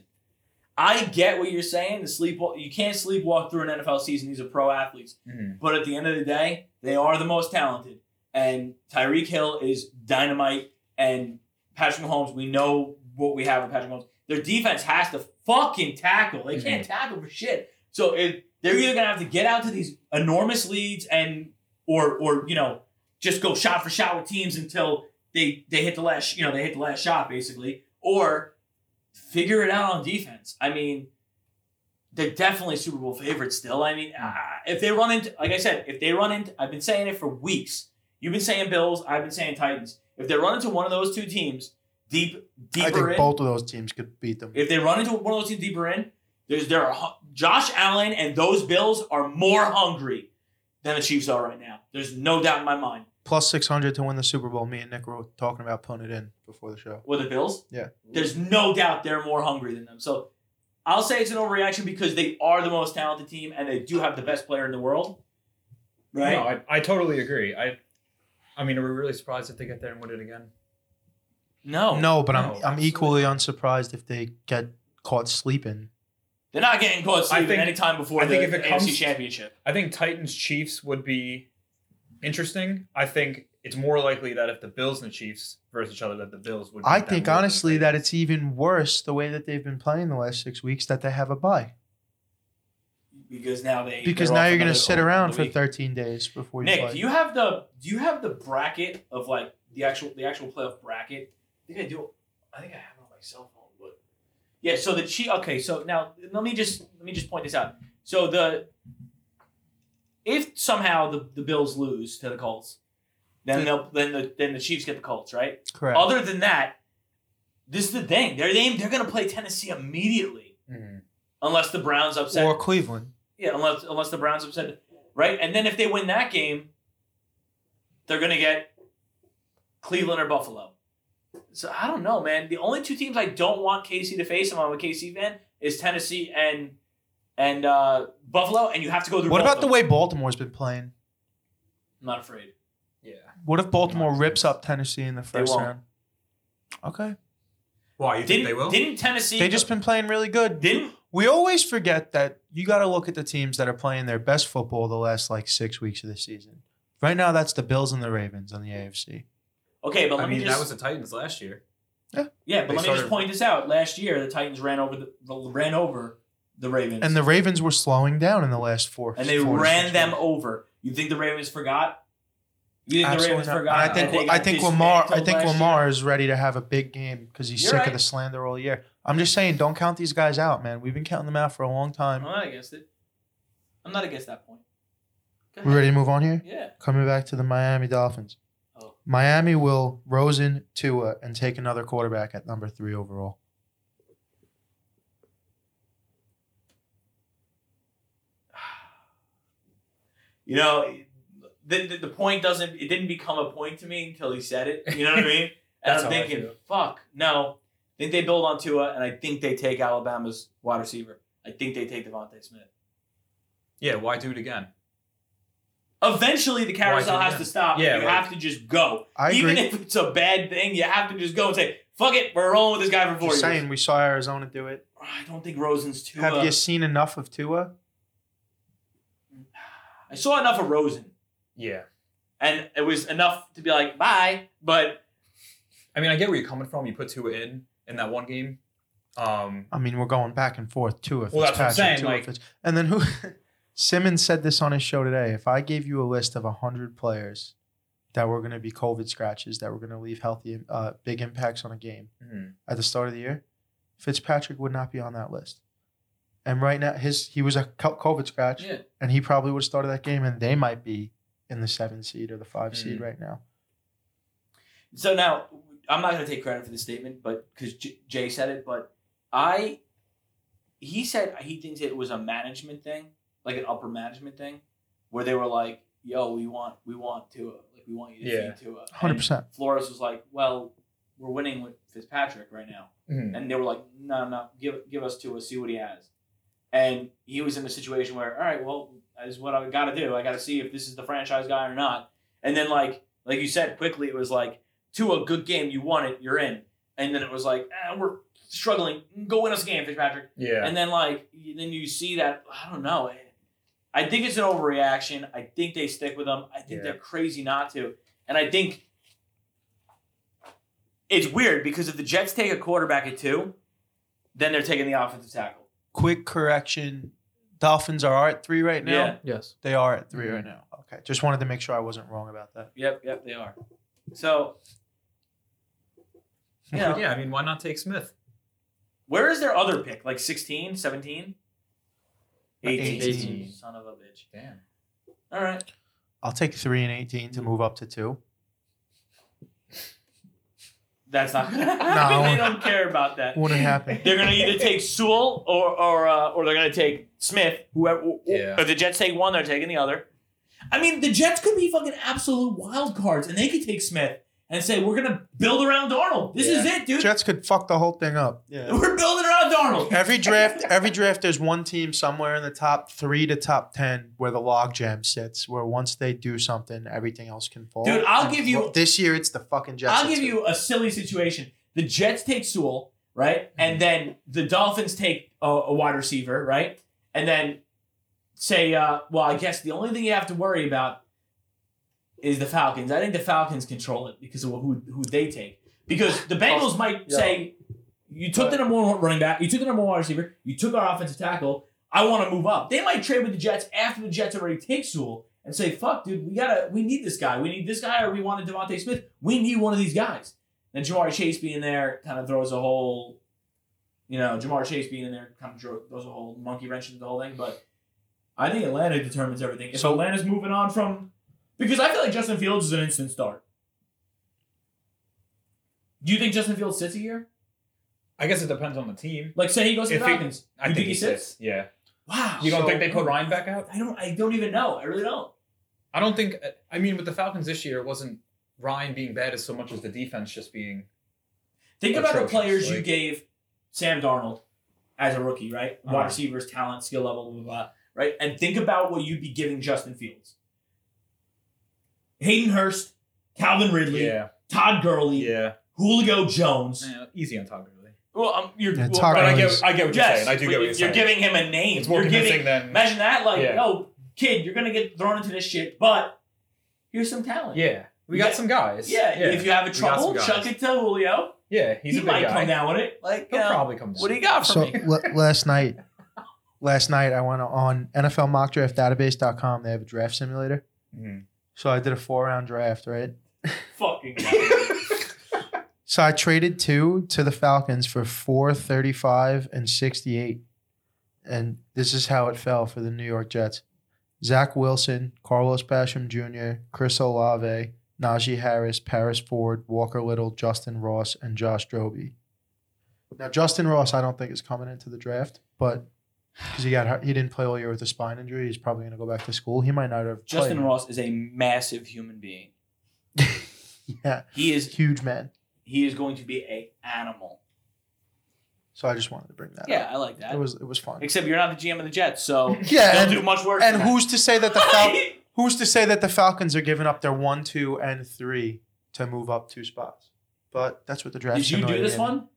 S4: I get what you're saying. The sleep you can't sleepwalk through an NFL season. These are pro athletes,
S1: Mhm.
S4: but at the end of the day, they are the most talented. And Tyreek Hill is dynamite, and Patrick Mahomes. We know what we have with Patrick Mahomes. Their defense has to fucking tackle. They can't tackle for shit. So if, they're either gonna have to get out to these enormous leads and or or you know just go shot for shot with teams until they they hit the last you know they hit the last shot basically or figure it out on defense i mean they're definitely super bowl favorites still i mean ah, if they run into like i said if they run into i've been saying it for weeks you've been saying bills i've been saying titans if they run into one of those two teams deep deeper
S3: I think
S4: in,
S3: both of those teams could beat them.
S4: if they run into one of those teams deeper in, there's there are hu- Josh Allen and those Bills are more hungry than the Chiefs are right now. There's no doubt in my mind.
S3: Plus six hundred to win the Super Bowl. Me and Nick were talking about putting it in before the show.
S4: With the Bills,
S3: Yeah.
S4: there's no doubt they're more hungry than them. So I'll say it's an overreaction because they are the most talented team and they do have the best player in the world. Right?
S1: No, I, I totally agree. I I mean, are we really surprised if they get there and win it again?
S4: Oh, No.
S3: no, but
S1: no,
S3: I'm I'm equally unsurprised if they get caught sleeping.
S4: They're not getting caught
S1: I
S4: sleeping
S1: think-
S4: any time before
S1: I
S4: the
S1: think if it
S4: AFC
S1: comes-
S4: Championship.
S1: I think Titans Chiefs would be interesting. I think it's more likely that if the Bills and the Chiefs versus each other, that the Bills would.
S3: I
S1: beat them
S3: think
S1: more than
S3: honestly
S1: the
S3: that
S1: Titans.
S3: it's even worse the way that they've been playing the last six weeks that they have a bye.
S4: Because now they
S3: Because
S4: they're
S3: now
S4: off
S3: you're gonna
S4: another-
S3: sit
S4: another
S3: around for
S4: week.
S3: thirteen days before you
S4: Nick,
S3: play.
S4: do you have the do you have the bracket of like the actual the actual playoff bracket? I think I do. I think I have it on my cell phone, but yeah. So the Chiefs. Okay, so now let me just let me just point this out. So the if somehow the, the Bills lose to the Colts, then they'll then the then the Chiefs get the Colts, right?
S3: Correct.
S4: Other than that, this is the thing. They're they, they're gonna play Tennessee immediately
S1: Mhm.
S4: unless the Browns upset
S3: or Cleveland.
S4: yeah, unless unless the Browns upset, right? And then if they win that game, they're gonna get Cleveland or Buffalo. So I don't know, man. The only two teams I don't want KC to face, and I'm a KC fan, is Tennessee and and uh, Buffalo, and you have to go through.
S3: What
S4: both
S3: about
S4: of
S3: the
S4: them.
S3: way Baltimore's been playing?
S4: I'm not afraid.
S1: yeah.
S3: What if Baltimore
S1: Nice.
S3: rips up Tennessee in the first
S4: won't.
S3: round? Okay.
S1: Why you
S4: Didn't, didn't Tennessee?
S3: They just been playing really good.
S4: didn't
S3: we always forget that you got to look at the teams that are playing their best football the last like six weeks of the season. Right now, that's the Bills and the Ravens on the AFC.
S4: Okay, but let
S1: I mean,
S4: me just
S1: that was the Titans last year.
S4: yeah, but
S1: they
S4: let me just
S1: started-
S4: point this out. Last year, the Titans ran over the, the ran over the Ravens,
S3: And the Ravens were slowing down in the last four.
S4: and they
S3: four to
S4: ran
S3: six
S4: them
S3: weeks.
S4: over. You think the Ravens forgot? You think
S3: Absolutely
S4: the Ravens
S3: not.
S4: forgot?
S3: And I
S4: that they
S3: think
S4: got
S3: I think
S4: dismantled
S3: Lamar I think
S4: last year?
S3: Lamar is ready to have a big game because he's
S4: You're
S3: sick
S4: right.
S3: of the slander all year. I'm just saying, don't count these guys out, man. We've been counting them out for a long
S4: I'm
S3: time.
S4: not against it. I'm not against that point.
S3: We
S4: Go ahead.
S3: ready to move on here?
S4: Yeah.
S3: Coming back to the Miami Dolphins.
S4: Oh.
S3: Miami will Rosen Tua and take another quarterback at number three overall.
S4: You know, the, the, the point doesn't, it didn't become a point to me until he said it. You know what I mean? And
S1: That's
S4: I'm
S1: how I
S4: thinking,
S1: feel.
S4: fuck, no. I think they build on Tua, and I think they take Alabama's wide receiver. I think they take Devontae Smith.
S1: Yeah, why do it again?
S4: Eventually, the carousel
S1: Why do
S4: has
S1: that?
S4: to stop.
S1: Yeah,
S4: you
S1: like-
S4: have to just go.
S3: I
S4: Even
S3: agree.
S4: if it's a bad thing, you have to just go and say, fuck it, we're rolling with this guy for four
S3: Just
S4: years.
S3: saying, we saw Arizona do it.
S4: I don't think Rosen's uh, Tua.
S3: Have you seen enough of Tua?
S4: I saw enough of Rosen,
S1: Yeah.
S4: and it was enough to be like, bye. But
S1: I mean, I get where you're coming from. You put Tua in in that one game. Um,
S3: I mean, we're going back and forth. Tua
S1: Well, that's what I'm
S3: Fitzpatrick,
S1: saying,
S3: Tua
S1: like-
S3: Fitz- and then who? Simmons said this on his show today. If I gave you a list of hundred players that were going to be COVID scratches, that were going to leave healthy, uh, big impacts on a game
S1: hmm.
S3: at the start of the year, Fitzpatrick would not be on that list. And right now, his he was a co- COVID scratch,
S4: Yeah.
S3: and he probably would have started that game, and they might be in the seven seed or the 5 seed right now.
S4: so now I'm not going to take credit for the statement, but because J- Jay said it, but I, he said he thinks it was a management thing, like an upper management thing, where they were like, "Yo, we want, we want Tua, like we want you to
S1: Yeah.
S4: feed Tua." And
S3: Hundred percent.
S4: Flores was like, "Well, we're winning with Fitzpatrick right now."
S1: Hmm.
S4: and they were like, "No, no, give give us to us, see what he has." And he was in a situation where, all right, well, that is what I got to do. I got to see if this is the franchise guy or not. And then, like like you said, quickly it was like, to a good game, you won it, you're in. And then it was like, ah, we're struggling, go win us a game, Fitzpatrick.
S1: Yeah.
S4: And then like you- then you see that I don't know. eh, I think it's an overreaction. I think they stick with them. I think
S1: Yeah.
S4: they're crazy not to. And I think it's weird because if the Jets take a quarterback at two, then they're taking the offensive tackle.
S3: Quick correction: Dolphins are at three right now.
S4: Yeah.
S5: Yes.
S3: They are at 3 right now. Mm-hmm. Okay. Just wanted to make sure I wasn't wrong about that.
S4: Yep, yep, they are. So you know,
S1: yeah, I mean, why not take Smith?
S4: where is their other pick? Like 16, 17? 18.
S5: 18.
S4: Son of a bitch.
S1: Damn.
S4: All right.
S3: I'll take three and 18 to move up to two.
S4: That's not gonna happen. they don't care about that.
S3: Wouldn't happen.
S4: They're gonna either take Sewell or or uh, or they're gonna take Smith. Whoever. Or,
S1: Yeah.
S4: If the Jets take one, they're taking the other. I mean, the Jets could be fucking absolute wild cards, and they could take Smith and say, "We're gonna build around Darnold. This is it, dude.
S3: Jets could fuck the whole thing up. Yeah.
S4: We're building around Darnold."
S3: Every draft, every draft, there's one team somewhere in the top three to top ten where the logjam sits. Where once they do something, everything else can fall.
S4: Dude, I'll
S3: And
S4: give you-
S3: well, this year. It's the fucking Jets.
S4: I'll
S3: at
S4: give
S3: two.
S4: you a silly situation. The Jets take Sewell, right, and then the Dolphins take a, a wide receiver, right, and then say, uh, "Well, I guess the only thing you have to worry about is the Falcons." I think the Falcons control it because of who who they take. Because the Bengals might
S5: Yeah.
S4: say, "You took the number one running back, you took the number one wide receiver, you took our offensive tackle. I want to move up." They might trade with the Jets after the Jets already take Sewell and say, "Fuck, dude, we gotta, we need this guy. We need this guy, or we wanted Devontae Smith. We need one of these guys." And Jamar Chase being there kind of throws a whole, you know, Jamar Chase being in there kind of dro- throws a whole monkey wrench into the whole thing. But I think Atlanta determines everything. If
S3: So-
S4: Atlanta's moving on from, because I feel like Justin Fields is an instant start. Do you think Justin Fields sits a year?
S1: I guess it depends on the team.
S4: Like, say he goes to the
S1: If he-
S4: Falcons.
S1: I
S4: you
S1: think, he sits. Yeah.
S4: Wow.
S1: You don't
S3: So-
S1: think they put Ryan back out?
S4: I don't. I don't even know. I really don't.
S1: I don't think. I mean, with the Falcons this year, it wasn't Ryan being bad as so much as the defense just being.
S4: Think about the
S1: atrocious,
S4: players you
S1: like-
S4: gave Sam Darnold as a rookie, right? Wide
S1: Uh-huh.
S4: receivers, talent, skill level, blah, blah, blah, right? And think about what you'd be giving Justin Fields. Hayden Hurst, Calvin Ridley,
S1: Yeah.
S4: Todd Gurley,
S1: Yeah.
S4: Julio Jones,
S1: Yeah, Eh, easy on Todd Gurley.
S4: Well, um, you're.
S3: Yeah,
S4: well,
S3: Tucker
S1: But I
S4: right,
S1: get,
S3: Yes.
S1: I get what you're
S4: yes,
S1: saying. I do
S4: but
S1: get what
S4: you-
S1: you're saying.
S4: giving him a name.
S1: it's more
S4: you're giving.
S1: convincing than
S4: Imagine that, like,
S1: Yeah.
S4: yo, kid, you're gonna get thrown into this shit, but here's some talent.
S1: yeah. We got
S4: Yeah.
S1: some guys.
S4: Yeah, if you have a
S1: We got some
S4: trouble, chuck
S1: guys.
S4: it to Julio.
S1: yeah, he's
S4: he
S1: a big
S4: might
S1: guy.
S4: come down with it. Like,
S1: He'll
S4: you know,
S1: probably come down.
S4: what do you got for
S3: So
S4: me?
S3: l- last night, last night I went on NFL Mock Draft Database.com. They have a draft simulator.
S1: Mhm.
S3: So I did a four round draft, right?
S4: Fucking.
S3: So I traded two to the Falcons for four thirty five and sixty eight, and this is how it fell for the New York Jets: Zach Wilson, Carlos Basham Jr., Chris Olave, Najee Harris, Paris Ford, Walker Little, Justin Ross, and Josh Droby. Now Justin Ross, I don't think is coming into the draft, but because he got hurt- he didn't play all year with a spine injury, he's probably going to go back to school. He might not have
S4: Justin
S3: played.
S4: Ross is a massive human being.
S3: yeah,
S4: He is.
S3: huge man.
S4: He is going to be a animal.
S3: So I just wanted to bring that.
S4: Yeah, I like
S3: up. it
S4: that.
S3: was it was fun.
S4: Except you're not the GM of the Jets, so
S3: Yeah,
S4: don't
S3: and-
S4: do much work.
S3: And
S4: for
S3: who's to say that the
S4: that.
S3: Fal- who's to say that the Falcons are giving up their one, two, and three to move up two spots? But that's what the draft.
S4: Did you do
S3: simulator
S4: this
S3: is.
S4: one?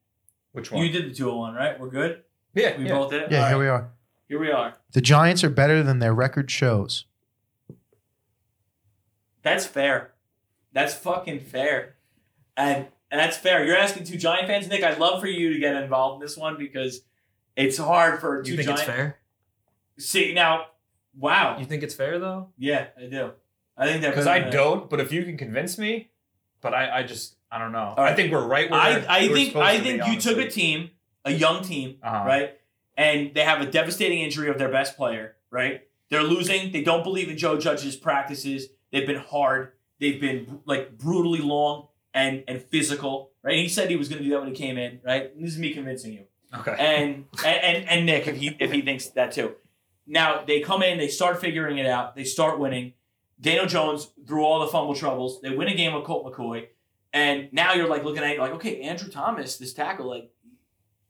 S1: Which one?
S4: You did the 201, right? We're good?
S1: yeah,
S4: We
S1: yeah.
S4: both did it?
S3: Yeah,
S4: All
S3: here
S4: right.
S3: we are.
S4: Here we are.
S3: The Giants are better than their record shows.
S4: That's fair. That's fucking fair. And and that's fair. You're asking two Giant fans, Nick. I'd love for you to get involved in this one because it's hard for two
S1: You think
S4: Giant.
S1: it's fair?
S4: See now, wow.
S1: You think it's fair though?
S4: yeah, I do. I think that
S1: Because I don't. But if you can convince me, but I, I just, I don't know.
S4: right.
S1: I think we're right. Where
S4: I, I
S1: we're
S4: think
S1: supposed
S4: I
S1: to
S4: think
S1: be,
S4: you took
S1: honestly.
S4: a team, a young team,
S1: Uh-huh.
S4: right? And they have a devastating injury of their best player, right? They're losing. They don't believe in Joe Judge's practices. They've been hard. They've been like brutally long and and physical, right? he said he was going to do that when he came in, right? And this is me convincing you.
S1: Okay.
S4: And and and, and Nick, if he if he thinks that too. Now they come in, they start figuring it out, they start winning. Daniel Jones through all the fumble troubles, they win a game with Colt McCoy, and now you're like looking at it like, okay, Andrew Thomas, this tackle, like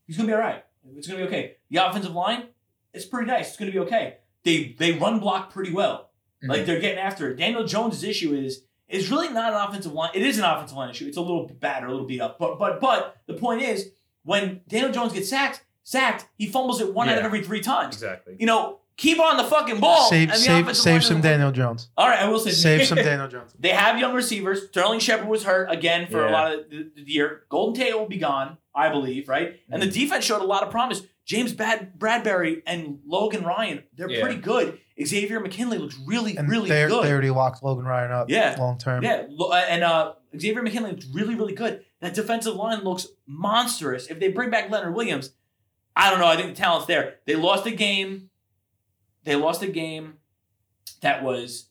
S4: he's gonna be all right. It's gonna be okay. The offensive line, it's pretty nice. It's gonna be okay. They they run block pretty well.
S3: Mm-hmm.
S4: Like they're getting after it. Daniel Jones' issue is is really not an offensive line. It is an offensive line issue. It's a little battered, a little beat up. But but but the point is, when Daniel Jones gets sacked, sacked, he fumbles it one out of
S1: Yeah.
S4: every three times
S1: exactly.
S4: you know, keep on the fucking ball.
S3: save
S4: Oh, and the
S3: save
S4: offensive
S3: save
S4: line
S3: some
S4: doesn't-
S3: Daniel Jones.
S4: All right, I will say
S3: Save some Daniel Jones.
S4: They have young receivers. Sterling Shepard was hurt again for a
S1: Yeah.
S4: lot of the, the year. Golden Tate will be gone, I believe, right? And the
S1: Mm.
S4: defense showed a lot of promise. James Bad- Bradbury and Logan Ryan, they're
S1: Yeah.
S4: pretty good. Xavier McKinley looks really,
S3: And
S4: really
S3: they they
S4: good.
S3: already locked Logan Ryan up.
S4: Yeah.
S3: long term.
S4: Yeah, lo- uh, and uh, Xavier McKinley looks really, really good. That defensive line looks monstrous. If they bring back Leonard Williams, I don't know. I think the talent's there. They lost a game. They lost a game that was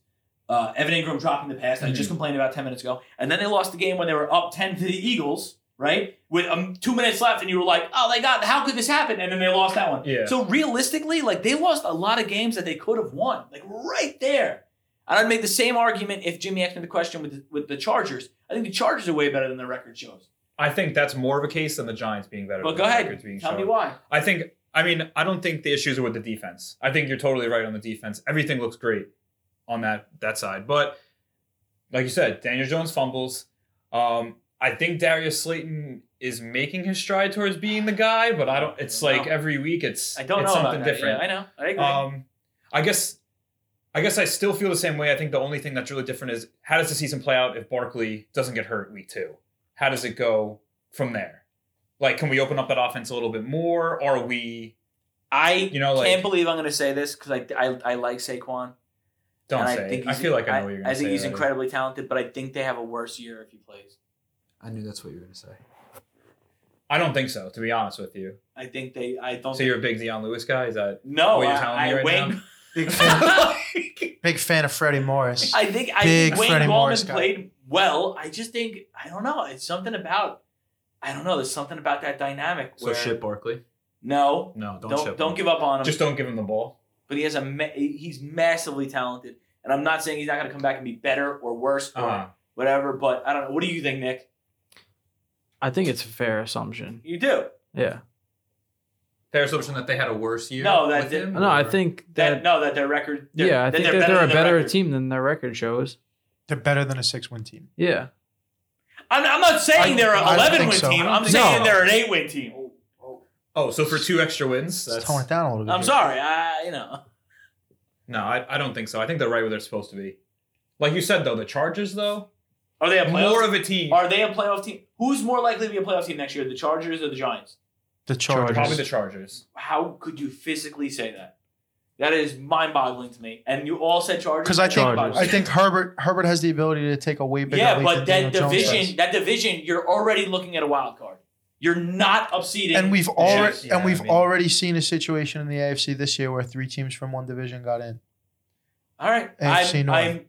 S4: uh, Evan Ingram dropping the pass. that I just complained about ten minutes ago, and then they lost the game when they were up ten to the Eagles. Right with um, two minutes left, and you were like, "Oh my God, how could this happen?" And then they lost that one.
S1: Yeah.
S4: So realistically, like they lost a lot of games that they could have won, like right there. And I'd make the same argument if Jimmy asked me the question with the, with the Chargers. I think the Chargers are way better than the record shows.
S1: I think that's more of a case than the Giants being better.
S4: But
S1: than
S4: go
S1: the
S4: ahead,
S1: records being
S4: tell me
S1: shown.
S4: why.
S1: I think. I mean, I don't think the issues are with the defense. I think you're totally right on the defense. Everything looks great on that that side, but like you said, Daniel Jones fumbles. Um, I think Darius Slayton is making his stride towards being the guy, but I don't. It's
S4: I don't
S1: like
S4: know.
S1: every week, it's
S4: I don't
S1: it's
S4: know
S1: something
S4: about that.
S1: different.
S4: Yeah, I know. I agree.
S1: Um, I guess, I guess I still feel the same way. I think the only thing that's really different is how does the season play out if Barkley doesn't get hurt week two? How does it go from there? Like, can we open up that offense a little bit more? Are we?
S4: I
S1: You know,
S4: can't
S1: like
S4: believe I'm going to say this because I, I I like Saquon.
S1: don't
S4: and
S1: say.
S4: I,
S1: it.
S4: think
S1: I
S4: he's-
S1: feel like I know what you're gonna
S4: I think
S1: say
S4: he's
S1: already.
S4: incredibly talented, but I think they have a worse year if he plays.
S7: I knew that's what you were gonna say.
S1: I don't think so, to be honest with you.
S4: I think they. I don't.
S1: So you're a big Deion Lewis guy? Is that?
S4: no.
S1: what you're
S4: I-
S1: telling
S4: I,
S1: me right
S4: Wayne-
S1: now?
S3: Big fan, big fan of Freddie Morris.
S4: I think I
S3: Big
S4: think Wayne
S3: Freddie
S4: Gallman
S3: Morris guy.
S4: played well. I just think I don't know. It's something about I don't know. There's something about that dynamic.
S7: So
S4: where,
S7: shit, Barkley.
S4: No,
S7: No,
S4: don't
S7: don't
S4: don't,
S7: ship.
S4: give up on him.
S1: Just don't give him the ball.
S4: but he has a ma- he's massively talented, and I'm not saying he's not going to come back and be better or worse or
S1: Uh-huh.
S4: whatever. But I don't know. What do you think, Nick?
S5: I think it's a fair assumption.
S4: You do
S5: Yeah.
S7: Fair assumption that they had a worse year.
S4: No, that
S7: with
S4: didn't-
S7: him,
S5: No, I
S7: or-
S5: think
S4: that,
S5: that.
S4: no that their record. they're-
S5: yeah, I
S4: that
S5: think that
S4: better
S5: they're a
S4: than their
S5: better
S4: record.
S5: team than their record shows.
S3: They're better than a six-win team.
S5: Yeah.
S4: I'm, I'm not saying
S3: I-
S4: they're an
S3: I don't
S4: 11
S3: think
S4: win
S3: so.
S4: team. I'm
S5: No.
S4: saying they're an 8 win team.
S1: Oh, so for two extra wins?
S3: Let's
S1: That's,
S3: tone it down a little bit.
S4: I'm sorry. I you know.
S1: no, I, I don't think so. I think they're right where they're supposed to be. Like you said, though, the Chargers, though,
S4: Are they a playoff?
S1: more of a team.
S4: are they a playoff team? Who's more likely to be a playoff team next year, the Chargers or the Giants?
S3: The Chargers.
S1: Probably the Chargers.
S4: How could you physically say that? That is mind-boggling to me. And you all said Chargers.
S3: Because I think
S5: Chargers.
S3: I think Herbert Herbert has the ability to take a way bigger.
S4: yeah,
S3: leap
S4: but
S3: than
S4: that
S3: Daniel Jones
S4: division,
S3: does.
S4: that division, you're already looking at a wild card. You're not upseeding.
S3: and we've already
S1: Yeah,
S3: and we've
S1: I mean-
S3: already seen a situation in the AFC this year where three teams from one division got in.
S4: all right.
S3: AFC
S4: I'm,
S3: North.
S4: I'm.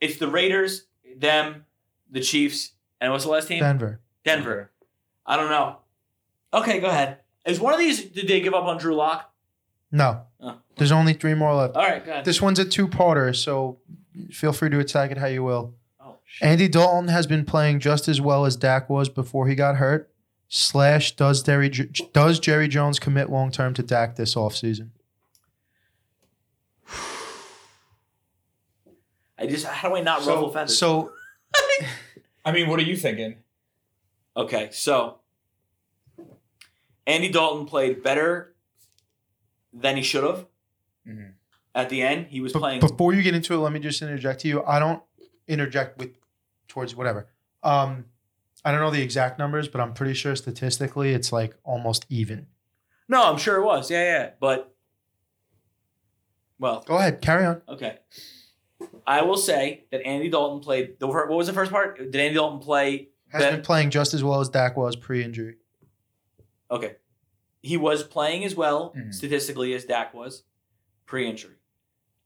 S4: It's the Raiders, them, the Chiefs, and what's the last team?
S3: Denver.
S4: Denver. I don't know. Okay, go ahead. Is one of these? Did they give up on Drew Lock?
S3: No,
S4: Oh.
S3: there's only three more left.
S4: All right, go ahead.
S3: This one's a two-parter, so feel free to attack it how you will.
S4: Oh, shit.
S3: Andy Dalton has been playing just as well as Dak was before he got hurt. Slash, does Jerry does Jerry Jones commit long term to Dak this offseason?
S4: I just how do I not
S8: So-
S4: ruffle feathers?
S3: So
S1: I mean, what are you thinking?
S4: Okay, so Andy Dalton played better than he should have.
S1: Mhm.
S4: At the end, he was
S3: Be-
S4: playing.
S3: Before you get into it, let me just interject to you. I don't interject with towards whatever. Um, I don't know the exact numbers, but I'm pretty sure statistically it's like almost even.
S4: no, I'm sure it was. Yeah, yeah. But well,
S3: Go ahead, carry on.
S4: okay. I will say that Andy Dalton played. The, fir- what was the first part? Did Andy Dalton play?
S3: Has
S4: That-
S3: been playing just as well as Dak was pre-injury.
S4: Okay, he was playing as well
S7: Mm-hmm.
S1: Mhm.
S4: statistically as Dak was pre-injury.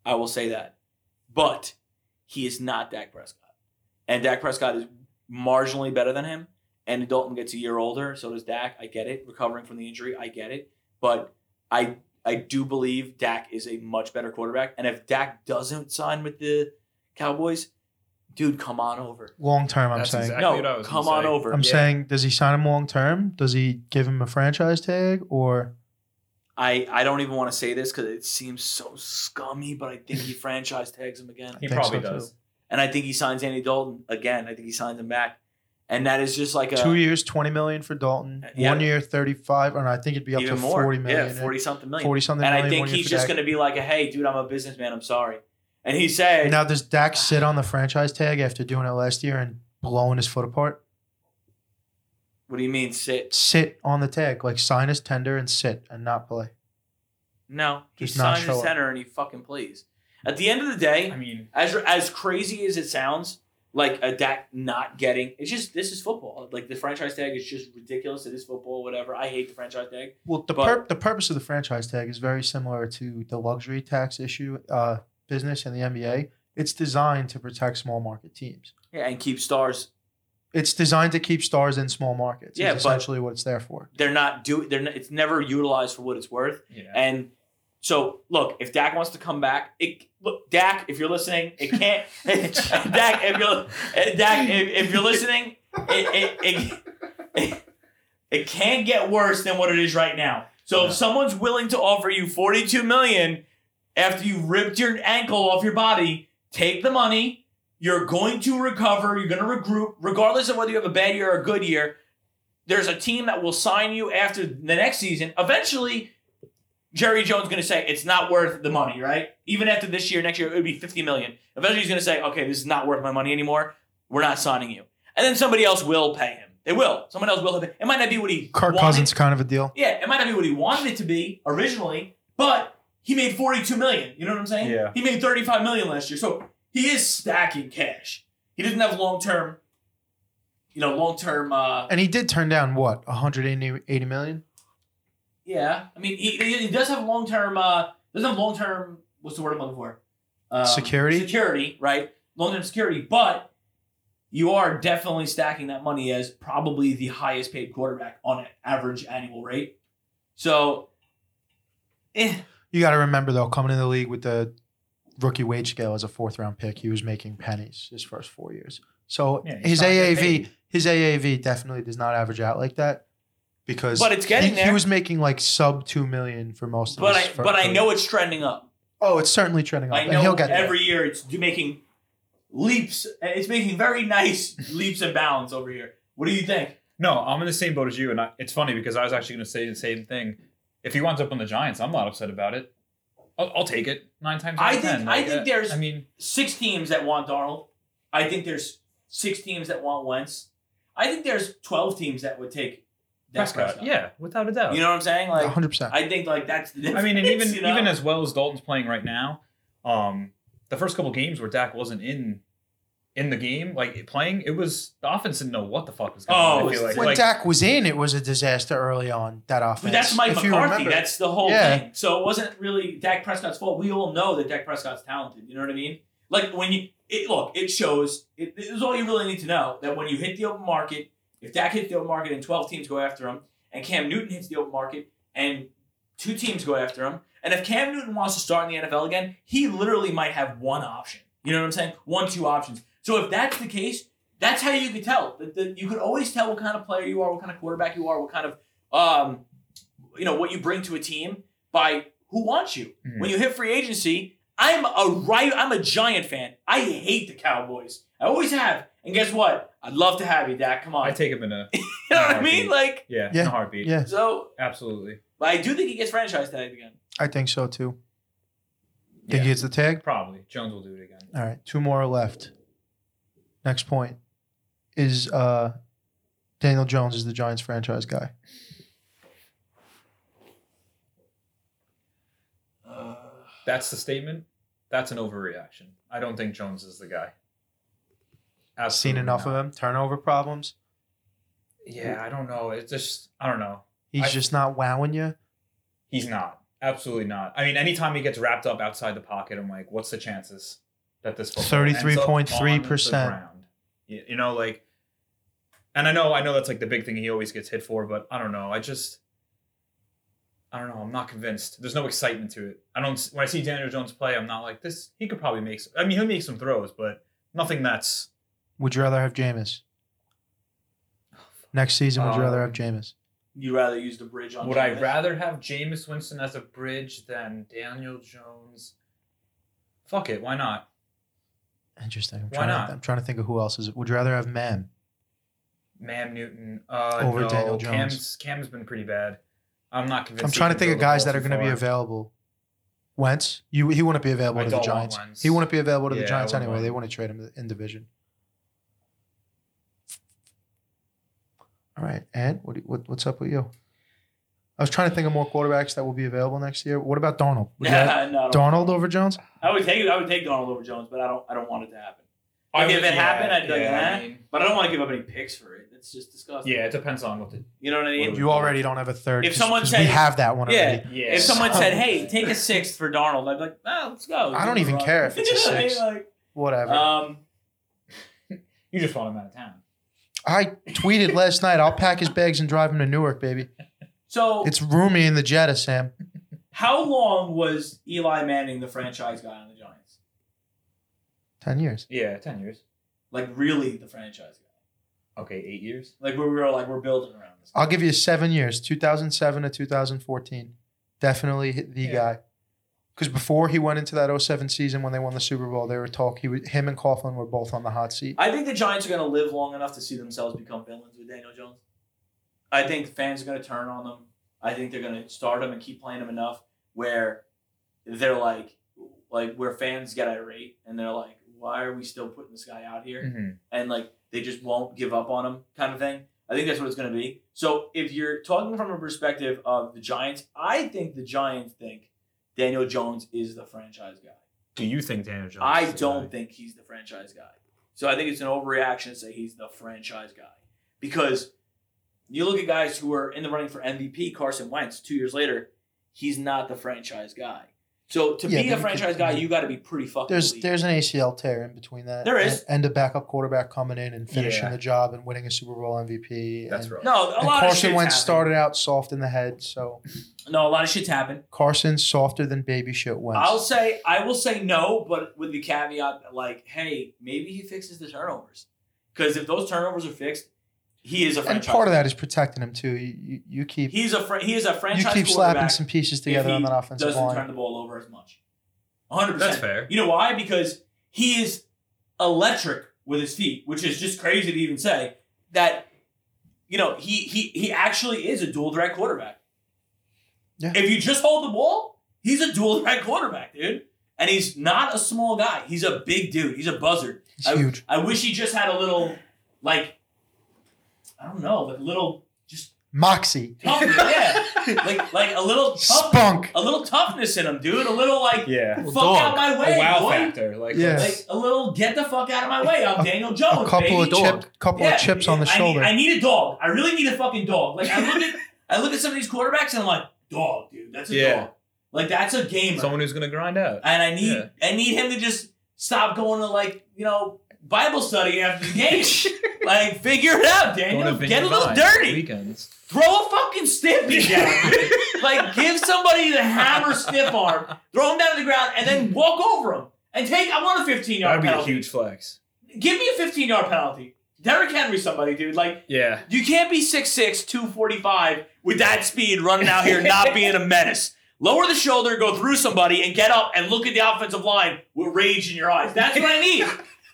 S4: I will say that, but he is not Dak Prescott. and Dak Prescott is marginally better than him. And Dalton gets a year older, so does Dak. I get it. Recovering from the injury, I get it. But I I do believe Dak is a much better quarterback. And if Dak doesn't sign with the Cowboys, dude, come on over.
S3: Long term, I'm
S7: That's
S3: saying.
S7: exact- Exactly what I
S4: no,
S7: was
S4: come
S7: gonna
S4: on
S7: say.
S4: over.
S3: I'm saying, does he sign him long term? Does he give him a franchise tag, or
S4: I, I don't even want to say this because it seems so scummy, but I think he franchise tags him again.
S1: He
S3: think
S1: probably
S3: so, too.
S1: does.
S4: And I think he signs Andy Dalton again. I think he signs him back. And that is just like a
S3: two years, twenty million for Dalton,
S4: Yeah.
S3: one year, thirty-five, and I think it'd be up
S4: even
S3: to
S4: more.
S3: forty million.
S4: Yeah, 40 something million.
S3: 40 something.
S4: and I
S3: million
S4: think
S3: one year
S4: he's
S3: for Dak.
S4: just going to be like, "Hey, dude, I'm a businessman. I'm sorry." And he said,
S3: Now, does Dak sit on the franchise tag after doing it last year and blowing his foot apart?
S4: "What do you mean sit?
S3: Sit on the tag, like sign his tender and sit and not play.
S4: No, he
S3: Just not
S4: signed
S3: show
S4: his
S3: up.
S4: center and he fucking plays." At the end of the day,
S1: I mean,
S4: as as crazy as it sounds, like a Dak not getting it's just this is football. Like the franchise tag is just ridiculous. It is football, whatever. I hate the franchise tag.
S3: Well, the
S4: But-
S3: pur- the purpose of the franchise tag is very similar to the luxury tax issue uh, business in the NBA. It's designed to protect small market teams.
S4: Yeah, and keep stars.
S3: It's designed to keep stars in small markets.
S4: Yeah,
S3: Yeah,
S4: but-
S3: is essentially what it's there for.
S4: They're not do. They're not, it's never utilized for what it's worth.
S1: yeah.
S4: And so, look, if Dak wants to come back, it look Dak, if you're listening, it can't. Dak, if you're eh, Dak, if, if you're listening, it it, it it it can't get worse than what it is right now. So if someone's willing to offer you 42 million after you ripped your ankle off your body, take the money. You're going to recover. You're going to regroup, regardless of whether you have a bad year or a good year. There's a team that will sign you after the next season. Eventually, Jerry Jones going to say it's not worth the money, right? Even after this year, next year it would be fifty million. Eventually, he's going to say, okay, this is not worth my money anymore. We're not signing you. And then somebody else will pay him. They will. Someone else will. Pay. It might not be what he
S3: Kirk
S4: wanted.
S3: Cousins kind of a deal.
S4: Yeah, it might not be what he wanted it to be originally, but he made forty-two million. You know what I'm saying?
S1: Yeah.
S4: He made thirty-five million last year, so he is stacking cash. He doesn't have long-term, you know, long-term. Uh,
S3: And he did turn down what 180 80 million.
S4: yeah, I mean, he, he he does have long-term. Uh, doesn't have long-term. What's the word I'm looking for? Um,
S3: Security?
S4: Security, right? Long-term security, but you are definitely stacking that money as probably the highest-paid quarterback on an average annual rate. So, eh.
S3: You got to remember though, coming in the league with the rookie wage scale as a fourth round pick, he was making pennies his first four years. So
S1: Yeah, he's
S3: his
S1: trying to get
S3: AAV, his AAV definitely does not average out like that because
S4: But it's getting
S3: he, he
S4: there.
S3: was making like sub two million for most of
S4: But
S3: his.
S4: I
S3: fir-
S4: but I know it's trending up.
S3: Oh, it's certainly trending up,
S4: I
S3: and
S4: know
S3: he'll get there.
S4: every year it's do- making leaps. It's making very nice leaps and bounds over here. What do you think?
S1: No, I'm in the same boat as you, and I, it's funny because I was actually going to say the same thing. If he winds up on the Giants, I'm not upset about it. I'll, I'll take it nine times. Out
S4: I
S1: of
S4: think-
S1: 10.
S4: I think there's-
S1: I mean,
S4: six teams that want Darnold. I think there's six teams that want Wentz. I think there's twelve teams that would take Dak
S1: Prescott. Yeah, without a doubt.
S4: You know what I'm saying? Like,
S3: 100%.
S4: I think like that's the
S1: I mean, and even
S4: difference, you know?
S1: even as well as Dalton's playing right now, um, the first couple games where Dak wasn't in in the game, like playing, it was the offense didn't know what the fuck was going
S4: Oh,
S1: on. I
S4: it's
S1: feel like,
S3: When
S1: like
S3: Dak was in, it was a disaster early on, that offense.
S4: But that's Mike
S3: if you
S4: McCarthy.
S3: remember.
S4: That's the whole
S3: Yeah.
S4: thing. So it wasn't really Dak Prescott's fault. We all know that Dak Prescott's talented. You know what I mean? Like when you it, look, it shows. It, it is all you really need to know that when you hit the open market, if Dak hits the open market and twelve teams go after him, and Cam Newton hits the open market and two teams go after him, and if Cam Newton wants to start in the NFL again, he literally might have one option. You know what I'm saying? One, two options. So if that's the case, that's how you could tell. That that you could always tell what kind of player you are, what kind of quarterback you are, what kind of um, you know what you bring to a team by who wants you.
S3: Hmm.
S1: Mhm.
S4: When you hit free agency, I'm a right. I'm a Giant fan. I hate the Cowboys. I always have. And guess what? I'd love to have you, Dak. Come on.
S1: I take him in a
S4: you know what I mean?
S1: Heartbeat.
S4: Like
S1: yeah, in
S3: Yeah,
S1: a heartbeat.
S3: yeah.
S4: so.
S1: absolutely.
S4: But I do think he gets franchise tagged again.
S3: I think so too. Think
S1: Yeah.
S3: he gets the tag?
S1: Probably Jones will do it again.
S3: All right, two more left. Next point is uh, Daniel Jones is the Giants franchise guy.
S1: That's the statement. That's an overreaction. I don't think Jones is the guy.
S3: I've seen
S1: Absolutely
S3: enough
S1: not.
S3: of him. Turnover problems.
S1: Yeah, I don't know. It's just I don't know.
S3: He's
S1: I-
S3: just not wowing you.
S1: He's not. Absolutely not. I mean, anytime he gets wrapped up outside the pocket, I'm like, what's the chances that this football ends up on the
S3: 33.3%.
S1: ground? You, you know, like, and I know, I know that's like the big thing he always gets hit for, but I don't know. I just, I don't know. I'm not convinced. There's no excitement to it. I don't. When I see Daniel Jones play, I'm not like this. He could probably make. s- I mean, he'll make some throws, but nothing that's.
S3: Would you rather have Jameis? Next season,
S1: Uh,
S3: would you rather have Jameis?
S4: You'd rather use the bridge on.
S1: Would I
S4: Jameis?
S1: rather have Jameis Winston as a bridge than Daniel Jones? Fuck it. Why not?
S3: Interesting. I'm
S1: Why
S3: trying
S1: not?
S3: To, I'm trying to think of who else is. Would you rather have Mam?
S1: Mam Newton. Uh,
S3: Over
S1: no.
S3: Daniel
S1: Cam's, Cam's been pretty bad. I'm not convinced.
S3: I'm
S1: he
S3: trying to
S1: can
S3: think of
S1: throw the
S3: guys
S1: ball
S3: that are
S1: too
S3: going to be
S1: far.
S3: available. Wentz, you he wouldn't be available
S1: I
S3: to the
S1: don't want
S3: Giants.
S1: Wentz.
S3: He wouldn't be available to
S1: Yeah,
S3: the
S1: I
S3: Giants
S1: wouldn't
S3: anyway.
S1: want
S3: They
S1: him.
S3: wouldn't trade him in division. All right, and what, do- what what's up with you? I was trying to think of more quarterbacks that will be available next year. What about Donald? Would you have
S4: no, I don't-
S3: Donald over Jones?
S4: I would take I would take Donald over Jones, but I don't I don't want it to happen.
S1: I
S4: If
S1: would-
S4: it
S1: yeah,
S4: happened, I'd be like,
S1: yeah,
S4: eh.
S1: I mean,
S4: But I don't want to give up any picks for it. It's just disgusting.
S1: yeah, it depends on what the.
S4: You know what I mean?
S1: What
S3: You already don't have a third.
S4: If
S3: 'cause-
S4: someone
S3: 'cause
S4: said-
S3: we have that one
S4: Yeah.
S3: already.
S1: Yeah.
S4: If someone
S3: So-
S4: said, "Hey, take a sixth for Darnold," I'd be like, "Ah, let's go."
S3: I don't even care if it's a sixth.
S4: Like,
S3: Whatever.
S4: um,
S1: you just want him out of town.
S3: I tweeted last night. I'll pack his bags and drive him to Newark, baby.
S4: so
S3: It's roomy in the Jetta, Sam.
S4: how long was Eli Manning the franchise guy on the Giants?
S3: Ten years.
S1: Yeah, ten years.
S4: Like really the franchise guy?
S1: Okay, eight years.
S4: Like where we were like we're building around this. guy.
S3: I'll give you seven years, 2007 to 2014. Definitely hit the
S1: Yeah.
S3: guy. Because before he went into that 07 season when they won the Super Bowl, they were talk. He was, him and Coughlin were both on the hot seat.
S4: I think the Giants are going to live long enough to see themselves become villains with Daniel Jones. I think fans are going to turn on them. I think they're going to start him and keep playing him enough where they're like, like where fans get irate and they're like, why are we still putting this guy out here?
S1: Mhm.
S4: and like they just won't give up on him kind of thing. I think that's what it's going to be. So if you're talking from a perspective of the Giants, I think the Giants think Daniel Jones is the franchise guy.
S1: Do you think Daniel Jones?
S4: I
S1: is the
S4: don't
S1: guy?
S4: think he's the franchise guy. So I think it's an overreaction to say he's the franchise guy because you look at guys who are in the running for MVP, Carson Wentz, two years later, he's not the franchise guy. So to
S3: Yeah,
S4: be
S3: but
S4: a
S3: you
S4: franchise
S3: could-
S4: guy, you got to be pretty fucking.
S3: There's
S4: elite.
S3: there's an ACL tear in between that.
S4: There is.
S3: And, and a backup quarterback coming in and finishing
S1: Yeah.
S3: the job and winning a Super Bowl MVP.
S1: That's
S3: and,
S1: right.
S4: no a
S3: And
S4: lot of
S3: Carson
S4: shit's
S3: Wentz
S4: happened.
S3: started out soft in the head, so
S4: No, a lot of shit's happened.
S3: Carson's softer than baby shit Wentz.
S4: I'll say I will say no, but with the caveat that like, hey, maybe he fixes the turnovers. Because if those turnovers are fixed, he is a
S3: and
S4: franchise.
S3: part of that is protecting him too. You you, you keep
S4: he's a fr- he is a
S3: you
S4: franchise.
S3: keep slapping
S4: quarterback
S3: some pieces together
S4: if
S3: on
S4: he
S3: that offensive
S4: doesn't
S3: line.
S4: turn the ball over as much. 100.
S1: That's
S4: percent
S1: fair.
S4: You know why? Because he is electric with his feet, which is just crazy to even say that you know, he he he actually is a dual threat quarterback.
S3: Yeah.
S4: If you just hold the ball, he's a dual threat quarterback, dude. And he's not a small guy. He's a big dude. He's a buzzard.
S3: He's
S4: I,
S3: huge.
S4: I wish he just had a little, like, I don't know, like little just
S3: Moxie.
S4: tough, yeah, like like a little tough,
S3: Spunk.
S4: a little toughness in him, dude. A little like
S1: Yeah.
S4: fuck
S5: dog.
S4: out my way,
S1: A wow
S4: boy.
S1: factor. Like,
S3: Yeah.
S4: Like
S1: let's-
S4: a little get the fuck out of my way. I'm
S3: A-
S4: Daniel
S3: A
S4: Jones.
S3: couple
S4: baby.
S3: of chip, couple
S4: Yeah,
S3: of chips on the
S4: I need-
S3: shoulder.
S4: I need a dog. I really need a fucking dog. Like I look at I look at some of these quarterbacks and I'm like, dog, dude, that's a
S1: Yeah.
S4: dog. Like that's a gamer.
S1: someone who's gonna grind out.
S4: and I need
S1: Yeah.
S4: I need him to just stop going to like, you know, Bible study after the game. like figure it out,
S1: Going to
S4: Daniel. Get
S1: Vineyard
S4: a little
S1: Vines
S4: dirty.
S1: Weekends.
S4: Throw a fucking stiffy down. like, give somebody the hammer stiff arm, throw him down to the ground, and then walk over him. And take, I want a 15
S1: That would
S4: yard
S1: be a
S4: penalty.
S1: huge flex.
S4: Give me a 15 yard penalty. Derrick Henry, somebody, dude. Like,
S1: Yeah.
S4: you can't be 6'6, 245 with that speed running out here, not being a menace. Lower the shoulder, go through somebody, and get up and look at the offensive line with rage in your eyes. That's what I need.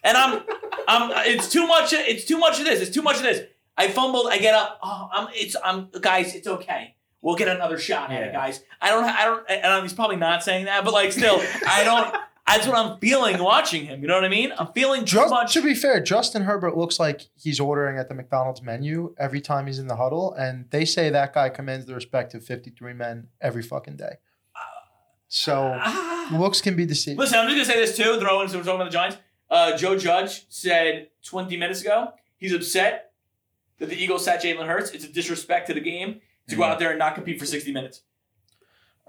S4: And I'm, I'm. It's too much. It's too much of this. It's too much of this. I fumbled. I get up. Oh, I'm. It's. I'm. Guys, it's okay. We'll get another shot at
S1: Yeah.
S4: it, guys. I don't. I don't. And I'm, he's probably not saying that, but like, still, I don't. That's what I'm feeling watching him. You know what I mean? I'm feeling too
S3: Just,
S4: much.
S3: To be fair, Justin Herbert looks like he's ordering at the McDonald's menu every time he's in the huddle, and they say that guy commands the respect of 53 men every fucking day. So
S4: Ah.
S3: looks can be deceived.
S4: Listen, I'm just gonna say this too. Throw in so we're talking about the Giants. Uh, Joe Judge said 20 minutes ago he's upset that the Eagles sat Jalen Hurts. It's a disrespect to the game to
S3: Mm-hmm.
S4: go out there and not compete for 60 minutes.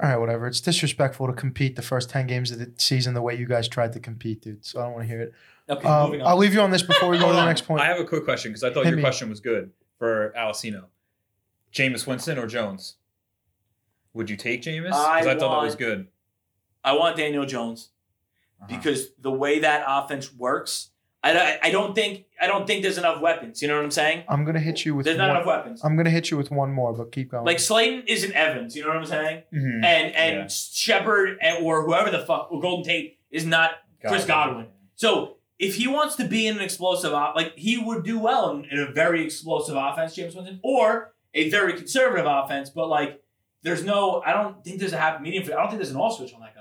S3: All right, whatever. It's disrespectful to compete the first 10 games of the season the way you guys tried to compete, dude. So I don't want to hear it.
S4: Okay,
S3: Um,
S4: moving on.
S3: I'll leave you on this before we go to
S1: Hold
S3: the
S1: on.
S3: next point.
S1: I have a quick question because I thought
S3: Hit
S1: your
S3: me.
S1: question was good for Alicino. Jameis Winston or Jones? Would you take Jameis? Because I,
S4: I
S1: thought that was
S4: want-
S1: good. Uh-huh.
S4: I want Daniel Jones because
S3: Uh-huh.
S4: the way that offense works, I- I, I don't think I don't think there's enough weapons. You know what I'm saying?
S3: I'm gonna hit you with.
S4: There's
S3: One,
S4: not enough weapons.
S3: I'm gonna hit you with one more, but keep going.
S4: Like Slayton isn't Evans. You know what I'm saying?
S3: Mm-hmm.
S1: Mhm.
S4: And and
S1: Yeah.
S4: Shepard and, or whoever the fuck or Golden Tate is not Chris Godwin. So if he wants to be in an explosive, op- like he would do well in, in a very explosive offense, James Winston, or a very conservative offense. But like, there's no, I don't think there's a happy medium for. I don't think there's an all switch on that guy.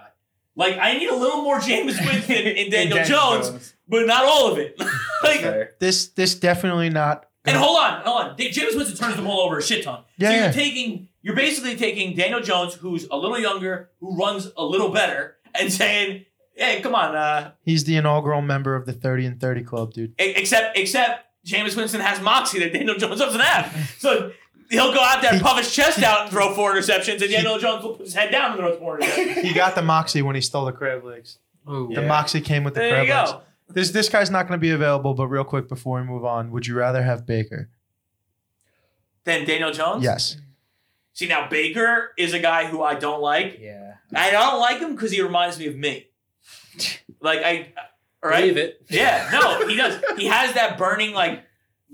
S4: Like, I need a little more James Winston in Daniel Jones, but not all of it. like,
S1: Fair.
S3: this, this definitely not.
S4: and hold on, hold on. Da- James Winston turns the ball over a shit ton.
S3: Yeah,
S4: so you're
S3: yeah.
S4: taking, you're basically taking Daniel Jones, who's a little younger, who runs a little better, and saying, "Hey, come on, uh,
S3: He's the inaugural member of the 30 and 30 club, dude.
S4: E- Except, except Jameis Winston has moxie that Daniel Jones doesn't have. So he'll go out there and puff his chest out and throw four interceptions, and Daniel Jones will put his head down and throw four interceptions.
S3: He got the moxie when he stole the crab legs.
S5: Ooh.
S3: The moxie came with the
S4: There
S3: crab
S4: you go.
S3: legs. This this guy's not going to be available. But real quick before we move on, would you rather have Baker?
S4: Then Daniel Jones.
S3: Yes.
S4: See now Baker is a guy who I don't like.
S1: Yeah.
S4: I don't like him because he reminds me of me. Like I, all right.
S7: Believe it.
S4: Yeah. No, he does. He has that burning like.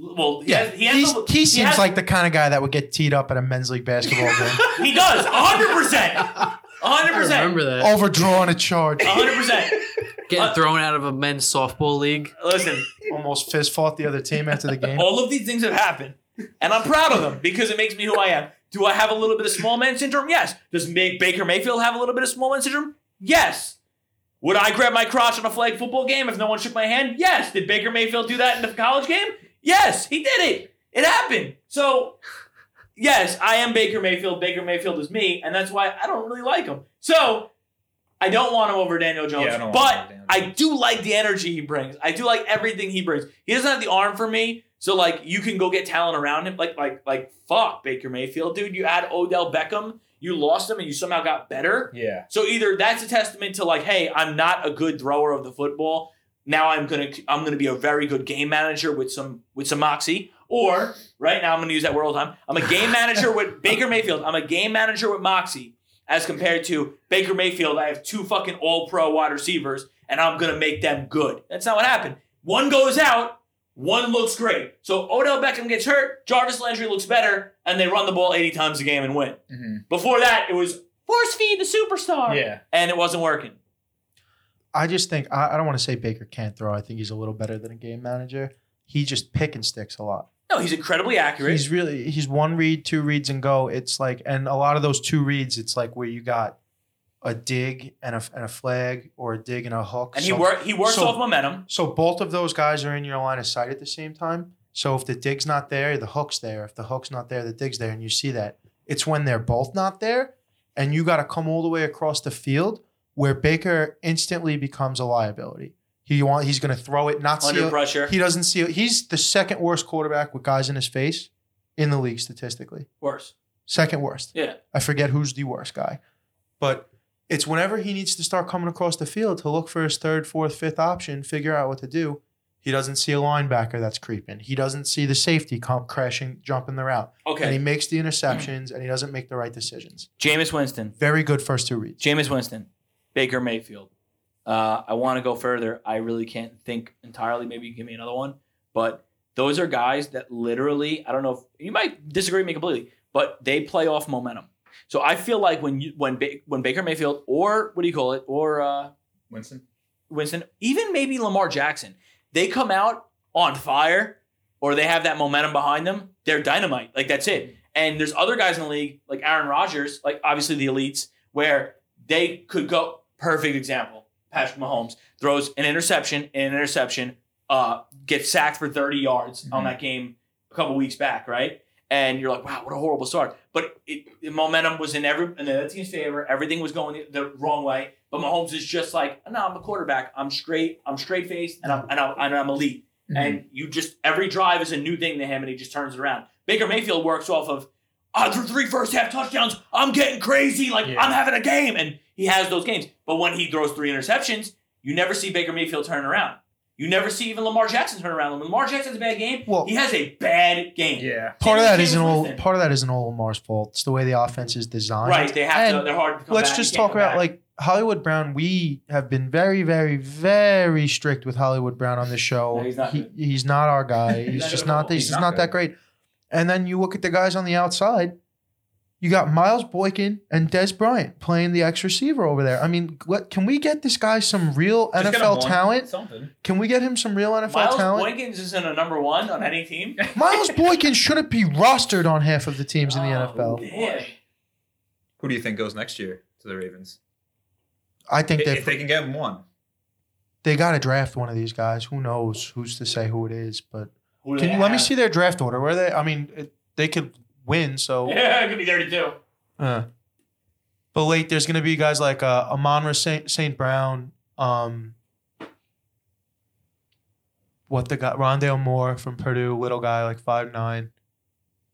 S4: Well, he
S3: Yeah.
S4: has, he has
S3: He's-
S4: the-
S3: he seems
S4: has-
S3: like the kind of guy that would get teed up at a men's league basketball game,
S4: he does. hundred percent. hundred
S5: I
S4: percent.
S5: remember that.
S3: overdrawn a charge,
S4: hundred percent. uh,
S5: Getting thrown out of a men's softball league.
S4: Listen,
S3: almost fist fought the other team after the game.
S4: All of these things have happened, and I'm proud of them because it makes me who I am. Do I have a little bit of small man syndrome? Yes. Does Ma- Baker Mayfield have a little bit of small man syndrome? Yes. Would I grab my crotch on a flag football game if no one shook my hand? Yes. Did Baker Mayfield do that in the college game? Yes, he did it. It happened. So, yes, I am Baker Mayfield. Baker Mayfield is me, and that's why I don't really like him. So, I don't want him over Daniel Jones,
S1: Yeah, I don't want him
S4: but
S1: over Daniel
S4: I
S1: Jones.
S4: do like the energy he brings. I do like everything he brings. He doesn't have the arm for me, so like you can go get talent around him. Like like like fuck Baker Mayfield, dude. You add Odell Beckham, you lost him, and you somehow got better.
S1: Yeah.
S4: So either that's a testament to like, hey, I'm not a good thrower of the football. Now I'm gonna I'm gonna be a very good game manager with some with some moxie. Or right now I'm gonna use that word all the time. I'm a game manager with Baker Mayfield. I'm a game manager with moxie as compared to Baker Mayfield. I have two fucking All Pro wide receivers, and I'm gonna make them good. That's not what happened. One goes out. One looks great. So Odell Beckham gets hurt. Jarvis Landry looks better, and they run the ball 80 times a game and win.
S3: Mm-hmm.
S1: Mhm.
S4: Before that, it was force feed the superstar.
S1: Yeah.
S4: And it wasn't working.
S3: I just think I, I don't want to say Baker can't throw. I think he's a little better than a game manager. He just pick and sticks a lot.
S4: No, he's incredibly accurate.
S3: He's really he's one read, two reads, and go. It's like and a lot of those two reads, it's like where you got a dig and a and a flag or a dig and a hook.
S4: and he
S3: So-
S4: work he works
S3: so-
S4: off momentum.
S3: So both of those guys are in your line of sight at the same time. So if the dig's not there, the hook's there. If the hook's not there, the dig's there, and you see that. It's when they're both not there, and you got to come all the way across the field where Baker instantly becomes a liability. He want he's going to throw it, not see
S4: Under
S3: it.
S4: pressure.
S3: He doesn't see it. He's the second worst quarterback with guys in his face in the league statistically.
S4: Worse.
S3: Second worst.
S4: Yeah.
S3: I forget who's the worst guy. But it's whenever he needs to start coming across the field to look for his third, fourth, fifth option, figure out what to do. He doesn't see a linebacker that's creeping. He doesn't see the safety com- crashing, jumping the route. And he
S4: Okay.
S3: makes the interceptions and he doesn't make the right decisions.
S4: Jameis Winston.
S3: Very good first two reads.
S4: Jameis Winston. Baker Mayfield. Uh, I want to go further. I really can't think entirely. Maybe you can give me another one. But those are guys that literally, I don't know if you might disagree with me completely, but they play off momentum. So I feel like when you when ba- when Baker Mayfield or what do you call it or uh,
S1: Winston.
S4: Winston, even maybe Lamar Jackson, they come out on fire or they have that momentum behind them, they're dynamite. Like that's it. And there's other guys in the league, like Aaron Rodgers, like obviously the elites, where they could go perfect example. Patrick Mahomes throws an interception, an interception, uh, gets sacked for 30 yards on
S1: Mhm.
S4: that game a couple weeks back, right? And you're like, wow, what a horrible start. But it, the momentum was in every in the other team's favor. Everything was going the, the wrong way. But Mahomes is just like, no, I'm a quarterback. I'm straight. I'm straight faced, and I'm and I'm, and I'm elite. And
S3: Mm-hmm.
S4: you just every drive is a new thing to him, and he just turns it around. Baker Mayfield works off of I threw three first half touchdowns. I'm getting crazy. Like
S1: Yeah.
S4: I'm having a game, and he has those games. But when he throws three interceptions, you never see Baker Mayfield turn around. You never see even Lamar Jackson turn around. When Lamar Jackson's a bad game,
S3: Well-
S4: he has a bad game.
S1: Yeah.
S3: Oh. Part of
S4: Jameis
S3: that isn't all.
S4: Winston.
S3: Part of that isn't all Lamar's fault. It's the way the offense is designed.
S4: Right, they have to.
S3: And
S4: They're hard. To come
S3: let's
S4: back.
S3: just
S4: You can't
S3: talk
S4: come
S3: about
S4: back.
S3: like Hollywood Brown. We have been very, very, very strict with Hollywood Brown on this show.
S4: No, he's not
S3: He-
S4: good.
S3: he's not our guy.
S1: He's
S3: He's,
S4: not
S3: just
S4: good at
S3: not.
S4: all.
S3: He's,
S1: He's
S3: just
S1: not
S3: not that great. And then you look at the guys on the outside. You got Miles Boykin and Des Bryant playing the ex receiver over there. I mean, what, can we get this guy some real
S1: Just get him
S3: NFL
S1: one-
S3: talent?
S1: Something.
S3: Can we get him some real NFL
S4: Miles
S3: talent?
S4: Boykins isn't a number one on any team.
S3: Miles Boykin shouldn't be rostered on half of the teams in the
S4: Oh,
S3: NFL.
S4: damn.
S1: Who do you think goes next year to the Ravens?
S3: I think
S1: If
S3: they
S1: they can get him one.
S3: they got to draft one of these guys. Who knows? Who's to say who it is? But
S4: Who do
S3: Can
S4: they
S3: you let me
S4: have?
S3: see their draft order? Where they? I mean, it, they could win. So,
S4: Yeah, it could be thirty-two.
S3: uh. but late there's going to be guys like uh, Amonra Saint, Saint Brown, um, what the guy Rondale Moore from Purdue, little guy like five nine.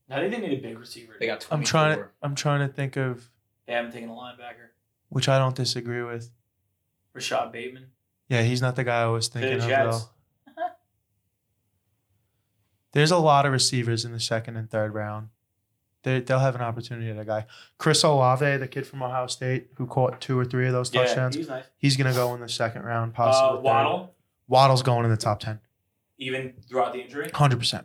S4: Now they didn't need a big receiver.
S7: They got 24.
S3: I'm trying to I'm trying to think of
S4: They haven't taken a linebacker.
S3: which I don't disagree with.
S4: Rashad Bateman.
S3: Yeah, he's not the guy I was thinking of
S4: Jets.
S3: though. There's a lot of receivers in the second and third round. They, they'll have an opportunity to that guy. Chris Olave, the kid from Ohio State who caught two or three of those
S4: Yeah,
S3: touchdowns,
S4: he's nice.
S3: he's going to go in the second round, possibly.
S4: Uh,
S3: third.
S4: Waddle,
S3: Waddle's going in the top 10.
S4: even throughout the injury.
S3: 100%.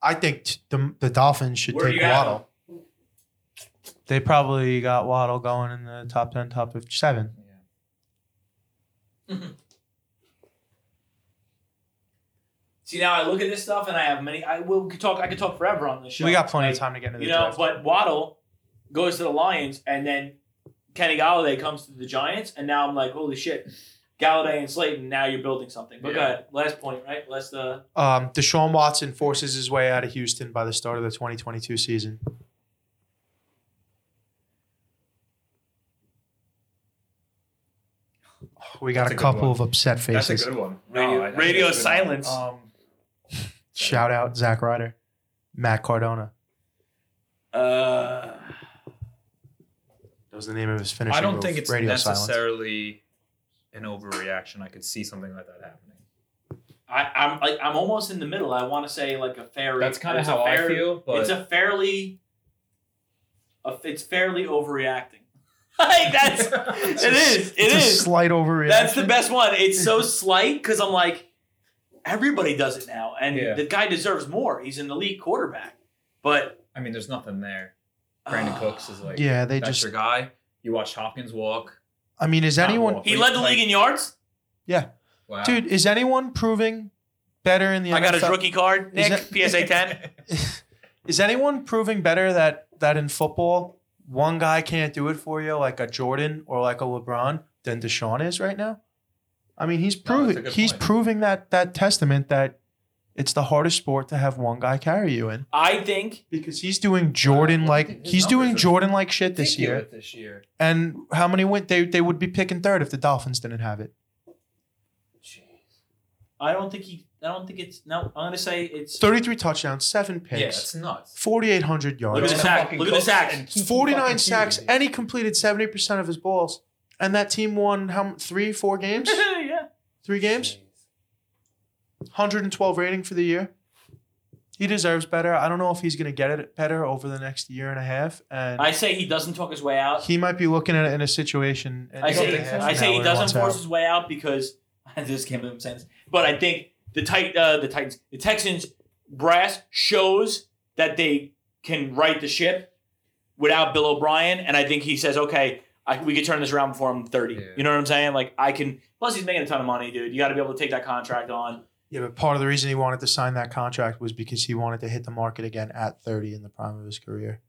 S3: I think t- the, the Dolphins should
S4: Where do
S3: take
S4: you have
S3: Waddle. They probably got Waddle going in the top 10, top 57.
S4: See, now I look at this stuff and I have many. I will could talk. I could talk forever on this show.
S3: We got plenty of
S4: Like,
S3: time to get into the
S4: You know,
S3: draft.
S4: but Waddle goes to the Lions, and then Kenny Galladay comes to the Giants, and now I'm like, holy shit, Galladay and Slayton. Now you're building something. But go
S1: Yeah.
S4: ahead. Last point, right? Last uh,
S3: Um, Deshaun Watson forces his way out of Houston by the start of the 2022 season. We got
S1: That's
S3: a
S1: a good
S3: couple
S1: one.
S3: of upset
S1: That's a
S3: faces.
S1: good one.
S4: radio,
S1: I- I think
S4: radio
S1: that's a good one.
S4: silence.
S1: Um,
S3: Shout out Zach Ryder, Matt Cardona.
S4: Uh,
S3: That was the name of his finishing.
S1: I don't
S3: move,
S1: think it's
S3: radio silence.
S1: necessarily an overreaction. I could see something like that happening.
S4: I, I'm like I'm almost in the middle. I want to say like a fair.
S1: That's kind of
S4: it's a
S1: how I
S4: fair-
S1: feel, but
S4: it's a fairly, a, it's fairly overreacting. like that's it is it
S3: It's a
S4: is
S3: slight overreaction.
S4: that's the best one. It's so slight because I'm like, everybody does it now, and
S1: Yeah.
S4: the guy deserves more. He's an elite quarterback, but
S1: I mean, there's nothing there. Brandon
S4: ah,
S1: Cooks is like,
S3: Yeah, they
S1: that's
S3: just.
S1: your guy. You watched Hopkins walk.
S3: I mean, is
S1: Not
S3: anyone,
S1: walk.
S4: He led the league in yards.
S1: Wow.
S3: dude? Is anyone proving better in the
S4: I got his
S3: NFL
S4: rookie card,
S3: Is
S4: Nick, PSA 10.
S3: Is anyone proving better that that in football one guy can't do it for you like a Jordan or like a LeBron than Deshaun is right now? I mean, he's
S7: No, that's a
S3: proving
S7: good
S3: he's
S7: point.
S3: proving that that testament that it's the hardest sport to have one guy carry you in
S4: I think
S3: because he's doing Jordan like
S7: His
S3: he's doing
S7: numbers are
S3: Jordan like shit this
S7: Ridiculous
S3: year.
S7: This year.
S3: And how many went they they would be picking third if the Dolphins didn't have it.
S4: I don't think he I don't think it's no, I'm gonna say it's
S3: 33 touchdowns, 7
S7: Yeah,
S3: picks,
S7: it's nuts.
S3: 4800 yards.
S4: Look at the sack. Look at the sack.
S3: 49 sacks, and he completed 70% of his balls. And that team won how m- three, four games?
S4: yeah.
S3: Three games? 112 rating for the year. He deserves better. I don't know if he's going to get it better over the next year and a half. And
S4: I say he doesn't talk his way out.
S3: he might be looking at it in a situation. and
S4: I
S3: he's
S1: don't
S4: say
S1: think so?
S3: gonna have
S4: I
S3: to
S4: say
S3: now
S4: he
S3: and
S4: doesn't
S3: wants
S4: force
S3: out.
S4: his way out because this can't make sense. But I think the tight uh, the Titans the Texans brass shows that they can right the ship without Bill O'Brien, and I think he says, okay, I, we could turn this around before I'm 30.
S7: Yeah.
S4: You know what I'm saying? Like I can. Plus, he's making a ton of money, dude. You got to be able to take that contract on.
S3: Yeah, but part of the reason he wanted to sign that contract was because he wanted to hit the market again at 30 in the prime of his career.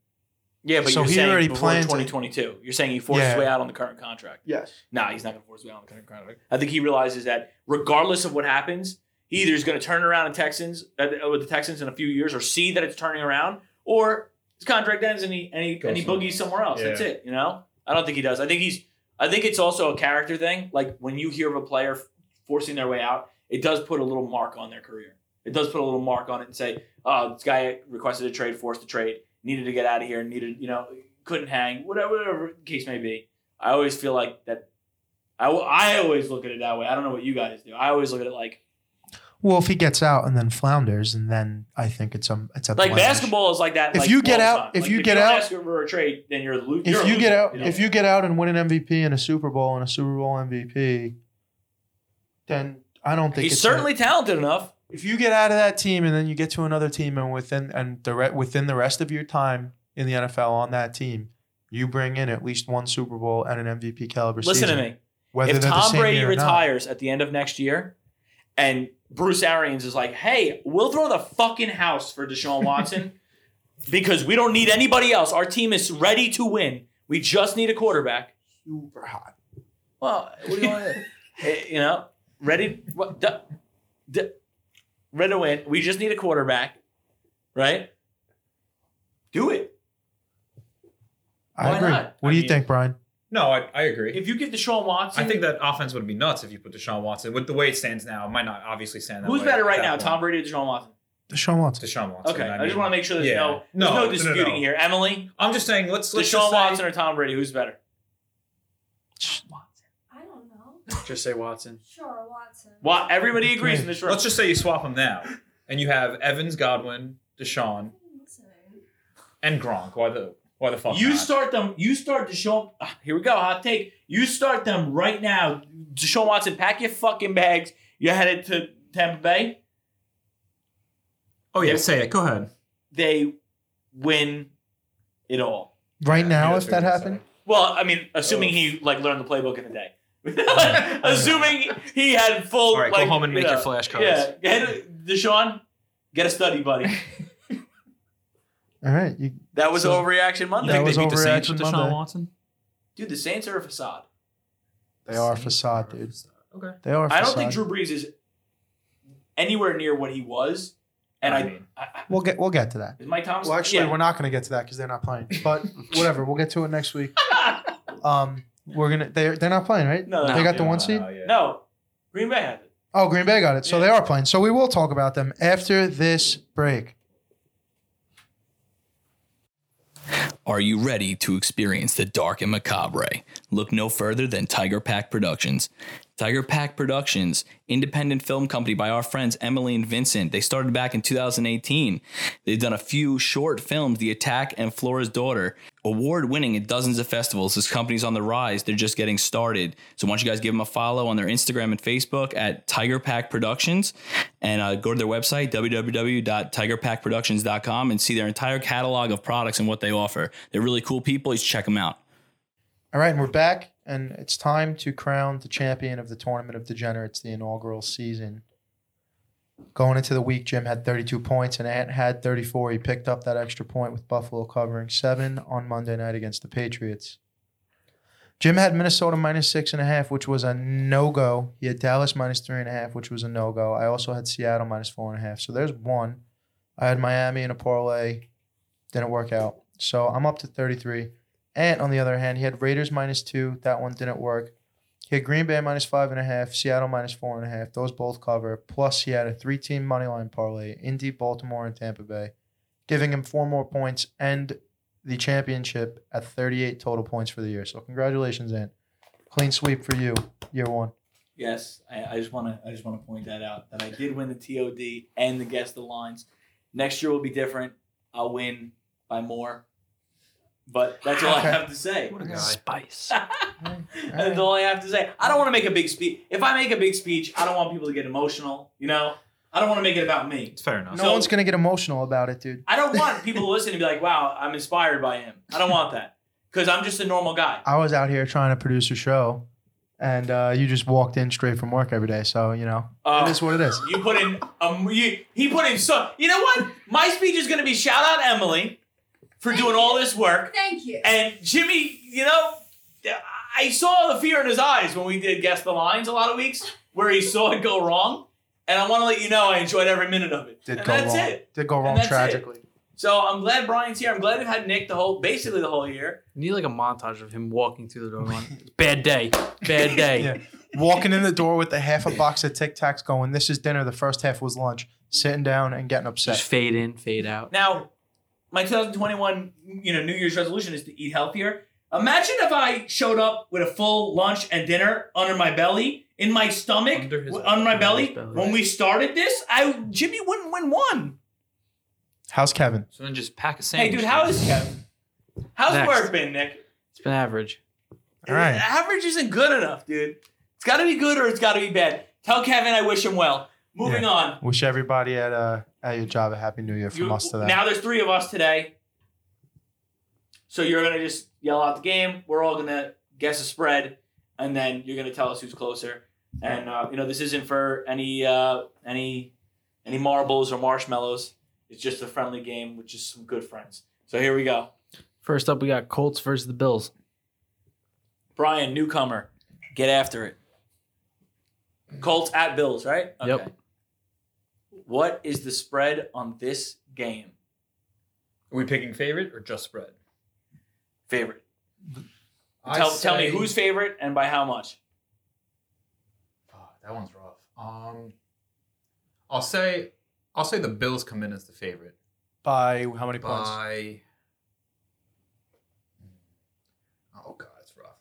S4: Yeah, but
S3: So
S4: you're
S3: he
S4: saying
S3: already
S4: before
S3: plans it.
S4: 2022. You're saying he forced his
S3: Yeah.
S4: way out on the current contract.
S8: Yes.
S4: Nah, he's not going to force his way out on the current contract. I think he realizes that regardless of what happens, he either is going to turn around in Texans uh, with the Texans in a few years, or see that it's turning around, or his contract ends and he and he,
S1: Goes
S4: and he
S1: somewhere
S4: boogies somewhere else.
S1: Yeah.
S4: That's it. You know, I don't think he does. I think he's. I think it's also a character thing. Like when you hear of a player f- forcing their way out, it does put a little mark on their career. It does put a little mark on it and say, "Oh, this guy requested a trade, forced a trade, needed to get out of here, needed, you know, couldn't hang, whatever, whatever the case may be." I always feel like that. I, will- I always look at it that way. I don't know what you guys do. I always look at it like
S3: Well, if he gets out and then flounders, and then I think it's a it's a
S4: like
S3: blemish.
S4: basketball is like that.
S3: If
S4: like,
S3: you
S4: all
S3: get
S4: the
S3: out-
S4: time.
S3: if
S4: Like,
S3: you get
S4: don't
S3: out-
S4: ask for a trade, then you're a lo- you're a
S3: if you get
S4: loser,
S3: out
S4: know?
S3: if you get out and win an MVP and a Super Bowl and a Super Bowl MVP, then I don't think
S4: he's
S3: it's
S4: certainly talented enough.
S3: if you get out of that team and then you get to another team and within and the re- within the rest of your time in the NFL on that team, you bring in at least one Super Bowl and an MVP caliber
S4: Listen
S3: season.
S4: to me.
S3: Whether
S4: if
S3: they're the
S4: Tom
S3: same
S4: Brady
S3: year or not.
S4: retires at the end of next year and Bruce Arians is like, hey, we'll throw the fucking house for Deshaun Watson because we don't need anybody else. Our team is ready to win. We just need a quarterback.
S8: Super hot.
S4: Well, what do you want to do? You know, ready, what, duh, duh, ready to win. We just need a quarterback, right? Do it.
S3: I
S4: Why
S3: agree.
S4: not?
S3: What
S4: I
S3: do you
S4: mean-
S3: think, Brian?
S1: No, I, I agree.
S4: If you give Deshaun Watson,
S1: I think that offense would be nuts if you put Deshaun Watson with the way it stands now. It might not obviously stand that
S4: who's
S1: way
S4: better
S1: at
S4: right
S1: that
S4: now,
S1: point.
S4: Tom Brady or Deshaun Watson?
S3: Deshaun Watson.
S1: Deshaun Watson.
S4: Okay, I,
S1: mean-
S4: just want to make sure there's
S1: yeah.
S4: no there's
S1: No, no,
S4: no
S1: no,
S4: disputing
S1: no.
S4: here. Emily,
S1: I'm just saying. Let's let's
S4: Deshaun
S1: just say-
S4: Watson or Tom Brady, who's better?
S2: I don't know.
S7: Just say Watson.
S2: Sure, Watson.
S4: Well, everybody agrees in this room.
S1: Let's just say you swap them now, and you have Evans, Godwin, Deshaun,
S2: I'm listening.
S1: and Gronk. Why the why the fuck?
S4: you
S1: not?
S4: start them. You start Deshaun. ah, Here we go. Hot take. You start them right now. Deshaun Watson, pack your fucking bags. You're headed to Tampa Bay.
S7: Oh yeah, say it. Go ahead.
S4: They win it all.
S3: Right
S1: Yeah,
S3: now,
S1: that's
S3: if
S1: what
S3: that
S1: you're
S3: happened,
S4: Well, I mean, assuming
S1: Oh.
S4: he like learned the playbook in a day. assuming he had full.
S7: All right, go
S4: like,
S7: home and
S4: you
S7: make your
S4: know,
S7: flashcards.
S4: Yeah, Get- Deshaun, get a study buddy.
S3: all right, you,
S4: That was
S3: So-
S4: overreaction
S7: You
S4: Monday.
S3: That
S7: think
S3: was
S7: they beat the Saints with
S3: overreaction
S7: Deshaun
S3: Monday.
S7: Watson?
S4: Dude, the Saints are a facade.
S3: they are a facade, dude.
S7: Okay.
S3: They are. a
S4: I don't think
S3: facade.
S4: Drew Brees is anywhere near what he was. And I,
S1: I mean-
S4: I, I-
S3: We'll get we'll get to that.
S4: is Mike Thomas.
S3: Well, actually,
S4: yeah.
S3: we're not going to get to that because they're not playing. But whatever, we'll get to it next week. Um, we're gonna they they're not playing, right?
S4: no, no,
S3: they
S4: no.
S3: got the one seed.
S1: No, yeah.
S4: no. Green Bay had it.
S3: Oh, Green Bay got it, so
S4: Yeah.
S3: they are playing. So we will talk about them after this break.
S9: Are you ready to experience the dark and macabre? Look no further than Tiger Pack Productions. Tiger Pack Productions, independent film company by our friends Emily and Vincent. They started back in 2018. They've done a few short films, The Attack and Flora's Daughter. Award winning at dozens of festivals. This company's on the rise. They're just getting started. So why don't you guys give them a follow on their Instagram and Facebook at Tiger Pack Productions and uh, go to their website, www.tigerpackproductions.com, and see their entire catalog of products and what they offer. They're really cool people. You should check them out.
S3: All right, and we're back, and it's time to crown the champion of the tournament of degenerates, the inaugural season. Going into the week, Jim had 32 points and Ant had 34. He picked up that extra point with Buffalo covering seven on Monday night against the Patriots. Jim had Minnesota minus six and a half, which was a no go. He had Dallas minus three and a half, which was a no go. I also had Seattle minus four and a half. So there's one. I had Miami in a parlay. Didn't work out. So I'm up to 33. Ant, on the other hand, he had Raiders minus two. That one didn't work. He had Green Bay minus five and a half, Seattle minus four and a half. Those both cover. Plus, he had a three-team money line parlay: Indy, Baltimore, and Tampa Bay, giving him four more points and the championship at 38 total points for the year. So, congratulations, Ant! Clean sweep for you, year one.
S4: Yes, I, I just want to. I just want to point that out that I did win the TOD and the guess the lines. Next year will be different. I'll win by more, but that's all I
S3: Okay.
S4: have to say.
S7: What a guy.
S5: Spice.
S4: That's all I have to say. I don't want to make a big speech. If I make a big speech, I don't want people to get emotional. You know, I don't want to make it about me.
S7: It's fair enough.
S3: No
S4: So-
S3: one's gonna get emotional about it, dude.
S4: I don't want people to listen and be like, "Wow, I'm inspired by him." I don't want that because I'm just a normal guy.
S3: I was out here trying to produce a show, and uh, you just walked in straight from work every day. So, you know,
S4: Uh,
S3: it is what it is.
S4: You put in um, you, he put in so. You know what? My speech is going to be shout out Emily for doing all this work,
S2: Thank you.
S4: and Jimmy. You know, I saw the fear in his eyes when we did guess the lines a lot of weeks where he saw it go wrong, and I want to let you know I enjoyed every minute of it.
S3: Did
S4: and
S3: go
S4: that's
S3: wrong.
S4: it.
S3: Did go wrong
S4: that's it.
S3: tragically.
S4: So I'm glad Brian's here. I'm glad we've had Nick the whole basically the whole year.
S5: You need like a montage of him walking through the door going, bad day, bad day.
S3: Yeah. walking in the door with a half a box of Tic Tacs going, this is dinner. The first half was lunch. Sitting down and getting
S5: Just
S3: upset.
S5: fade in, fade out.
S4: Now, my 2021, you know, New Year's resolution is to eat healthier. Imagine if I showed up with a full lunch and dinner under my belly, in my stomach,
S5: Under his-
S4: w- on my
S5: under
S4: belly.
S5: his belly.
S4: When we started this, I Jimmy wouldn't win one.
S3: How's Kevin?
S5: So then just pack a
S4: Hey,
S5: sandwich.
S4: dude, how is Kevin? How's
S5: Next.
S4: work been, Nick?
S5: It's been average.
S3: All right.
S4: average isn't good enough, dude. It's got to be good or it's got to be bad. Tell Kevin I wish him well. Moving
S3: Yeah.
S4: on.
S3: Wish everybody at uh at your job a happy new year from us to them.
S4: Now there's three of us today. So you're gonna just yell out the game. We're all gonna guess a spread, and then you're gonna tell us who's closer. And uh, you know this isn't for any uh, any any marbles or marshmallows. It's just a friendly game with just some good friends. So here we go.
S5: First up, we got Colts versus the Bills.
S4: Brian, newcomer, get after it. Colts at Bills, right?
S5: Yep.
S4: What is the spread on this game?
S1: Are we picking favorite or just spread?
S4: Favorite. Tell, tell me who's favorite and by how much.
S7: Ah, that one's rough. Um, I'll say, I'll say the Bills come in as the favorite
S3: By how many points?
S7: by. Oh God, it's rough.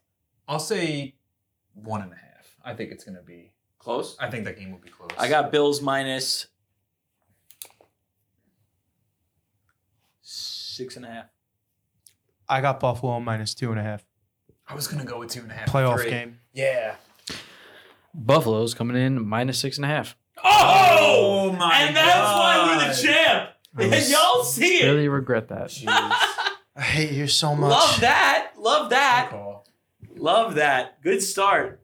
S7: I'll say one and a half. I think it's gonna be.
S4: Close.
S7: I think that game will be close.
S4: I got Bills minus six and a half.
S3: I got Buffalo minus two and a half.
S7: I was gonna go with two and a half.
S3: Playoff
S7: three.
S3: game.
S7: Yeah.
S5: Buffalo's coming in minus six and a half.
S4: Oh,
S1: my
S4: and that's why we're the champ. And y'all see it.
S5: Really regret that.
S3: I hate you so much.
S4: Love that. Love
S7: Good
S4: that.
S7: call.
S4: Love that. Good start.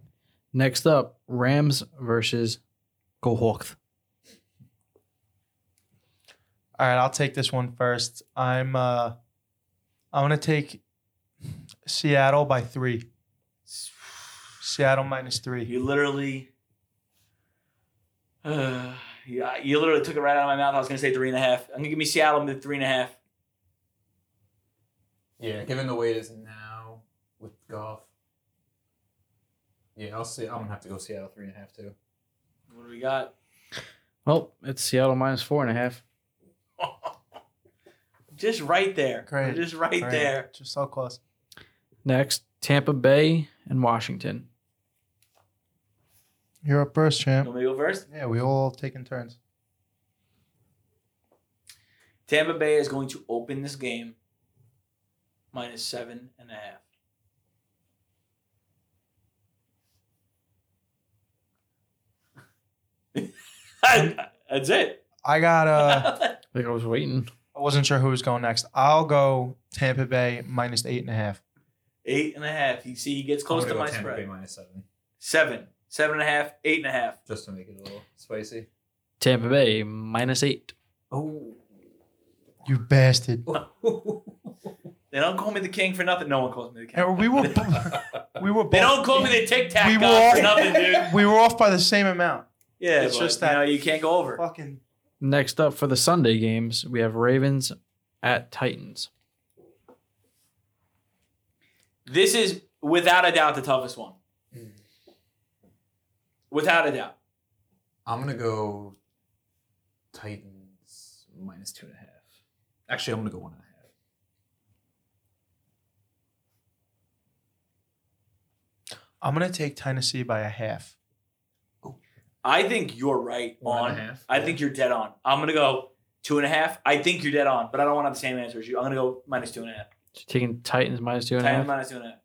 S5: Next up, Rams versus Go Hawks.
S3: All right, I'll take this one first. I'm uh I'm gonna take Seattle by three. Seattle minus three.
S4: You literally. Uh, yeah, you literally took it right out of my mouth. I was gonna say three and a half. I'm gonna give me Seattle the three and a half.
S7: Yeah, given the way it is now with golf. Yeah, I'll see. I'm gonna have to go Seattle three and a half too.
S4: What do we got?
S5: Well, it's Seattle minus four and a half.
S4: Just right there.
S3: Great.
S4: Just right
S3: All right,
S4: there.
S3: Just so close.
S5: Next, Tampa Bay and Washington.
S3: You're up first,
S4: You
S3: champ.
S4: want me to go first?
S3: Yeah, we all taking turns.
S4: Tampa Bay is going to open this game minus seven and a half. That's it.
S3: I got uh
S5: I think I was waiting.
S3: I wasn't sure who was going next. I'll go Tampa Bay minus eight and a half.
S4: Eight and a half. You see, he gets close
S7: I'm
S4: to
S7: gonna
S4: my
S7: go Tampa Bay
S4: spread.
S7: minus seven,
S4: Seven. Seven and a half. Eight and a half.
S7: just to make it a little spicy.
S5: Tampa Bay minus eight.
S4: Oh.
S3: You bastard.
S4: they don't call me the king for nothing. No one calls me the king.
S3: And we were we were
S4: They
S3: both,
S4: don't call me the tic
S3: We
S4: tac
S3: were all-
S4: god for nothing, dude.
S3: we were off by the same amount.
S4: Yeah,
S3: It's
S4: but,
S3: just
S4: you
S3: that-
S4: know, you can't go over.
S3: Fucking
S5: Next up for the Sunday games, we have Ravens at Titans.
S4: This is without a doubt the toughest one.
S7: Mm.
S4: Without a doubt.
S7: I'm gonna go Titans minus two and a half. Actually, I'm gonna go one and a half.
S3: I'm gonna take Tennessee by a half.
S4: I think you're right
S7: One
S4: on.
S7: and a half,
S4: I think you're dead on. I'm gonna go two and a half. I think you're dead on, but I don't want to have the same answer as you. I'm gonna go minus two and a half.
S5: So taking Titans minus two and a half.
S4: Titans minus two and a half.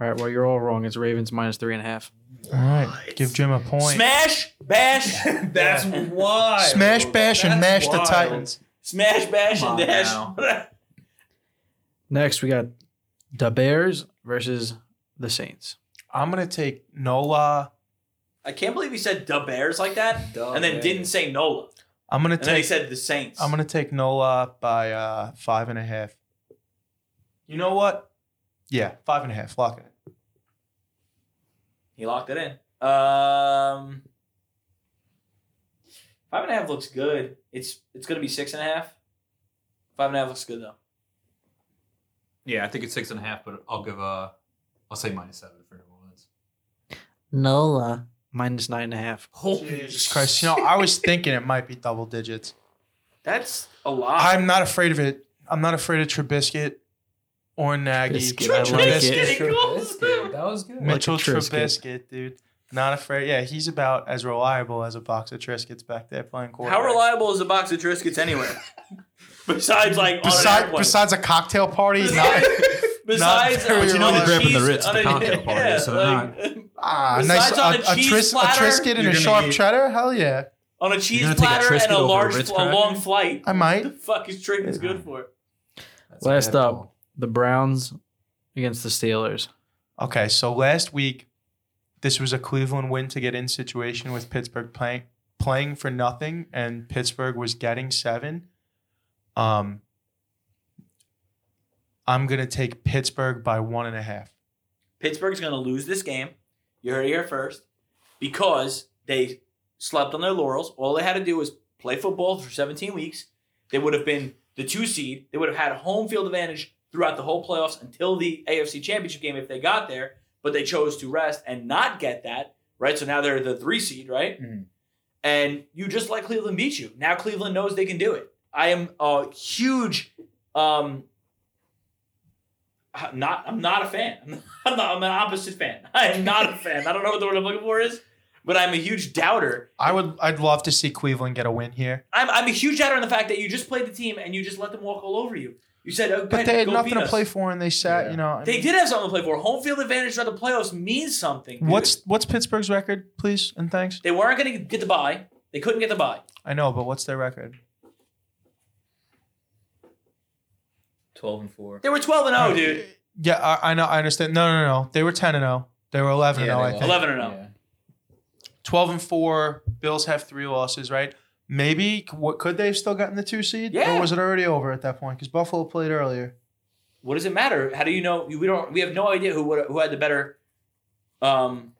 S5: All right, well you're all wrong. It's Ravens minus three and a half.
S3: All right, give Jim a point.
S4: Smash, bash,
S7: That's why.
S3: Smash, bash, and mash the Titans.
S4: smash, bash,
S7: Come
S4: and
S7: on
S4: dash.
S5: Next we got the Bears versus the Saints.
S3: I'm gonna take Nola.
S4: I can't believe he said the Bears like that,
S7: Oh,
S4: and then didn't say Nola,
S3: I'm gonna
S4: and then he
S3: take
S4: said the Saints.
S3: I'm gonna take Nola by uh, five and a half. You know what? Yeah, five and a half. Lock it.
S4: He locked it in. Um, five and a half looks good. It's it's gonna be six and a half. Five and a half looks good though.
S7: Yeah, I think it's six and a half, but I'll give a. I'll say minus seven for New Orleans.
S5: Nola minus nine and a half.
S3: Jesus Christ! You know, I was thinking it might be double digits.
S4: That's a lot.
S3: I'm not afraid of it. I'm not afraid of Trubisky or Nagy.
S5: Trubisky, I like it.
S3: Trubisky.
S7: That was good.
S3: Mitchell
S5: Like a Trubisky.
S3: Trubisky, dude. Not afraid. Yeah, he's about as reliable as a box of Triscuits back there playing quarterback.
S4: How reliable is a box of Triscuits anyway? besides, like on an
S3: Besides,
S4: airplane.
S3: besides a cocktail party, not,
S4: besides,
S3: very
S4: uh,
S3: reliable. You're
S7: grabbing the
S4: cheese
S7: Ritz at the
S4: on a-
S7: cocktail party,
S4: yeah,
S7: so they're
S4: like,
S3: ah, nice
S4: Besides
S3: a,
S4: on
S3: a,
S4: a cheese
S3: Tris, a
S4: platter,
S3: Triscuit
S7: you're
S3: and a
S7: gonna
S3: sharp
S7: eat-
S3: cheddar. Hell yeah!
S4: on a cheese
S7: gonna take a
S4: platter
S7: Triscuit
S4: and a
S7: over a
S4: large,
S7: Ritz
S4: a
S7: cracker?
S4: long flight.
S3: I
S4: the
S3: might.
S4: fuck is Triscuits good for?
S5: Last up. The Browns against the Steelers.
S3: Okay, so last week, this was a Cleveland win to get in situation with Pittsburgh playing playing for nothing, and Pittsburgh was getting seven. Um, I'm gonna take Pittsburgh by one and a half.
S4: Pittsburgh's going to lose this game. You heard it here first because they slept on their laurels. All they had to do was play football for 17 weeks. They would have been the two seed. They would have had home field advantage throughout the whole playoffs until the AFC Championship game if they got there, but they chose to rest and not get that, right? So now they're the three seed, right?
S1: Mhm.
S4: And you just let Cleveland beat you. Now Cleveland knows they can do it. I am a huge um I'm not I'm not a fan. I'm, not, I'm an opposite fan. I am not a fan. I don't know what the word I'm looking for is, but I'm a huge doubter.
S3: I would. I'd love to see Cleveland get a win here,
S4: I'm, I'm a huge doubter on the fact that you just played the team and you just let them walk all over you. You said, oh,
S3: but they had nothing to play
S4: for.
S3: for, and they sat.
S7: Yeah.
S3: You know, I
S4: They
S3: mean-
S4: did have something to play for. Home field advantage throughout the playoffs means something. dude.
S3: What's what's Pittsburgh's record, please and thanks?
S4: they weren't going to get the buy. They couldn't get the buy.
S3: I know, but what's their record?
S1: Twelve and four.
S4: They were 12 and
S3: Oh.
S4: 0, dude.
S3: Yeah, I, I know. I understand. No, no, no. They were ten and zero. They were eleven and zero. I think
S4: 11 and oh. 0.
S3: twelve and four. Bills have three losses, right? Maybe what could they have still gotten the two seed?
S4: Yeah.
S3: Or was it already over at that point? Because Buffalo played earlier.
S4: What does it matter? How do you know? We don't. We have no idea who would- who had the better, um,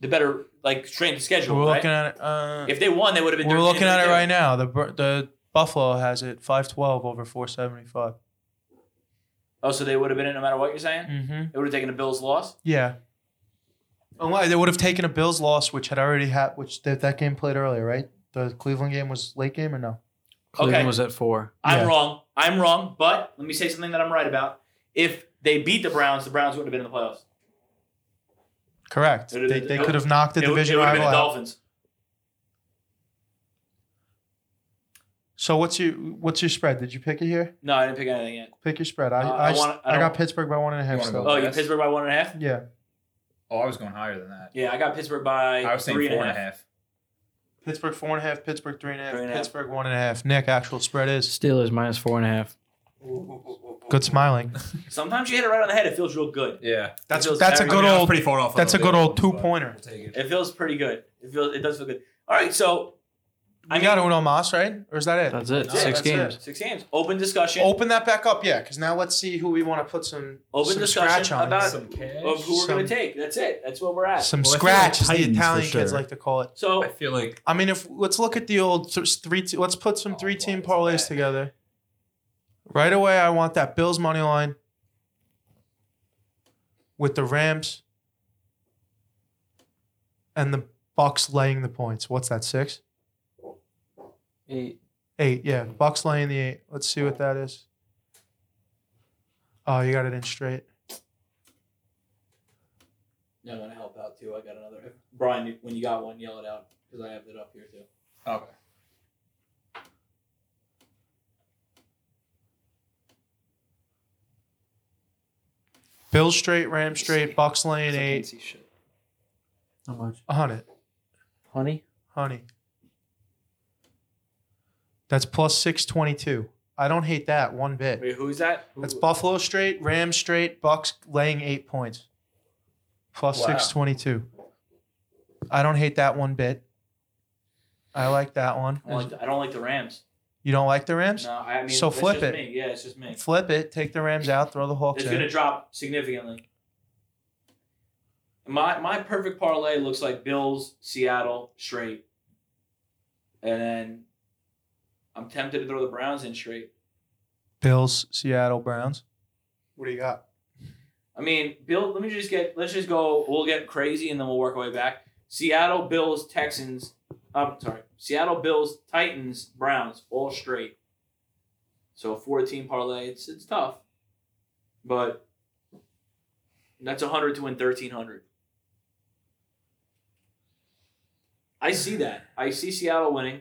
S4: the better like strength of schedule.
S3: we're
S4: right?
S3: looking at it. Uh,
S4: If they won, they would have been.
S3: we're
S4: 13
S3: looking at it
S4: there.
S3: right now. The Bur- the Buffalo has it five twelve over four seventy five.
S4: Oh, so they would have been in no matter what you're saying.
S3: Mm-hmm.
S4: They would have taken the Bills' loss.
S3: Yeah. Unless they would have taken a Bills loss, which had already had, which that that game played earlier, right? The Cleveland game was late game or no?
S5: Cleveland
S4: Okay.
S5: was at four.
S3: Yeah.
S4: I'm wrong. I'm wrong. But let me say something that I'm right about. If they beat the Browns, the Browns wouldn't have been in the playoffs.
S3: Correct.
S4: It would-
S3: They, they
S4: it would-
S3: could have knocked the
S4: it would-
S3: division
S4: it would have been
S3: rival
S4: the
S3: out.
S4: Dolphins.
S3: So what's your what's your spread? Did you pick it here?
S4: No, I didn't pick anything yet.
S3: Pick your spread. I
S4: Uh, I
S3: I, s-
S4: wanna- I
S3: I
S4: don't-
S3: got Pittsburgh by one and a half
S1: wanna
S3: still.
S1: go-
S4: Oh, you
S1: Yes.
S4: Pittsburgh by one and a half.
S3: Yeah.
S1: Oh, I was going higher than that.
S4: Yeah, I got Pittsburgh by
S1: I was saying
S4: three
S1: four
S4: and a half.
S3: Pittsburgh four and a half, Pittsburgh three and a half,
S4: Three and a half.
S3: Pittsburgh one and a half. Nick, actual spread is
S5: Steelers minus four and a half.
S3: good smiling.
S4: Sometimes you hit it right on the head. It feels real good.
S1: Yeah.
S3: That's
S4: feels
S3: that's a
S4: very
S3: good
S7: I was
S3: old
S7: pretty far off.
S3: that's a
S7: little
S3: good
S7: bit,
S3: old
S7: but
S3: two pointer.
S7: I'll take it.
S4: It feels pretty good. It feels. It does feel good. All right, so
S3: I
S4: I
S3: got
S4: mean-
S3: Uno Mas, right? Or is that it?
S5: That's it.
S4: That's it.
S5: Six
S3: That's
S5: games.
S3: it.
S4: six games. Open discussion
S3: Open that back up, yeah, because now let's see who we want to put some,
S4: Open
S3: some
S4: discussion
S3: scratch on.
S4: about-
S1: Some cash.
S4: of who we're going
S3: Some-
S4: to take. That's it. That's what we're at.
S3: some
S7: Well, I feel
S3: scratch,
S7: like
S3: as the
S7: Titans for
S3: Italian kids
S7: sure.
S3: like to call it.
S4: so
S7: I feel like
S3: I mean, if let's look at the old th- three. T- let's put some
S1: Oh,
S3: three team
S1: wow,
S3: parlays
S1: it's bad.
S3: together. Right away, I want that Bills money line with the Rams and the Bucks laying the points. What's that? Six,
S5: Eight.
S3: eight. Yeah, Bucks laying the eight. Let's see what that is. Oh, you got it in straight.
S4: No, I'm gonna help out too. I got another. Brian, you- when you got one, yell it out because I have it up here too.
S1: Okay.
S3: Bills straight, Rams straight, Bucks laying eight.
S5: How much?
S3: A hundred,
S5: Honey?
S3: honey. That's plus six twenty-two. I don't hate that one bit.
S4: Wait, who's that? Who-
S3: That's Buffalo straight, Rams straight, Bucks laying eight points. Plus
S1: Wow.
S3: 622. I don't hate that one bit. I like that one.
S4: I, don't like the, I don't like the Rams.
S3: You don't like the Rams?
S4: No, I mean,
S3: So
S4: it's
S3: flip
S4: just
S3: it.
S4: Me. Yeah, it's just me.
S3: Flip it, take the Rams out, throw the Hawks
S4: It's
S3: in.
S4: gonna drop significantly. My my perfect parlay looks like Bills, Seattle, straight, and then I'm tempted to throw the Browns in straight.
S3: Bills, Seattle Browns.
S8: What do you got?
S4: I mean, Bill. Let me just get. Let's just go. We'll get crazy, and then we'll work our way back. Seattle Bills Texans. I'm sorry. Seattle Bills Titans Browns all straight. So fourteen parlay. It's it's tough, but that's hundred to win thirteen hundred. I see that. I see Seattle winning.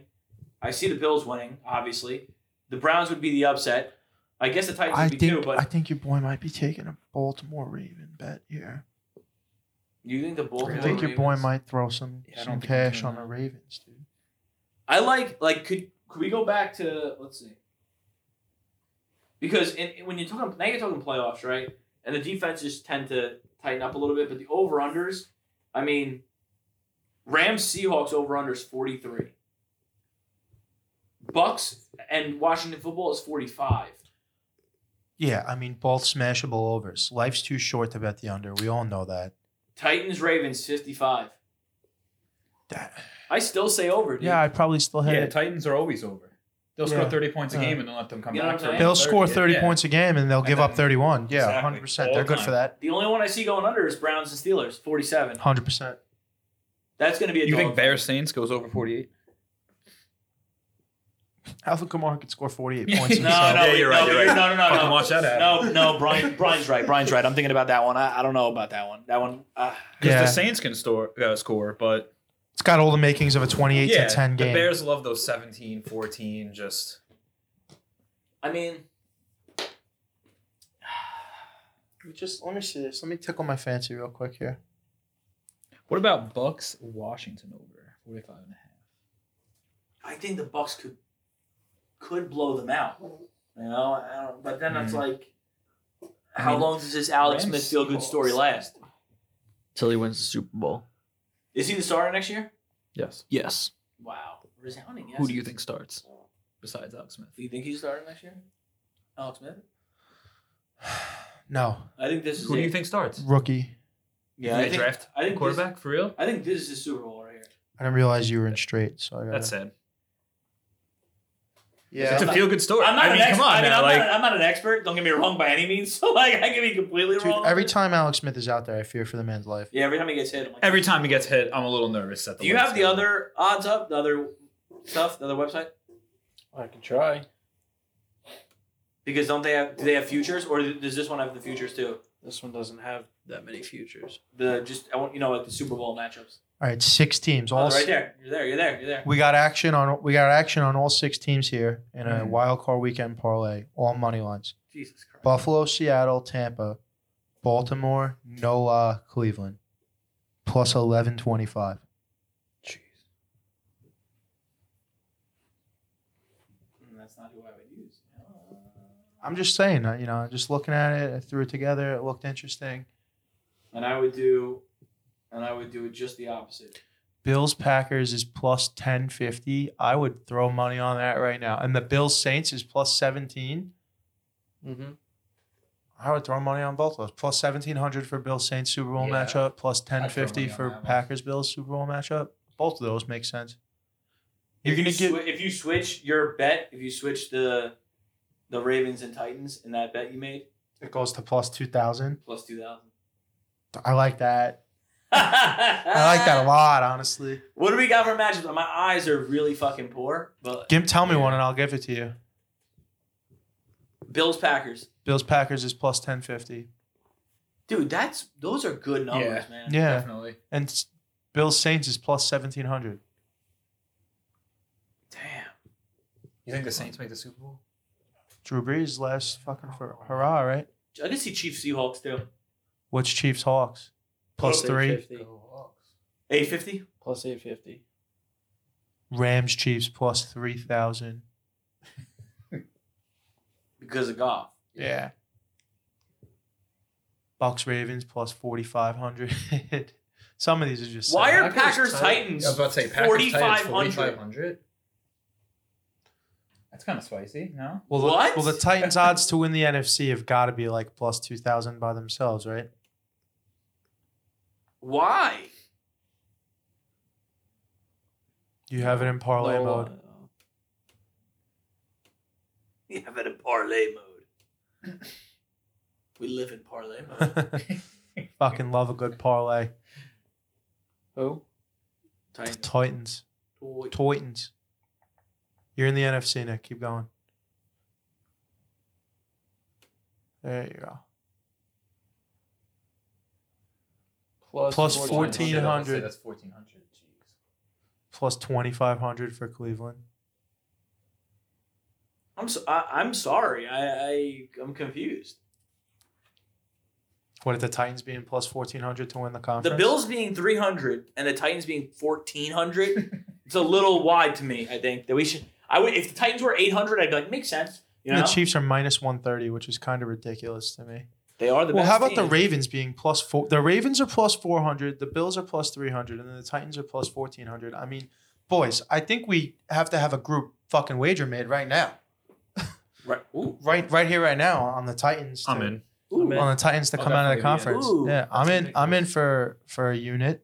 S4: I see the Bills winning. Obviously, the Browns would be the upset. I guess the Titans
S3: I
S4: would be too,
S3: think
S4: but
S3: I think your boy might be taking a Baltimore Raven bet here.
S4: you think the Bulls?
S3: I
S1: Really?
S3: think your boy might throw some,
S1: Yeah, I
S3: some
S1: don't think I'm
S3: cash on
S1: doing
S3: the
S1: that.
S3: Ravens, dude.
S4: I like like could could we go back to let's see. Because in, when you're talking now you're talking playoffs, right? And the defenses tend to tighten up a little bit, but the over unders, I mean, Rams Seahawks over unders forty three. Bucks and Washington football is forty five.
S3: Yeah, I mean both smashable overs. Life's too short to bet the under. We all know that.
S4: Titans Ravens fifty five.
S3: That-
S4: I still say over. Dude.
S3: Yeah, I probably still had
S1: Yeah,
S3: it.
S1: Titans are always over. They'll
S3: Yeah.
S1: score 30 points a
S3: Yeah.
S1: game and then let them come
S4: You know
S1: back.
S4: what I'm
S1: to
S4: saying?
S3: They'll
S1: 30.
S3: score 30
S1: Yeah.
S3: points a game and they'll
S1: And
S3: give up
S1: then-
S3: 31. Yeah,
S1: Exactly.
S3: 100%.
S1: All
S3: They're good
S1: time.
S3: for that.
S4: The only one I see going under is Browns and Steelers forty seven.
S3: 100%.
S4: That's going to be a
S1: You
S4: dog
S1: think Bears Saints goes over 48?
S3: Alvin Kamara could score 48 points.
S4: No, no,
S1: So- Yeah, you're
S4: no,
S1: right, you're
S4: No,
S1: right.
S4: no, no,
S1: Fucking
S4: no.
S1: watch that happen.
S4: No, no, Brian, Brian's right. Brian's right. I'm thinking about that one. I, I don't know about that one. That one. Uh,
S1: Because
S3: Yeah.
S1: the Saints can store, uh, score, but
S3: It's got all the makings of a 28
S1: yeah,
S3: to 10 game.
S1: the Bears love those 17, 14, just
S4: I mean,
S3: Just let me see this. Let me tickle my fancy real quick here.
S1: What about Bucks Washington over 45 and a half?
S4: I think the Bucks could could blow them out. You know, I don't, but then it's like,
S1: I
S4: how
S1: mean,
S4: long does this Alex
S1: Rams
S4: Smith feel good story
S1: Seahawks.
S4: last?
S5: Till he wins the Super Bowl.
S4: Is he the starter next year?
S1: Yes.
S5: Yes.
S4: Wow, resounding. Yes.
S5: Who do you think starts?
S1: Besides Alex Smith.
S4: Do you think he's starting next year? Alex Smith.
S3: No,
S4: I think this is.
S5: Who do
S4: it.
S5: you think starts?
S3: rookie.
S4: Yeah,
S1: You
S4: I think,
S1: draft
S4: I think this-
S5: Quarterback for real?
S4: I think this is the Super Bowl right here.
S3: I didn't realize you were in straight, so I got
S1: That's sad.
S8: Yeah.
S1: It's a feel good story.
S4: I'm not
S1: I mean,
S4: an expert.
S1: come on
S4: I mean,
S1: now.
S4: I'm,
S1: like,
S4: not, I'm not an expert. Don't get me wrong by any means. So like, I can be completely
S3: Dude,
S4: wrong.
S3: every time Alex Smith is out there, I fear for the man's life.
S4: Yeah, every time he gets hit. I'm like,
S1: every time he gets hit, I'm a little nervous. At the
S4: Do you
S1: last
S4: have the
S1: game.
S4: other odds up? The other stuff? The other website?
S5: I can try.
S4: Because don't they have? Do they have futures, or does this one have the futures too?
S5: This one doesn't have that many futures.
S4: The just I want you know like the Super Bowl matchups.
S3: All right, six teams.
S4: Oh,
S3: All
S4: right
S3: right
S4: there. You're there. You're there. You're there.
S3: we got action on we got action on all six teams here in a
S4: Mm-hmm.
S1: Mhm.
S3: wild card weekend parlay, all money lines.
S4: Jesus Christ.
S3: Buffalo, Seattle, Tampa, Baltimore, Nola, Cleveland, plus eleven twenty five.
S5: Jeez.
S4: Mm, That's not who I would use. Uh,
S3: I'm just saying, uh, you know, just looking at it, I threw it together. It looked interesting.
S4: And I would do, and I would do just the opposite.
S3: Bills Packers is plus 1050. I would throw money on that right now. And the Bills Saints is plus 17.
S5: Mm-hmm.
S3: I would throw money on both of those. Plus 1700 for Bills Saints Super Bowl
S7: Yeah.
S3: matchup, plus 1050
S7: money on
S3: for
S7: that one.
S3: Packers Bills Super Bowl matchup. Both of those make sense. You're
S4: if
S3: going
S4: you
S3: to get.
S4: swi- if you switch your bet, if you switch the the Ravens and Titans in that bet you made,
S3: It goes to plus 2000.
S4: plus two thousand.
S3: I like that. I
S4: I
S3: like that a lot, honestly.
S4: What do we got for matchups? My eyes are really fucking poor, but
S3: Gim, tell me one and I'll give it to you.
S4: Bills Packers,
S3: Bills Packers is plus 1050.
S4: dude, that's those are good numbers, man.
S3: Yeah.
S7: Definitely.
S3: And s- Bills Saints is plus 1700.
S4: Damn.
S1: You think the Saints make the Super Bowl?
S3: Drew Brees last fucking for hurrah, right?
S4: I can see Chiefs Seahawks too.
S3: What's Chiefs Hawks? Plus three.
S4: Eight fifty.
S5: Plus eight fifty.
S3: Rams Chiefs plus 3,000.
S4: because of golf.
S3: Yeah. Bucks Ravens plus 4,500. Some of these are just.
S4: Why
S3: sad.
S4: are Packers Titans
S7: I was about to say Packers Titans
S4: 4,500.
S7: 4,500.
S1: That's kind of spicy, no?
S3: well,
S4: What?
S3: The, well, the Titans' odds to win the NFC have got to be like plus 2,000 by themselves, right?
S4: Why?
S3: You have it in parlay
S5: No,
S3: mode.
S5: uh,
S4: We have it in parlay mode. we live in parlay mode.
S3: Fucking love a good parlay.
S5: Who?
S4: Titans.
S3: Titans.
S4: Toy.
S3: Titans. You're in the NFC, Nick. Keep going. There you go.
S5: Plus,
S3: Plus
S5: 14.
S3: 14. 1,400.
S7: That's 1,400. Jeez.
S3: Plus 2,500 for Cleveland.
S4: I'm so, I, I'm sorry. I, I I'm confused.
S3: What if the Titans being plus 1,400 to win the conference?
S4: The Bills being 300 and the Titans being 1400. it's a little wide to me. I think that we should. I would if the Titans were 800, I'd be like makes sense. You
S3: And
S4: know
S3: The Chiefs are minus 130, which is kind of ridiculous to me.
S4: they are the
S3: well,
S4: best
S3: how about the
S4: team.
S3: Ravens being plus four? The Ravens are plus 400, the Bills are plus 300, and then the Titans are plus 1,400. I mean, boys, I think we have to have a group fucking wager made right now.
S4: Right. Ooh.
S3: Right right here, right now on the Titans. to-
S1: I'm in.
S4: Ooh.
S5: Man.
S3: on the Titans to
S1: I'll
S3: come out of the
S1: definitely
S3: conference.
S4: be in. Ooh,
S3: yeah, I'm in. I'm in
S7: ridiculous.
S3: for for a unit.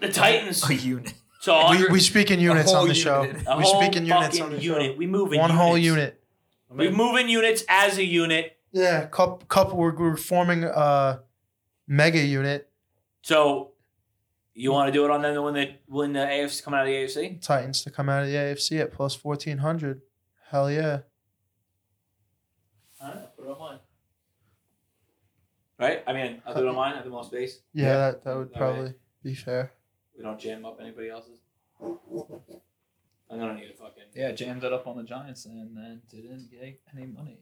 S4: The Titans.
S7: unit.
S4: So all
S3: We,
S4: your-
S3: we speak in units
S7: whole
S3: on the
S7: unit.
S3: show.
S7: A
S4: a
S3: we
S4: Oh, whole
S3: speak in units
S4: fucking
S3: on the
S4: unit. We move
S3: show.
S4: in
S3: One
S4: units.
S3: whole unit.
S4: We move in units as a unit.
S3: Yeah, couple, couple we're, we're forming a mega unit.
S4: So you want to do it on them to win the when the AFC come out of the AFC?
S3: Titans to come out of the AFC at plus fourteen hundred. Hell yeah!
S4: I don't know. Put it on mine. Right? I mean, I'll do it on mine. I have the most space.
S3: Yeah, that, that would
S4: All
S3: probably be fair.
S4: We don't jam up anybody else's. I'm gonna need a fucking
S1: Yeah, jammed it up on the Giants and then didn't get any money.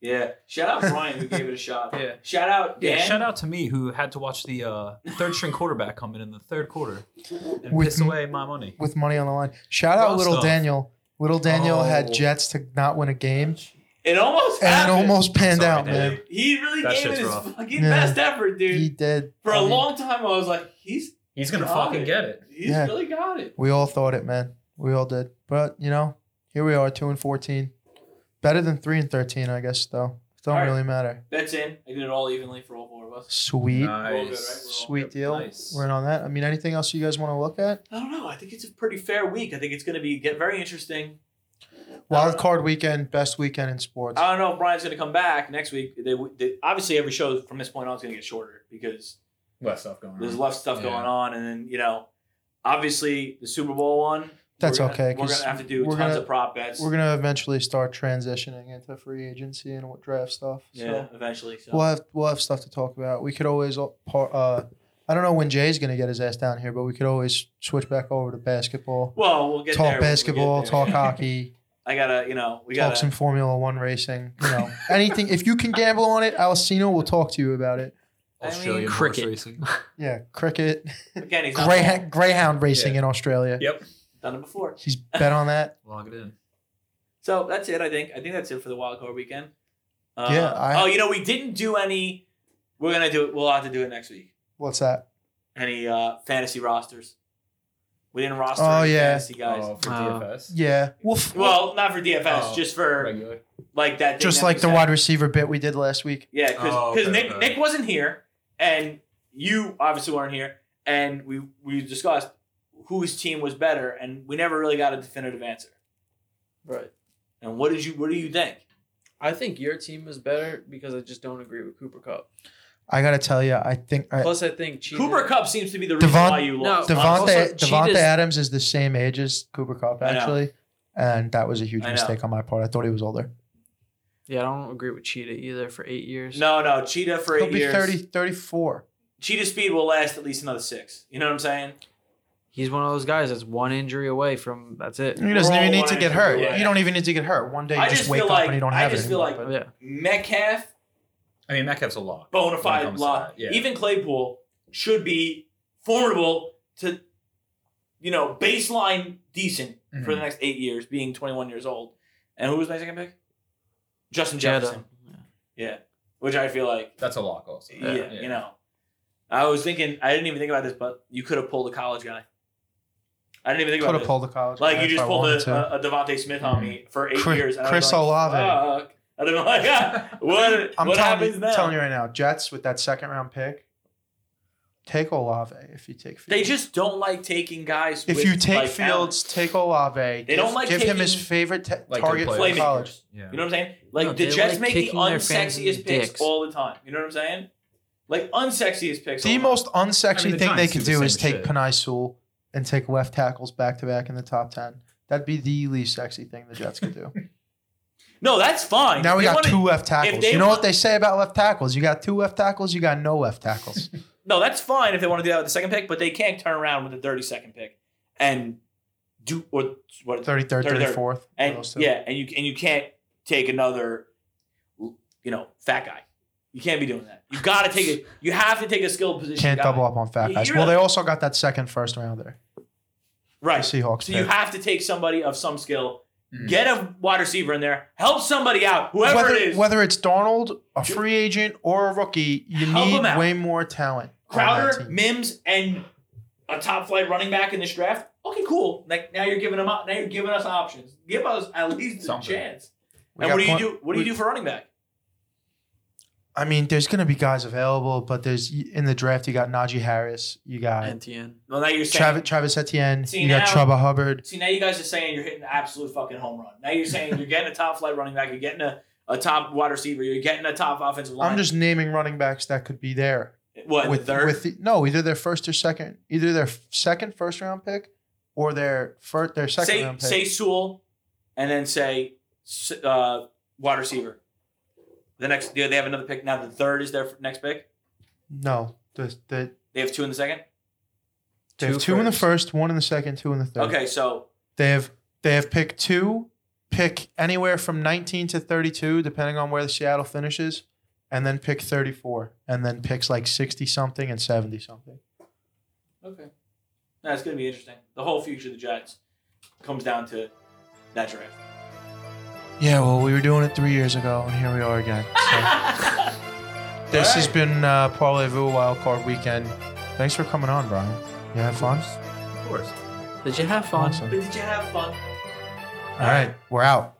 S4: yeah. Shout out Brian who gave it a shot.
S1: Yeah.
S4: Shout out Dan.
S7: Yeah, shout out to me who had to watch the uh, third string quarterback come in in the third quarter and
S3: With
S7: piss
S3: m-
S7: away my money.
S3: With money on the line, shout out
S7: Ross
S3: little
S7: off.
S3: Daniel. Little Daniel had
S7: Oh.
S3: Jets to not win a game,
S4: It almost
S3: and it
S4: happened.
S3: almost panned
S7: Sorry,
S3: out,
S7: Daniel.
S3: man.
S4: He really
S7: That
S4: gave it
S7: shit's
S4: his
S7: rough.
S4: fucking
S3: Yeah.
S4: best effort, dude.
S3: He did
S4: For
S3: I
S4: a
S3: mean,
S4: long time, I was like, he's
S7: He's gonna
S4: got
S7: fucking get it.
S4: He's
S3: Yeah.
S4: really got it.
S3: We all thought it, man. We all did. But you know, here we are, two and fourteen. Better than three and thirteen, I guess. Though don't
S4: All right.
S3: really matter.
S4: That's in. I did it all evenly for all four of us.
S3: Sweet,
S4: We're all good,
S7: Nice.
S4: right? We're all-
S3: sweet deal.
S7: Nice.
S3: We're in on that. I mean, anything else you guys want to look at?
S4: I don't know. I think it's a pretty fair week. I think it's going to be get very interesting. Uh,
S3: Wild card weekend, best weekend in sports.
S4: I don't know if Brian's going to come back next week. They, they, obviously, every show from this point on is going to get shorter because
S1: Less stuff going
S4: there's
S1: on.
S4: less stuff
S7: Yeah.
S4: going on. And then, you know, obviously the Super Bowl one.
S3: That's
S4: we're gonna-
S3: okay,
S4: We're
S3: 'cause
S4: going to have to do
S3: we're
S4: tons
S3: gonna-
S4: of prop bets.
S3: We're gonna eventually start transitioning into free agency and what draft stuff. So
S4: yeah, eventually. So.
S3: we'll have we'll have stuff to talk about. We could always al- par- uh, I don't know when Jay's gonna get his ass down here, but we could always switch back over to basketball.
S4: Well, we'll get there
S3: Talk
S4: when we get
S3: basketball,
S4: there.
S3: talk hockey.
S4: I gotta, you know, we
S3: talk
S4: gotta.
S3: some Formula One racing. You know, anything. If you can gamble on it, Alcino will talk to you about it.
S4: I mean,
S7: Australian horse
S5: cricket.
S7: racing.
S3: Yeah, cricket,
S4: Again, he's not
S3: greyhound, greyhound racing in Australia.
S1: Yeah.
S4: done it before.
S3: He's bet on that.
S7: Log it in.
S4: So that's it. I think. I think that's it for the wild card weekend. Uh,
S3: Yeah, I-
S4: oh, you know, we didn't do any. We're gonna do it. We'll have to do it next week.
S3: What's that?
S4: Any uh fantasy rosters? We didn't roster
S3: Oh,
S4: any
S3: yeah.
S4: fantasy guys.
S1: Oh, for
S5: Uh,
S1: DFS.
S3: Yeah. Well, f-
S4: Well, not for DFS,
S1: Oh,
S4: just for
S1: Regular.
S4: like that. thing
S3: just
S4: that
S3: like
S4: we
S3: the
S4: had.
S3: wide receiver bit we did last week.
S4: Yeah, because
S7: Oh, okay,
S4: Nick
S7: okay.
S4: Nick wasn't here, and you obviously weren't here, and we we discussed whose team was better, and we never really got a definitive answer.
S5: Right.
S4: And what did you what do you think?
S5: I think your team is better because I just don't agree with Cooper Cup.
S3: I gotta tell you, I think uh, I,
S5: Plus, I think Cheater,
S4: Cooper Cup seems to be the reason
S3: Devon-
S4: why you
S5: No,
S4: lost.
S5: Also,
S3: Devonte Devonte
S5: Cheetah's-
S3: Adams is the same age as Cooper Cup
S4: I know.
S3: actually, and that was a huge
S4: I know.
S3: mistake on my part. I thought he was older.
S5: Yeah, I don't agree with Cheetah either for eight years.
S4: No, no, Cheetah for
S3: He'll
S4: eight
S3: be
S4: years.
S3: 30, 34.
S4: Cheetah speed will last at least another six. You know what I'm saying?
S5: He's one of those guys that's one injury away from that's it.
S3: He doesn't
S4: We're
S3: even
S4: all
S3: need to
S4: lying
S3: get
S4: to
S3: hurt.
S4: the left.
S3: You don't even need to get hurt. One day you
S4: I
S3: just,
S4: just
S3: wake
S4: feel
S3: up
S4: like-
S3: and you don't
S4: I
S3: have
S4: just
S3: it.
S4: feel
S3: anymore.
S4: like-
S3: But-
S5: Yeah.
S4: Metcalf,
S1: I mean, Metcalf's a lot.
S4: bona
S1: when it
S4: fide
S1: comes to
S4: block.
S1: that, yeah.
S4: Even Claypool should be formidable to, you know, baseline decent for
S3: Mm-hmm.
S4: the
S1: Mhm.
S4: next eight years, being 21 years old. And who was my second pick? Justin
S5: Jetta.
S4: Jefferson. Yeah. Which I feel like,
S1: That's a lock also.
S4: yeah,
S1: Yeah.
S4: you know. I was thinking, I didn't even think about this, but you could have pulled a college guy. I didn't even think
S3: Could
S4: about
S3: have
S4: this.
S3: pulled the college.
S4: Like
S3: guy
S4: you
S3: if
S4: just
S3: I
S4: pulled
S3: wanted to.
S4: a, a, Devonte Smith on me for eight
S3: Chris-
S4: years. And
S3: Chris
S4: I was like,
S3: Olave.
S4: Fuck. And I'm like, "Ah, what?
S3: I'm
S4: what
S3: telling,
S4: happens
S3: you,
S4: now?
S3: telling you right now, Jets with that second round pick, take Olave if you take. Fields.
S4: They just don't like taking guys.
S3: if
S4: with,
S3: you take
S4: like,
S3: Fields, take Olave. They give,
S4: don't like
S3: give him his
S4: taking-
S3: favorite ta-
S1: Like
S3: target
S1: good
S3: for
S1: players.
S4: Playmakers.
S3: college.
S7: Yeah.
S4: talent. you know what I'm saying? Like
S5: No,
S4: the
S5: they
S4: Jets
S5: like
S4: make the
S5: kicking their fans in the
S4: unsexiest picks
S5: dicks.
S4: all the time. You know what I'm saying? Like unsexiest picks. all
S3: The most unsexy
S7: I mean, the
S3: thing they
S7: Giants
S3: could
S7: do the
S3: do is
S7: same
S3: take
S7: shit.
S3: Panay Sewell and take left tackles back to back in the top ten. That'd be the least sexy thing the Jets could do.
S4: time. No, that's fine.
S3: now we
S4: They
S3: got
S4: wanna-
S3: two left tackles.
S4: they
S3: You know
S4: want-
S3: what they say about left tackles? You got two left tackles. You got no left tackles.
S4: No, that's fine if they want to do that with the second pick, but they can't turn around with the 32nd pick and do or what
S3: 33rd,
S4: 33rd.
S3: 34th.
S4: and
S3: those two.
S4: yeah, and you and you can't take another, you know, fat guy. You can't be doing that. You got to take it. You have to take a skilled position.
S3: Can't
S4: guy.
S3: double up on fat
S4: You-
S3: guys.
S4: you're
S3: Well,
S4: not-
S3: they also got that second first rounder. The
S4: right?
S3: Seahawks.
S4: So you
S3: pick.
S4: have to take somebody of some skill,
S1: Mhm.
S4: get a wide receiver in there, help somebody out, whoever
S3: whether,
S4: it is.
S3: whether it's Donald, a free agent, or a rookie, you
S4: Help 'em
S3: need
S4: out.
S3: way more talent. on Oh, that
S4: Crowder,
S3: team.
S4: Mims, and a top flight running back in this draft. Okay, cool. Like now you're giving them up. Now you're giving us options. Give us at least
S1: Something.
S4: a chance.
S3: We
S4: and
S3: got
S4: what do you
S3: plen-
S4: do? What do you do for running back?
S3: I mean, there's going to be guys available, but there's in the draft you got Najee Harris, you got
S5: NTN.
S4: Well, now you're saying.
S3: Travis, Travis Etienne,
S4: See,
S3: you got
S4: now-
S3: Chuba Hubbard.
S4: See, now you guys are saying you're hitting the absolute fucking home run. Now you're saying you're getting a top flight running back. You're getting a, a top wide receiver. You're getting a top offensive line.
S3: I'm just naming running backs that could be there
S4: what
S3: with
S4: third.
S3: with the, no either their first or second, either their f- second first round pick or their first their second
S4: say
S3: round pick.
S4: say Sewell, and then say s- uh, wide receiver. The next they they have another pick now. The third is their f- next pick.
S3: no, the, the,
S4: They have two in the second.
S3: they have
S5: Two
S3: two in the
S5: first.
S3: first, one in the second, two in the third.
S4: Okay, so
S3: They have they have pick two, pick anywhere from 19 to 32, depending on where the Seattle finishes, and then pick 34, and then picks like 60 something and 70 something.
S4: okay, that's gonna be interesting. The whole future of the Giants comes down to that draft.
S3: Yeah, well, we were doing it three years ago, and here we are again. So, this has been uh, Parlez-Vous Wild Card Weekend. Thanks for coming on, Brian. You have fun?
S1: Mm-hmm.
S7: Of course.
S5: Did you have fun?
S3: Awesome.
S4: But did you have fun?
S3: All right, we're out.